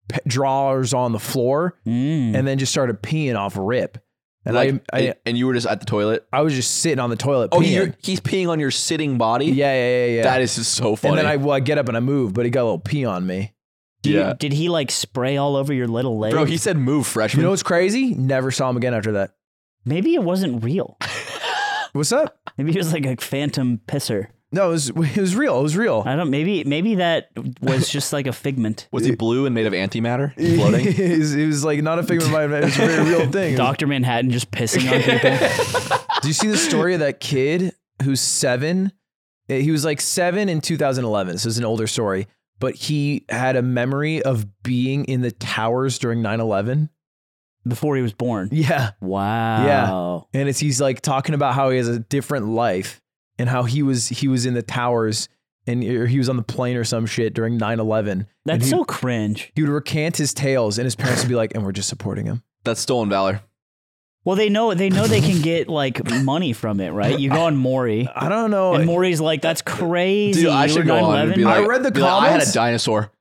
C: pe- drawers on the floor
B: Mm.
C: and then just started peeing off rip. And
A: like,
C: I, I,
A: and, and you were just at the toilet.
C: I was just sitting on the toilet.
A: Oh,
C: peeing.
A: you're, he's peeing on your sitting body.
C: yeah, yeah, yeah, yeah.
A: that is just so funny.
C: and then I, well, I get up and I move, but he got a little pee on me.
B: Do you-
A: yeah.
B: Did he like spray all over your little leg?
A: Bro, he said move
C: You
A: freshman.
C: know what's crazy? Never saw him again after that.
B: Maybe it wasn't real.
C: What's up?
B: Maybe it was like a phantom pisser.
C: No, it was, it was real. It was real.
B: I don't. Maybe maybe that was just like a figment.
A: was he blue and made of antimatter? Floating?
C: it, was, it was like not a figment of my imagination. It was a very real thing.
B: Doctor Manhattan just pissing on people.
C: Do you see the story of that kid who's seven? Eh, He was like seven in 2011. So it's an older story, but he had a memory of being in the towers during 9 11.
B: before he was born.
C: Yeah.
B: Wow.
C: And it's he's like talking about how he has a different life and how he was he was in the towers and or he was on the plane or some shit during 9 11.
B: That's
C: he,
B: so cringe.
C: He would recant his tales and his parents would be like, and we're just supporting him.
A: That's stolen valor.
B: Well, they know they know they can get like money from it, right? You go on Maury,
C: I don't know.
B: and Maury's like, "That's crazy."
A: Oh, Dude, I
B: You
A: should
B: were
A: go on and
B: 9/11?
A: be like,
C: I read the
A: be like, I had
C: comments.
A: a dinosaur.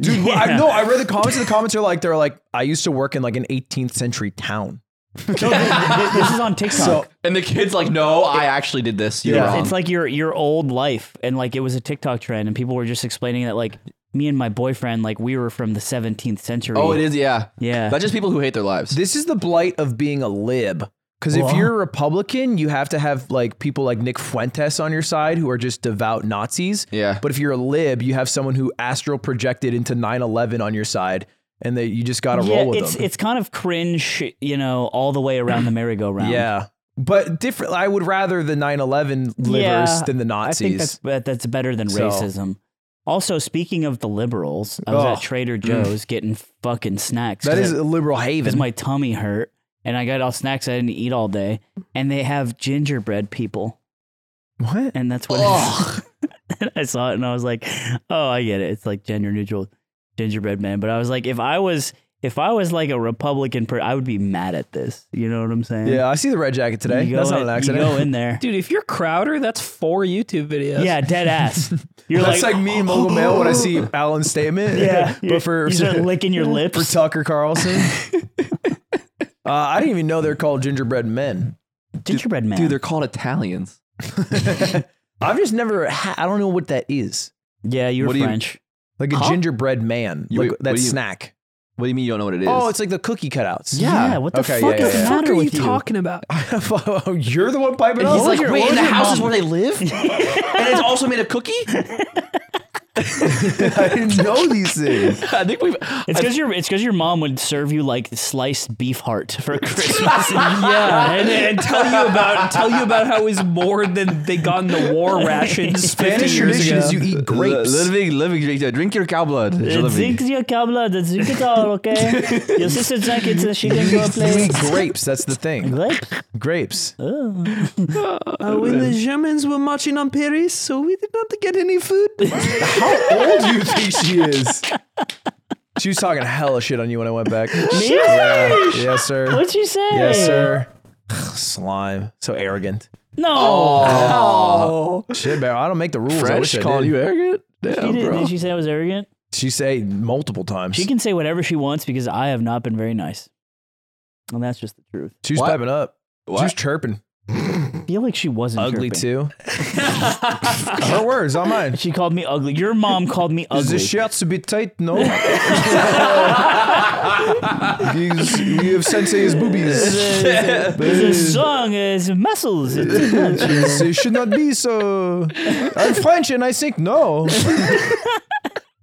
C: Dude,
B: Yeah.
C: I, no, I read the comments. And the comments are like, they're like, I used to work in like an 18th century town.
B: No, th- th- this is on TikTok.
C: So
A: And the kid's like, no, I actually did this. You're
C: Yeah.
A: wrong.
B: it's like your your old life, and like it was a TikTok trend, and people were just explaining that like me and my boyfriend, like we were from the 17th century.
A: oh, it is. Yeah.
B: Yeah.
A: That's just people who hate their lives.
C: this is the blight of being a lib. Because if
B: Whoa.
C: you're a Republican, you have to have like people like Nick Fuentes on your side who are just devout Nazis.
A: yeah.
C: But if you're a lib, you have someone who astral projected into 9/11 on your side, and that you just got to
B: yeah,
C: roll with
B: it's
C: them.
B: it's kind of cringe, you know, all the way around the merry-go-round.
C: yeah, but different. I would rather the 9/11 livers
B: Yeah,
C: than the
B: I
C: Nazis.
B: think that's that- that's better than
C: So-
B: racism. Also, speaking of the liberals, I was
C: Ugh.
B: at Trader Joe's getting fucking snacks.
C: Oh, mm. that
B: 'cause
C: is a liberal
B: because
C: haven.
B: my tummy hurt and I got all snacks I didn't eat all day. And they have gingerbread people,
C: what?
B: and that's what
A: Ugh.
B: and I saw it, and I was like, oh, I get it. It's like gender neutral gingerbread man. But I was like, if I was if I was like a Republican, per- I would be mad at this. You know what I'm saying?
C: Yeah, I see the red jacket
B: You
C: today.
B: go
C: That's not an
B: in- You go
C: accident.
B: in there.
D: Dude, if you're Crowder, that's four YouTube videos.
B: Yeah, dead ass. You're
C: That's like, me and Mogul Mail when I see Alan's statement.
B: Yeah,
C: but for
B: you start licking your
C: for
B: lips.
C: Tucker Carlson. Uh, I didn't even know they're called gingerbread men.
B: gingerbread man.
A: Dude, they're called Italians.
C: I've just never. Ha- I don't know what that is.
B: yeah, you were
A: What do you-
B: French.
C: Like a
A: Huh?
C: gingerbread man,
A: You-
C: like
A: what
C: that
A: do you-
C: snack.
A: What do you mean you don't know what it is?
C: Oh, it's like the cookie cutouts.
B: yeah. What the
C: Okay,
B: fuck
C: yeah,
B: is
C: yeah, yeah.
B: the
D: What the
B: matter
D: fuck are you
B: with you?
D: talking about?
C: You're the one piping
A: And
C: up.
A: he's like,
B: your-
A: wait,
B: what
A: and
B: was
A: the
B: your
A: house is
B: mom-
A: where they live? and it's also made of cookie?
C: I didn't know these things.
A: I think we've.
B: It's because your it's because your mom would serve you like sliced beef heart for Christmas. yeah,
D: And, and tell you about tell you about how it was more than they got in the war rations 50
C: Spanish
D: years
C: tradition
D: ago.
C: is you eat grapes.
A: Living, living, drink your cow blood.
B: Zinc your cabla, the zinc it all, okay? Your sister drank it so she can
C: You
B: go
C: eat- you
B: play
C: eat grapes. That's the thing.
B: grape.
C: Grapes.
B: Oh.
D: Uh, when the Germans were marching on Paris, so we did not get any food.
C: How old do you think she is? She was talking hella shit on you when I went back. Me? Yeah. Yes, sir.
B: What'd you say?
C: Yes, sir. Slime. So arrogant.
B: No.
C: Shit, man. I don't make the rules. I wish
A: French
C: I
A: calling
C: did.
A: you arrogant?
B: She
A: Damn,
B: did,
A: bro.
B: did she say I was arrogant?
C: She say multiple times.
B: She
C: She,
B: can say whatever she wants because I have not been very nice. And that's just the truth.
C: was
A: What?
C: piping up. She was
A: What? chirping.
B: I feel like she wasn't
C: Ugly
B: chirping.
C: too. Her words, not mine.
B: She called me ugly. Your mom called me
C: Is
B: ugly.
C: the shirts a bit tight? No. These- you have sensei's boobies.
B: the song is muscles.
C: They should not be so. I'm French and I think no.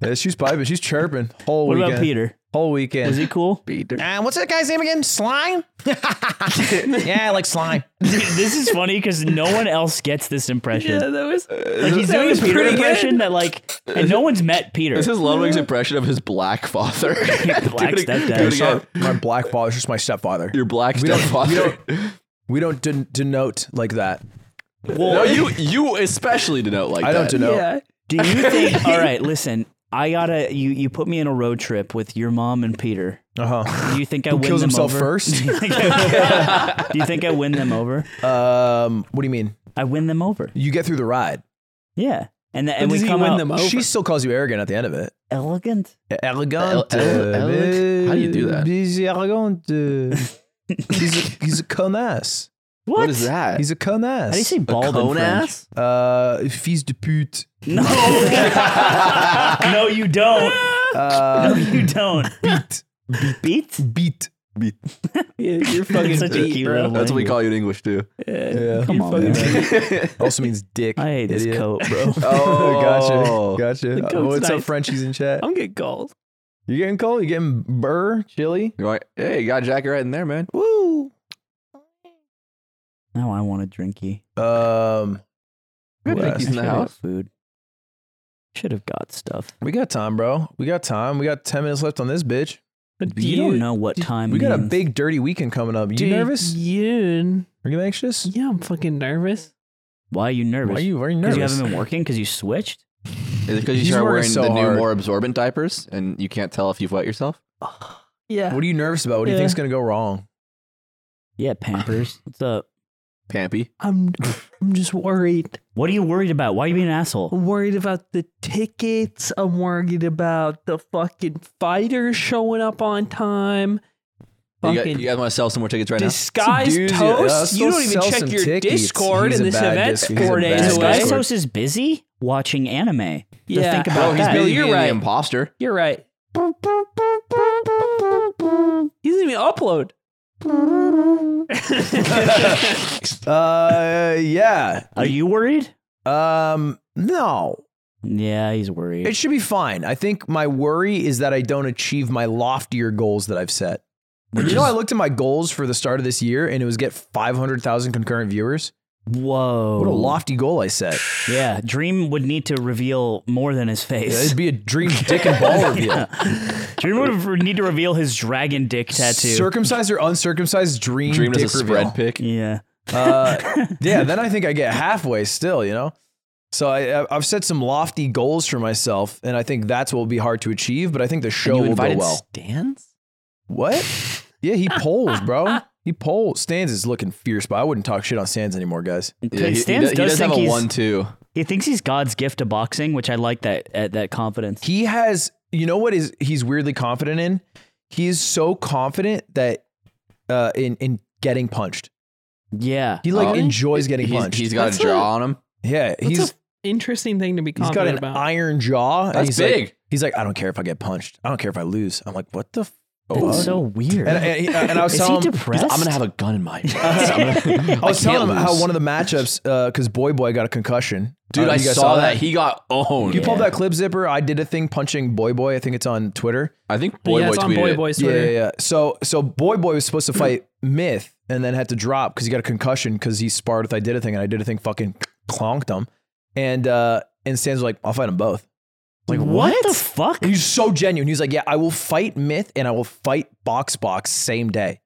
C: yeah, she's piping. She's chirping. Whole
B: What
C: weekend.
B: about Peter?
C: Whole weekend.
B: Is he cool?
C: Uh, what's that guy's name again? Slime? yeah, I like slime.
B: this is funny because no one else gets this impression.
D: that was
B: Like he's doing a
D: was
B: Peter
D: pretty
B: impression that like, and no one's met Peter.
A: This is Ludwig's impression of his black father.
B: Black
A: Do it ag-
B: stepdad.
A: do it
B: Sorry.
A: again.
C: my black father is just my stepfather.
A: Your black stepfather.
C: We don't den- denote like that.
A: No, you you especially denote like
C: I don't
A: that.
C: denote.
D: Yeah.
B: Do you think? All right, listen. I gotta. You you put me in a road trip with your mom and Peter.
C: Uh huh.
B: Do you think I
C: Who
B: win
C: kills
B: them
C: himself
B: over?
C: first?
B: Do you think I win them over?
C: Um, what do you mean?
B: I win them over.
C: You get through the ride.
B: Yeah, and th-
D: But
B: and we
D: does he
B: come
D: win
B: out
D: them over?
C: She still calls you arrogant at the end of it.
B: elegant.
C: Elegant.
A: El- el- ele- how do you do that?
C: euh, He's arrogant. uh, he's a, he's a conasse.
B: What?
A: what is that?
C: He's a conasse.
B: How do you say
A: a
B: bald in
A: cone
B: French?
A: ass?
C: Uh, fils de pute.
B: No, no, you don't. No,
D: Um,
C: Uh,
B: you don't.
C: beat.
B: Beat.
C: Beat.
D: Yeah, you're fucking
B: That's such a
D: deep,
B: cute
D: bro.
B: little
A: That's what we
B: language.
A: call you in English too.
D: Yeah.
B: Come
D: You're
B: on,
D: fucking
B: man.
C: Also means dick.
B: I hate this
C: idiot.
B: coat, bro.
A: Oh.
C: gotcha. Gotcha.
D: The
C: Oh,
D: code's
C: what's up,
D: nice.
C: Frenchies in chat?
D: I'm getting cold.
C: You getting cold? You getting burr? Chili?
A: You're like, hey, you got a jacket right in there, man.
C: Woo.
B: now I want a drinky.
C: Um,
A: Good
C: What
A: drinkies
C: else?
A: in the
B: Should've
A: house.
B: Food. Should have got stuff.
C: we got time, bro. We got time. We got ten minutes left on this bitch.
D: But
B: You
D: you-
B: don't know what time
C: We got a
B: means.
C: big dirty weekend coming up. You
D: dude,
C: nervous?
D: you-
C: Are you anxious?
D: Yeah, I'm fucking nervous.
B: Why are you nervous?
C: Why are you? Why are you
B: Because
C: nervous?
B: you haven't been working. Because you switched.
A: Is it because you
C: He's
A: start
C: working
A: wearing
C: so
A: the new,
C: hard.
A: more absorbent diapers, and you can't tell if you've wet yourself?
D: Yeah.
C: what are you nervous about? What do you
D: Yeah.
C: think's gonna go wrong?
B: Yeah, Pampers. What's up?
A: Pampy.
D: I'm I'm just worried.
B: What are you worried about? Why are you being an asshole?
D: I'm worried about the tickets. I'm worried about the fucking fighters showing up on time.
A: You, got,
D: Fucking
A: you guys want to sell some more tickets right
D: disguised
C: Dude, yeah,
D: toast.
C: let's
D: you
C: go
D: don't even
C: sell
D: check
C: some
D: your
C: tickets.
D: Discord,
C: He's
D: and
C: a
D: this
C: bad
D: event's
C: Discord. He's a
D: four
A: bad
D: days away.
A: Discord.
B: Skysos is busy watching anime. So
D: Yeah.
B: think
A: now?
B: about
A: Oh, he's
B: that.
A: Billy
D: You're
A: being
D: right.
A: the imposter.
D: You're right. He doesn't even upload.
C: Uh, yeah.
B: Are you worried?
C: Um, no.
B: Yeah, he's worried.
C: It should be fine. I think my worry is that I don't achieve my loftier goals that I've set.
B: Which
C: you know,
B: is-
C: I looked at my goals for the start of this year, and it was get five hundred thousand concurrent viewers.
B: Whoa.
C: What a lofty goal I set!
B: Yeah, Dream would need to reveal more than his face.
C: It'd be a dream dick and ball reveal.
B: Dream would re- need to reveal his dragon dick tattoo.
C: Circumcised or uncircumcised dream,
A: Dream
C: dick
A: does a
C: reveal.
A: spread pick.
B: yeah.
C: Uh, yeah, then I think I get halfway still, you know? So I, I- I've set some lofty goals for myself, and I think that's what will be hard to achieve, but I think the show
A: And you
C: will go
A: invited
C: well.
A: Stans?
C: what? Yeah, he polls, bro. He polls. Stans is looking fierce, but I wouldn't talk shit on Stans anymore, guys.
A: Yeah, he, he
B: Stans
A: does, he
B: does
A: does
B: think
A: have a
B: he's-
A: one-two.
B: He thinks he's God's gift to boxing, which I like that uh, that confidence.
C: He has, you know what is he's weirdly confident in? He is so confident that uh, in in getting punched.
B: Yeah.
C: He like
A: Oh.
C: enjoys getting
A: He's-
C: punched.
A: he's got
D: That's
A: a jaw on him.
C: yeah,
D: That's
C: he's
D: an interesting thing to be
C: He's got an
D: confident about.
C: iron jaw. and
A: That's
C: he's
A: big.
C: Like, he's like, I don't care if I get punched. I don't care if I lose. I'm like, what the? F-
B: That's
C: fuck?"
B: so weird.
C: And, uh, and, and I was
B: is
C: telling
B: he
C: him,
B: depressed?
A: I'm gonna have a gun in my. I'm gonna-
C: I was
A: can't
C: telling him how
A: lose.
C: one of the matchups because Boy Boy got a concussion.
A: Dude,
C: Uh,
A: I
C: you
A: saw,
C: guys
A: that. he got owned.
C: you pulled
B: Yeah.
C: that clip zipper. I did a thing punching Boy Boy. I think it's on Twitter.
A: I think Boy
D: yeah,
A: Boy
D: it's on
A: tweeted
D: Boy
A: it.
D: Boy's Twitter.
C: Yeah, yeah, yeah. So, so Boy Boy was supposed to fight Myth and then had to drop because he got a concussion because he sparred with I did a thing and I did a thing fucking clonked him. And uh, and Stan's like, I'll fight them both.
B: like, what, the fuck?
C: And he's so genuine. He's like, yeah, I will fight Myth and I will fight Box Box same day.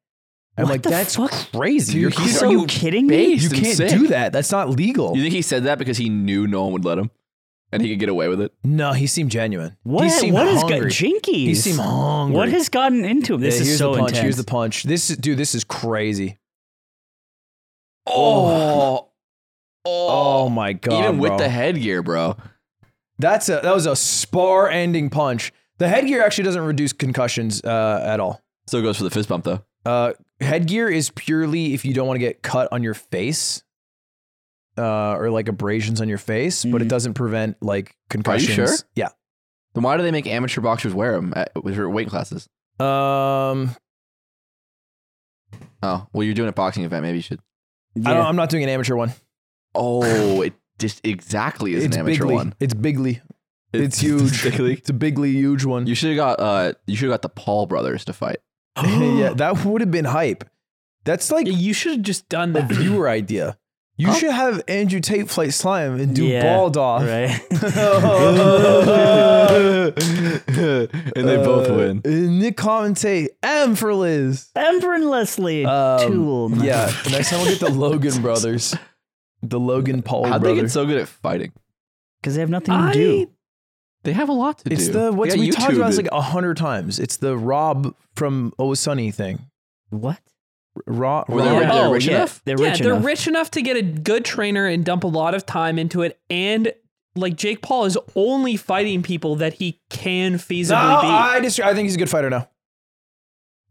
C: I'm
B: What
C: like,
B: the
C: that's
B: fuck?
C: crazy.
A: Dude,
C: You're
A: he's
C: so
B: Are you kidding me?
A: based
C: you
A: and
C: can't
A: sick.
C: do that. That's not legal.
A: You think he said that because he knew no one would let him, and he could get away with it?
C: No, he seemed genuine.
B: What?
C: He seemed
B: what has got
C: hungry.
B: jinkies?
C: He seemed hungry.
B: What has gotten into him?
C: Yeah,
B: This is
C: here's
B: so
C: the punch.
B: intense.
C: Here's the punch. This is, dude, this is crazy.
A: Oh, oh,
C: Oh my god.
A: even with
C: bro.
A: the headgear, bro.
C: That's a that was a spar ending punch. The headgear actually doesn't reduce concussions uh, at all.
A: Still goes for the fist bump though.
C: Uh, headgear is purely if you don't want to get cut on your face, uh, or like abrasions on your face, but it
B: Mhm.
C: doesn't prevent like concussions.
A: Mm-hmm. sure?
C: Yeah.
A: Then why do they make amateur boxers wear them at, with your weight classes?
C: Um,
A: Oh, well, you're doing a boxing event. Maybe you should.
C: I
B: Yeah.
C: don't, I'm not doing an amateur one.
A: Oh, it just exactly is
C: it's
A: an amateur
C: bigly.
A: one.
C: It's bigly. It's, huge.
A: bigly.
C: It's a bigly huge one.
A: You should have got. Uh, you should have got the Paul brothers to fight.
C: yeah, that would have been hype. That's like
D: Yeah, You should have just done
C: a
D: that.
C: viewer idea. You
A: Huh?
C: should have Andrew Tate flight slime and do
B: Yeah,
C: bald off.
B: Right.
A: and they both
C: Uh,
A: win.
C: Nick commentate M for Liz.
B: Ember and Leslie.
C: Um,
B: Tool.
C: Yeah, next time we'll get the Logan brothers, the Logan Paul
A: How'd they get
C: brothers.
A: so good at fighting?
B: Because they have nothing to
D: I
B: do.
A: They have a lot to
C: It's
A: do.
C: the what's
A: They got
C: we talked
A: YouTube
C: about this
A: to-
C: like a hundred times. It's the Rob from Oh Sunny thing.
B: What?
C: Rob,
A: Well,
D: Oh,
C: Rob-
A: they're- they're rich
B: yeah,
A: enough?
B: They're
D: yeah,
B: rich
D: they're
B: enough.
D: rich enough to get a good trainer and dump a lot of time into it. And like Jake Paul is only fighting people that he can
C: No,
D: feasibly beat.
C: I just I think he's a good fighter now.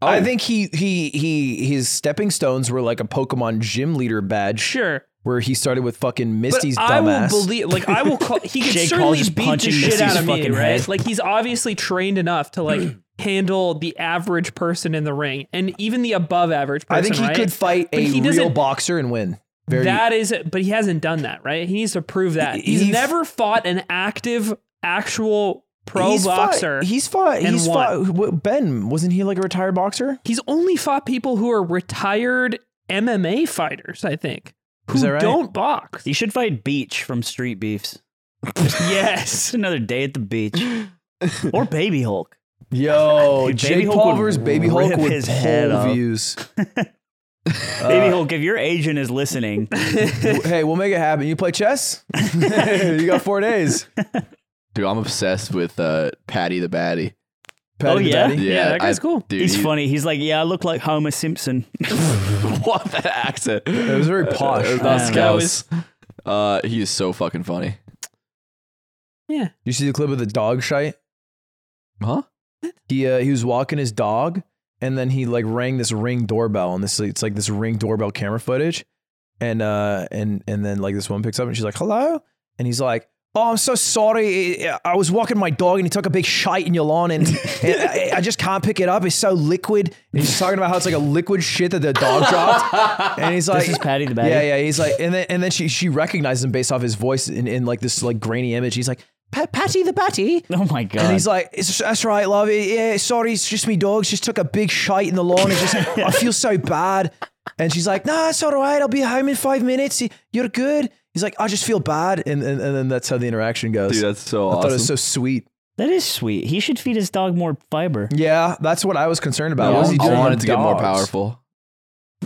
A: Oh,
C: I think he he he his stepping stones were like a Pokemon gym leader badge
D: sure,
C: where he started with fucking
D: but
C: Misty's
D: I will
C: dumbass.
D: believe. Like I will call. He can
B: Jake Paul
D: certainly
B: just
D: beat the
B: punching
D: shit
B: Misty's
D: out of me,
B: fucking
D: right?
B: head.
D: Like he's obviously trained enough to like handle the average person in the ring and even the above average person.
C: I think he
D: right?
C: could fight
D: But
C: a
D: he
C: real
D: doesn't-
C: boxer and win. Very
D: That is, but he hasn't done that, right? He needs to prove that.
C: He-
D: He's,
C: he's-
D: never fought an active, actual pro
C: he's
D: boxer.
C: Fought, he's fought.
D: and
C: He's fought. what- Ben wasn't he like a retired boxer?
D: he's only fought people who are retired MMA fighters, I think,
C: Is
D: who
C: that right?
D: don't box.
B: You should fight Beach from Street Beefs. It's
D: yes.
B: another day at the beach. or Baby Hulk.
C: Yo,
B: Dude,
C: Jake
B: Baby Hulk
C: Paul
B: would
C: versus Baby Hulk
B: rip
C: would
B: his head
C: pull
B: off.
C: views. Uh,
B: Baby Hulk, if your agent is listening,
C: hey, we'll make it happen. You play chess? you got four days.
B: Oh,
A: dude, I'm obsessed with uh, Patty the Batty.
C: Patty
B: Oh,
C: the
B: yeah?
C: Batty.
A: Yeah,
D: Yeah, that guy's
A: I-
D: cool.
A: Dude,
B: he's
A: he-
B: funny. He's like, yeah, I look like Homer Simpson.
A: what that accent?
C: It was very posh.
A: Uh,
B: That
A: Vasquez. Uh, he is so fucking funny.
D: Yeah.
C: You see the clip of the dog shite?
A: Huh?
C: He uh, he was walking his dog, and then he like rang this ring doorbell, and this it's like this ring doorbell camera footage, and uh and and then like this woman picks up and she's like hello, and he's like. Oh, I'm so sorry. I- I was walking my dog and he took a big shite in your lawn, and, and I, I just can't pick it up. It's so liquid. And he's talking about how it's like a liquid shit that the dog dropped. And he's like,
B: This is Patty the Batty.
C: Yeah, yeah. He's like, and then and then she she recognized him based off his voice in, in like this like grainy image. He's like, "Pa- Patty the Batty.
B: Oh my
C: And
B: god.
C: he's like, "It's- "That's right, love. Yeah, sorry, it's just me. Dogs just took a big shite in the lawn. It's just, I feel so bad." And she's like, "Nah, it's all right. I'll be home in five minutes. You're good." He's like, "I just feel bad," and and, and then that's how the interaction goes.
A: Dude, that's so
C: I
A: awesome.
C: thought it was so sweet.
B: That is sweet. He should feed his dog more fiber.
C: Yeah, that's what I was concerned about.
A: I
C: What was
A: want-
C: he
A: I
C: doing
A: want it
C: with
A: to get more
C: dogs?
A: powerful.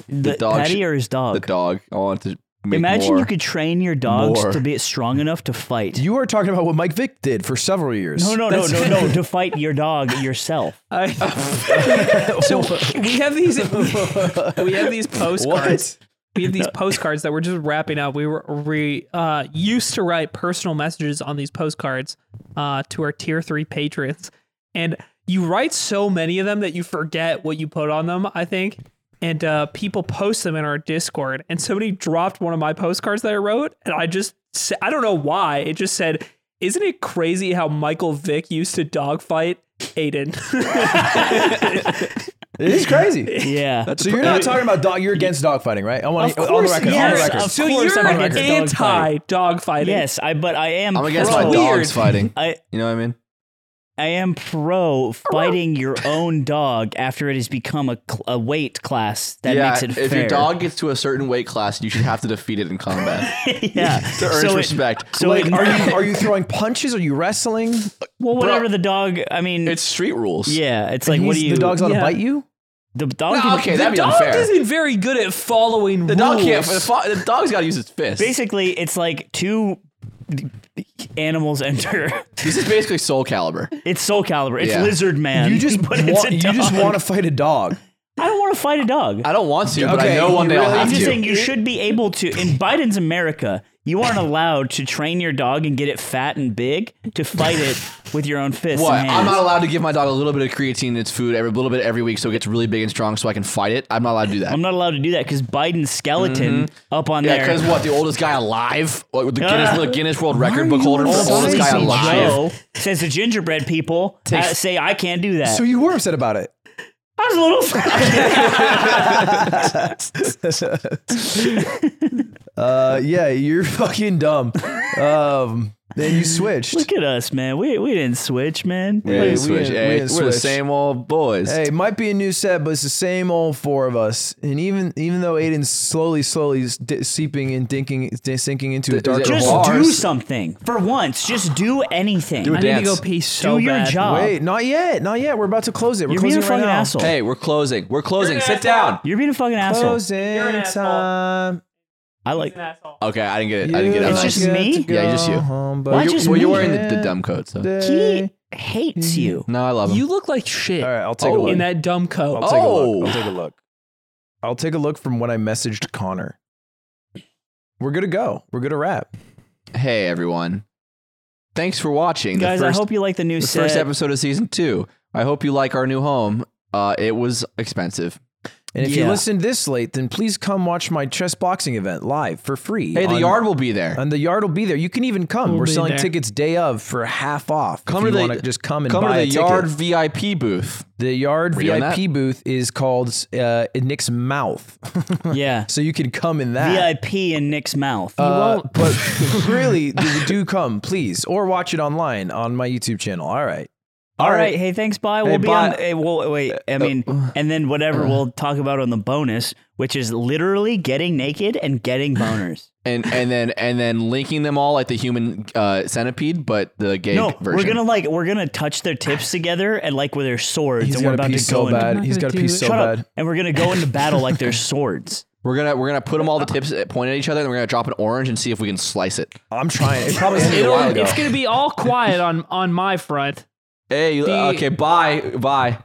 B: The,
A: dog
B: Patty
A: should-
B: or
A: The
B: his dog?
A: dog. I want it to make
B: Imagine
A: more.
B: you could train your dogs
A: More.
B: to be strong enough to fight.
C: You are talking about what Mike Vick did for several years.
B: no, no, no, no, no, to fight your dog yourself.
D: so we have these we have these postcards.
C: What?
D: We have these postcards that we're just wrapping up. We were we uh, used to write personal messages on these postcards uh, to our tier three patrons, and you write so many of them that you forget what you put on them. I think, and uh, people post them in our Discord. And somebody dropped one of my postcards that I wrote, and I just sa- I don't know why it just said, "Isn't it crazy how Michael Vick used to dogfight Aiden?"
C: It is crazy.
B: Yeah.
C: So you're not talking about dog. You're against dog fighting, right? I want
B: Of
C: to on the
B: course,
C: record.
B: yes,
C: on the record.
B: of
D: so
B: course
D: you're
B: I'm against
D: anti dogfighting.
B: yes, I but I am
A: I'm against
B: pro.
A: my
D: Weird.
A: dogs fighting.
B: I
A: You know what I mean?
B: I am pro fighting your own dog after it has become a, cl- a weight class that
A: yeah,
B: makes it
A: if
B: fair.
A: your dog gets to a certain weight class, you should have to defeat it in combat
B: yeah,
A: to earn
B: So
A: its
B: it-
A: respect.
B: so
C: like,
B: it-
C: are you are you throwing punches? Are you wrestling?
B: well, whatever the dog. I mean,
A: it's street rules.
B: yeah, it's like what
C: He's-
B: do you?
C: The dog's allowed
D: yeah.
C: to bite you.
B: the dog.
A: No,
B: can-
A: Ah, okay,
D: The
A: that'd be
D: dog
A: unfair.
D: isn't very good at following
A: The
D: rules.
A: dog can't. The, fo- the dog's got to use its fist.
B: Basically, it's like two animals enter.
A: this is basically Soul Caliber.
B: It's Soul Calibur. It's
A: Yeah.
B: Lizard Man.
C: You just
B: but it's
C: want,
B: a
C: you
B: dog.
C: just want to fight a dog.
B: I don't want to fight a dog.
A: I don't want to, but
C: Okay,
A: I know one
C: you
A: day
C: really-
A: I'll
B: I'm
A: have
B: just
A: to.
B: saying you should be able to. In Biden's America, you aren't allowed to train your dog and get it fat and big to fight it with your own fists.
A: what?
B: And hands.
A: I'm not allowed to give my dog a little bit of creatine in its food, every little bit every week, so it gets really big and strong, so I can fight it. I'm not allowed to do that.
B: I'm not allowed to do that because Biden's skeleton up on
A: Mm-hmm. yeah,
B: there.
A: because what? The oldest guy alive? What, the Guinness,
B: Ah.
A: the Guinness World
C: are
A: Record book
C: you
A: holder,
C: all
A: the oldest guy
C: crazy,
A: alive.
B: Joe says the gingerbread people uh,
A: Takes-
B: say I can't do that.
C: So you were upset about it.
B: I was a little.
C: Uh, yeah, you're fucking dumb. Um, then you switched.
B: Look at us, man. We we didn't switch, man.
A: Yeah,
C: Wait,
A: you
C: we
A: switch.
C: didn't-
A: Hey,
C: we
A: we're
C: didn't
A: the
C: switch.
A: same old boys.
C: Hey, it might be a new set, but it's the same old four of us. And even even though Aiden's slowly, slowly s- di- seeping and dinking, di- sinking into a
A: Th- is
C: darker
A: it-
B: Just
C: hole.
B: do
A: Bars.
B: something for once. Just do anything.
A: Do
D: I
A: it.
D: need to
A: Dance.
D: go pee so
B: Do your
D: bad.
B: job.
C: Wait, not yet, not yet. We're about to close it. We're
B: You're being
C: closing it right
B: a fucking
C: now.
B: asshole.
A: Hey, we're closing. We're closing. Sit down.
B: You're being a fucking asshole.
C: Closing time.
B: I like.
A: Okay, I didn't get it. I didn't get it.
B: It's
A: I'm
B: just
A: sorry.
C: get
B: me?
C: to
A: Yeah, just
C: go
A: you.
C: home,
B: Why
A: Well, you're,
B: just
A: well, you're
B: me?
A: wearing the, the dumb coat, so.
B: He hates you.
A: No, I love him.
D: You look like shit
C: All right, I'll take a
A: Oh,
C: look.
D: in that dumb coat.
C: I'll take a
A: Oh.
C: look. I'll take a look. I'll take a look from when I messaged Connor. We're good to go. We're good to wrap.
A: hey, everyone. Thanks for watching.
B: Guys,
A: the
B: I
A: first,
B: hope you like the new
A: the
B: set.
A: first episode of season two. I hope you like our new home. Uh, it was expensive.
C: And if you
B: Yeah.
C: listen this late, then please come watch my chess boxing event live for free.
A: Hey, the
C: on-
A: yard will be there.
C: And the yard will be there. You can even come.
D: We'll
C: We're
D: be
C: selling
D: there.
C: tickets day of for half off.
A: Come
C: if
A: to
C: you
A: the-
C: wanna just come and
A: Come to
C: buy
A: the
C: a ticket.
A: yard VIP booth.
C: The yard
A: We're doing
C: VIP booth is called uh, Nick's Mouth,
B: yeah.
C: so you can come in that.
B: VIP in Nick's mouth.
C: Uh, but really, do, do come, please, or watch it online on my YouTube channel. All right.
B: All right. Hey, thanks. Bye. we'll be
A: bye.
B: on. Hey, we'll, wait. I mean, and then whatever we'll talk about on the bonus, which is literally getting naked and getting boners.
A: and and then and then linking them all like the human uh, centipede, but the gay
B: no,
A: version.
B: we're gonna like we're gonna touch their tips together and like with their swords,
C: He's
B: and we're
C: got to
B: about
C: pee
B: to
C: so
B: go into
C: bad. He's
D: gonna
C: got to
D: do
C: pee
D: it.
C: so
B: Shut
C: bad.
B: up. And we're gonna go into battle like they're swords.
A: we're gonna we're gonna put them all the tips at- point at each other, and we're gonna drop an orange and see if we can slice it.
C: I'm trying. It probably took me a
D: It'll-
C: while ago.
D: it's gonna be all quiet on on my front.
A: Hey,
D: The-
A: okay, bye, bye.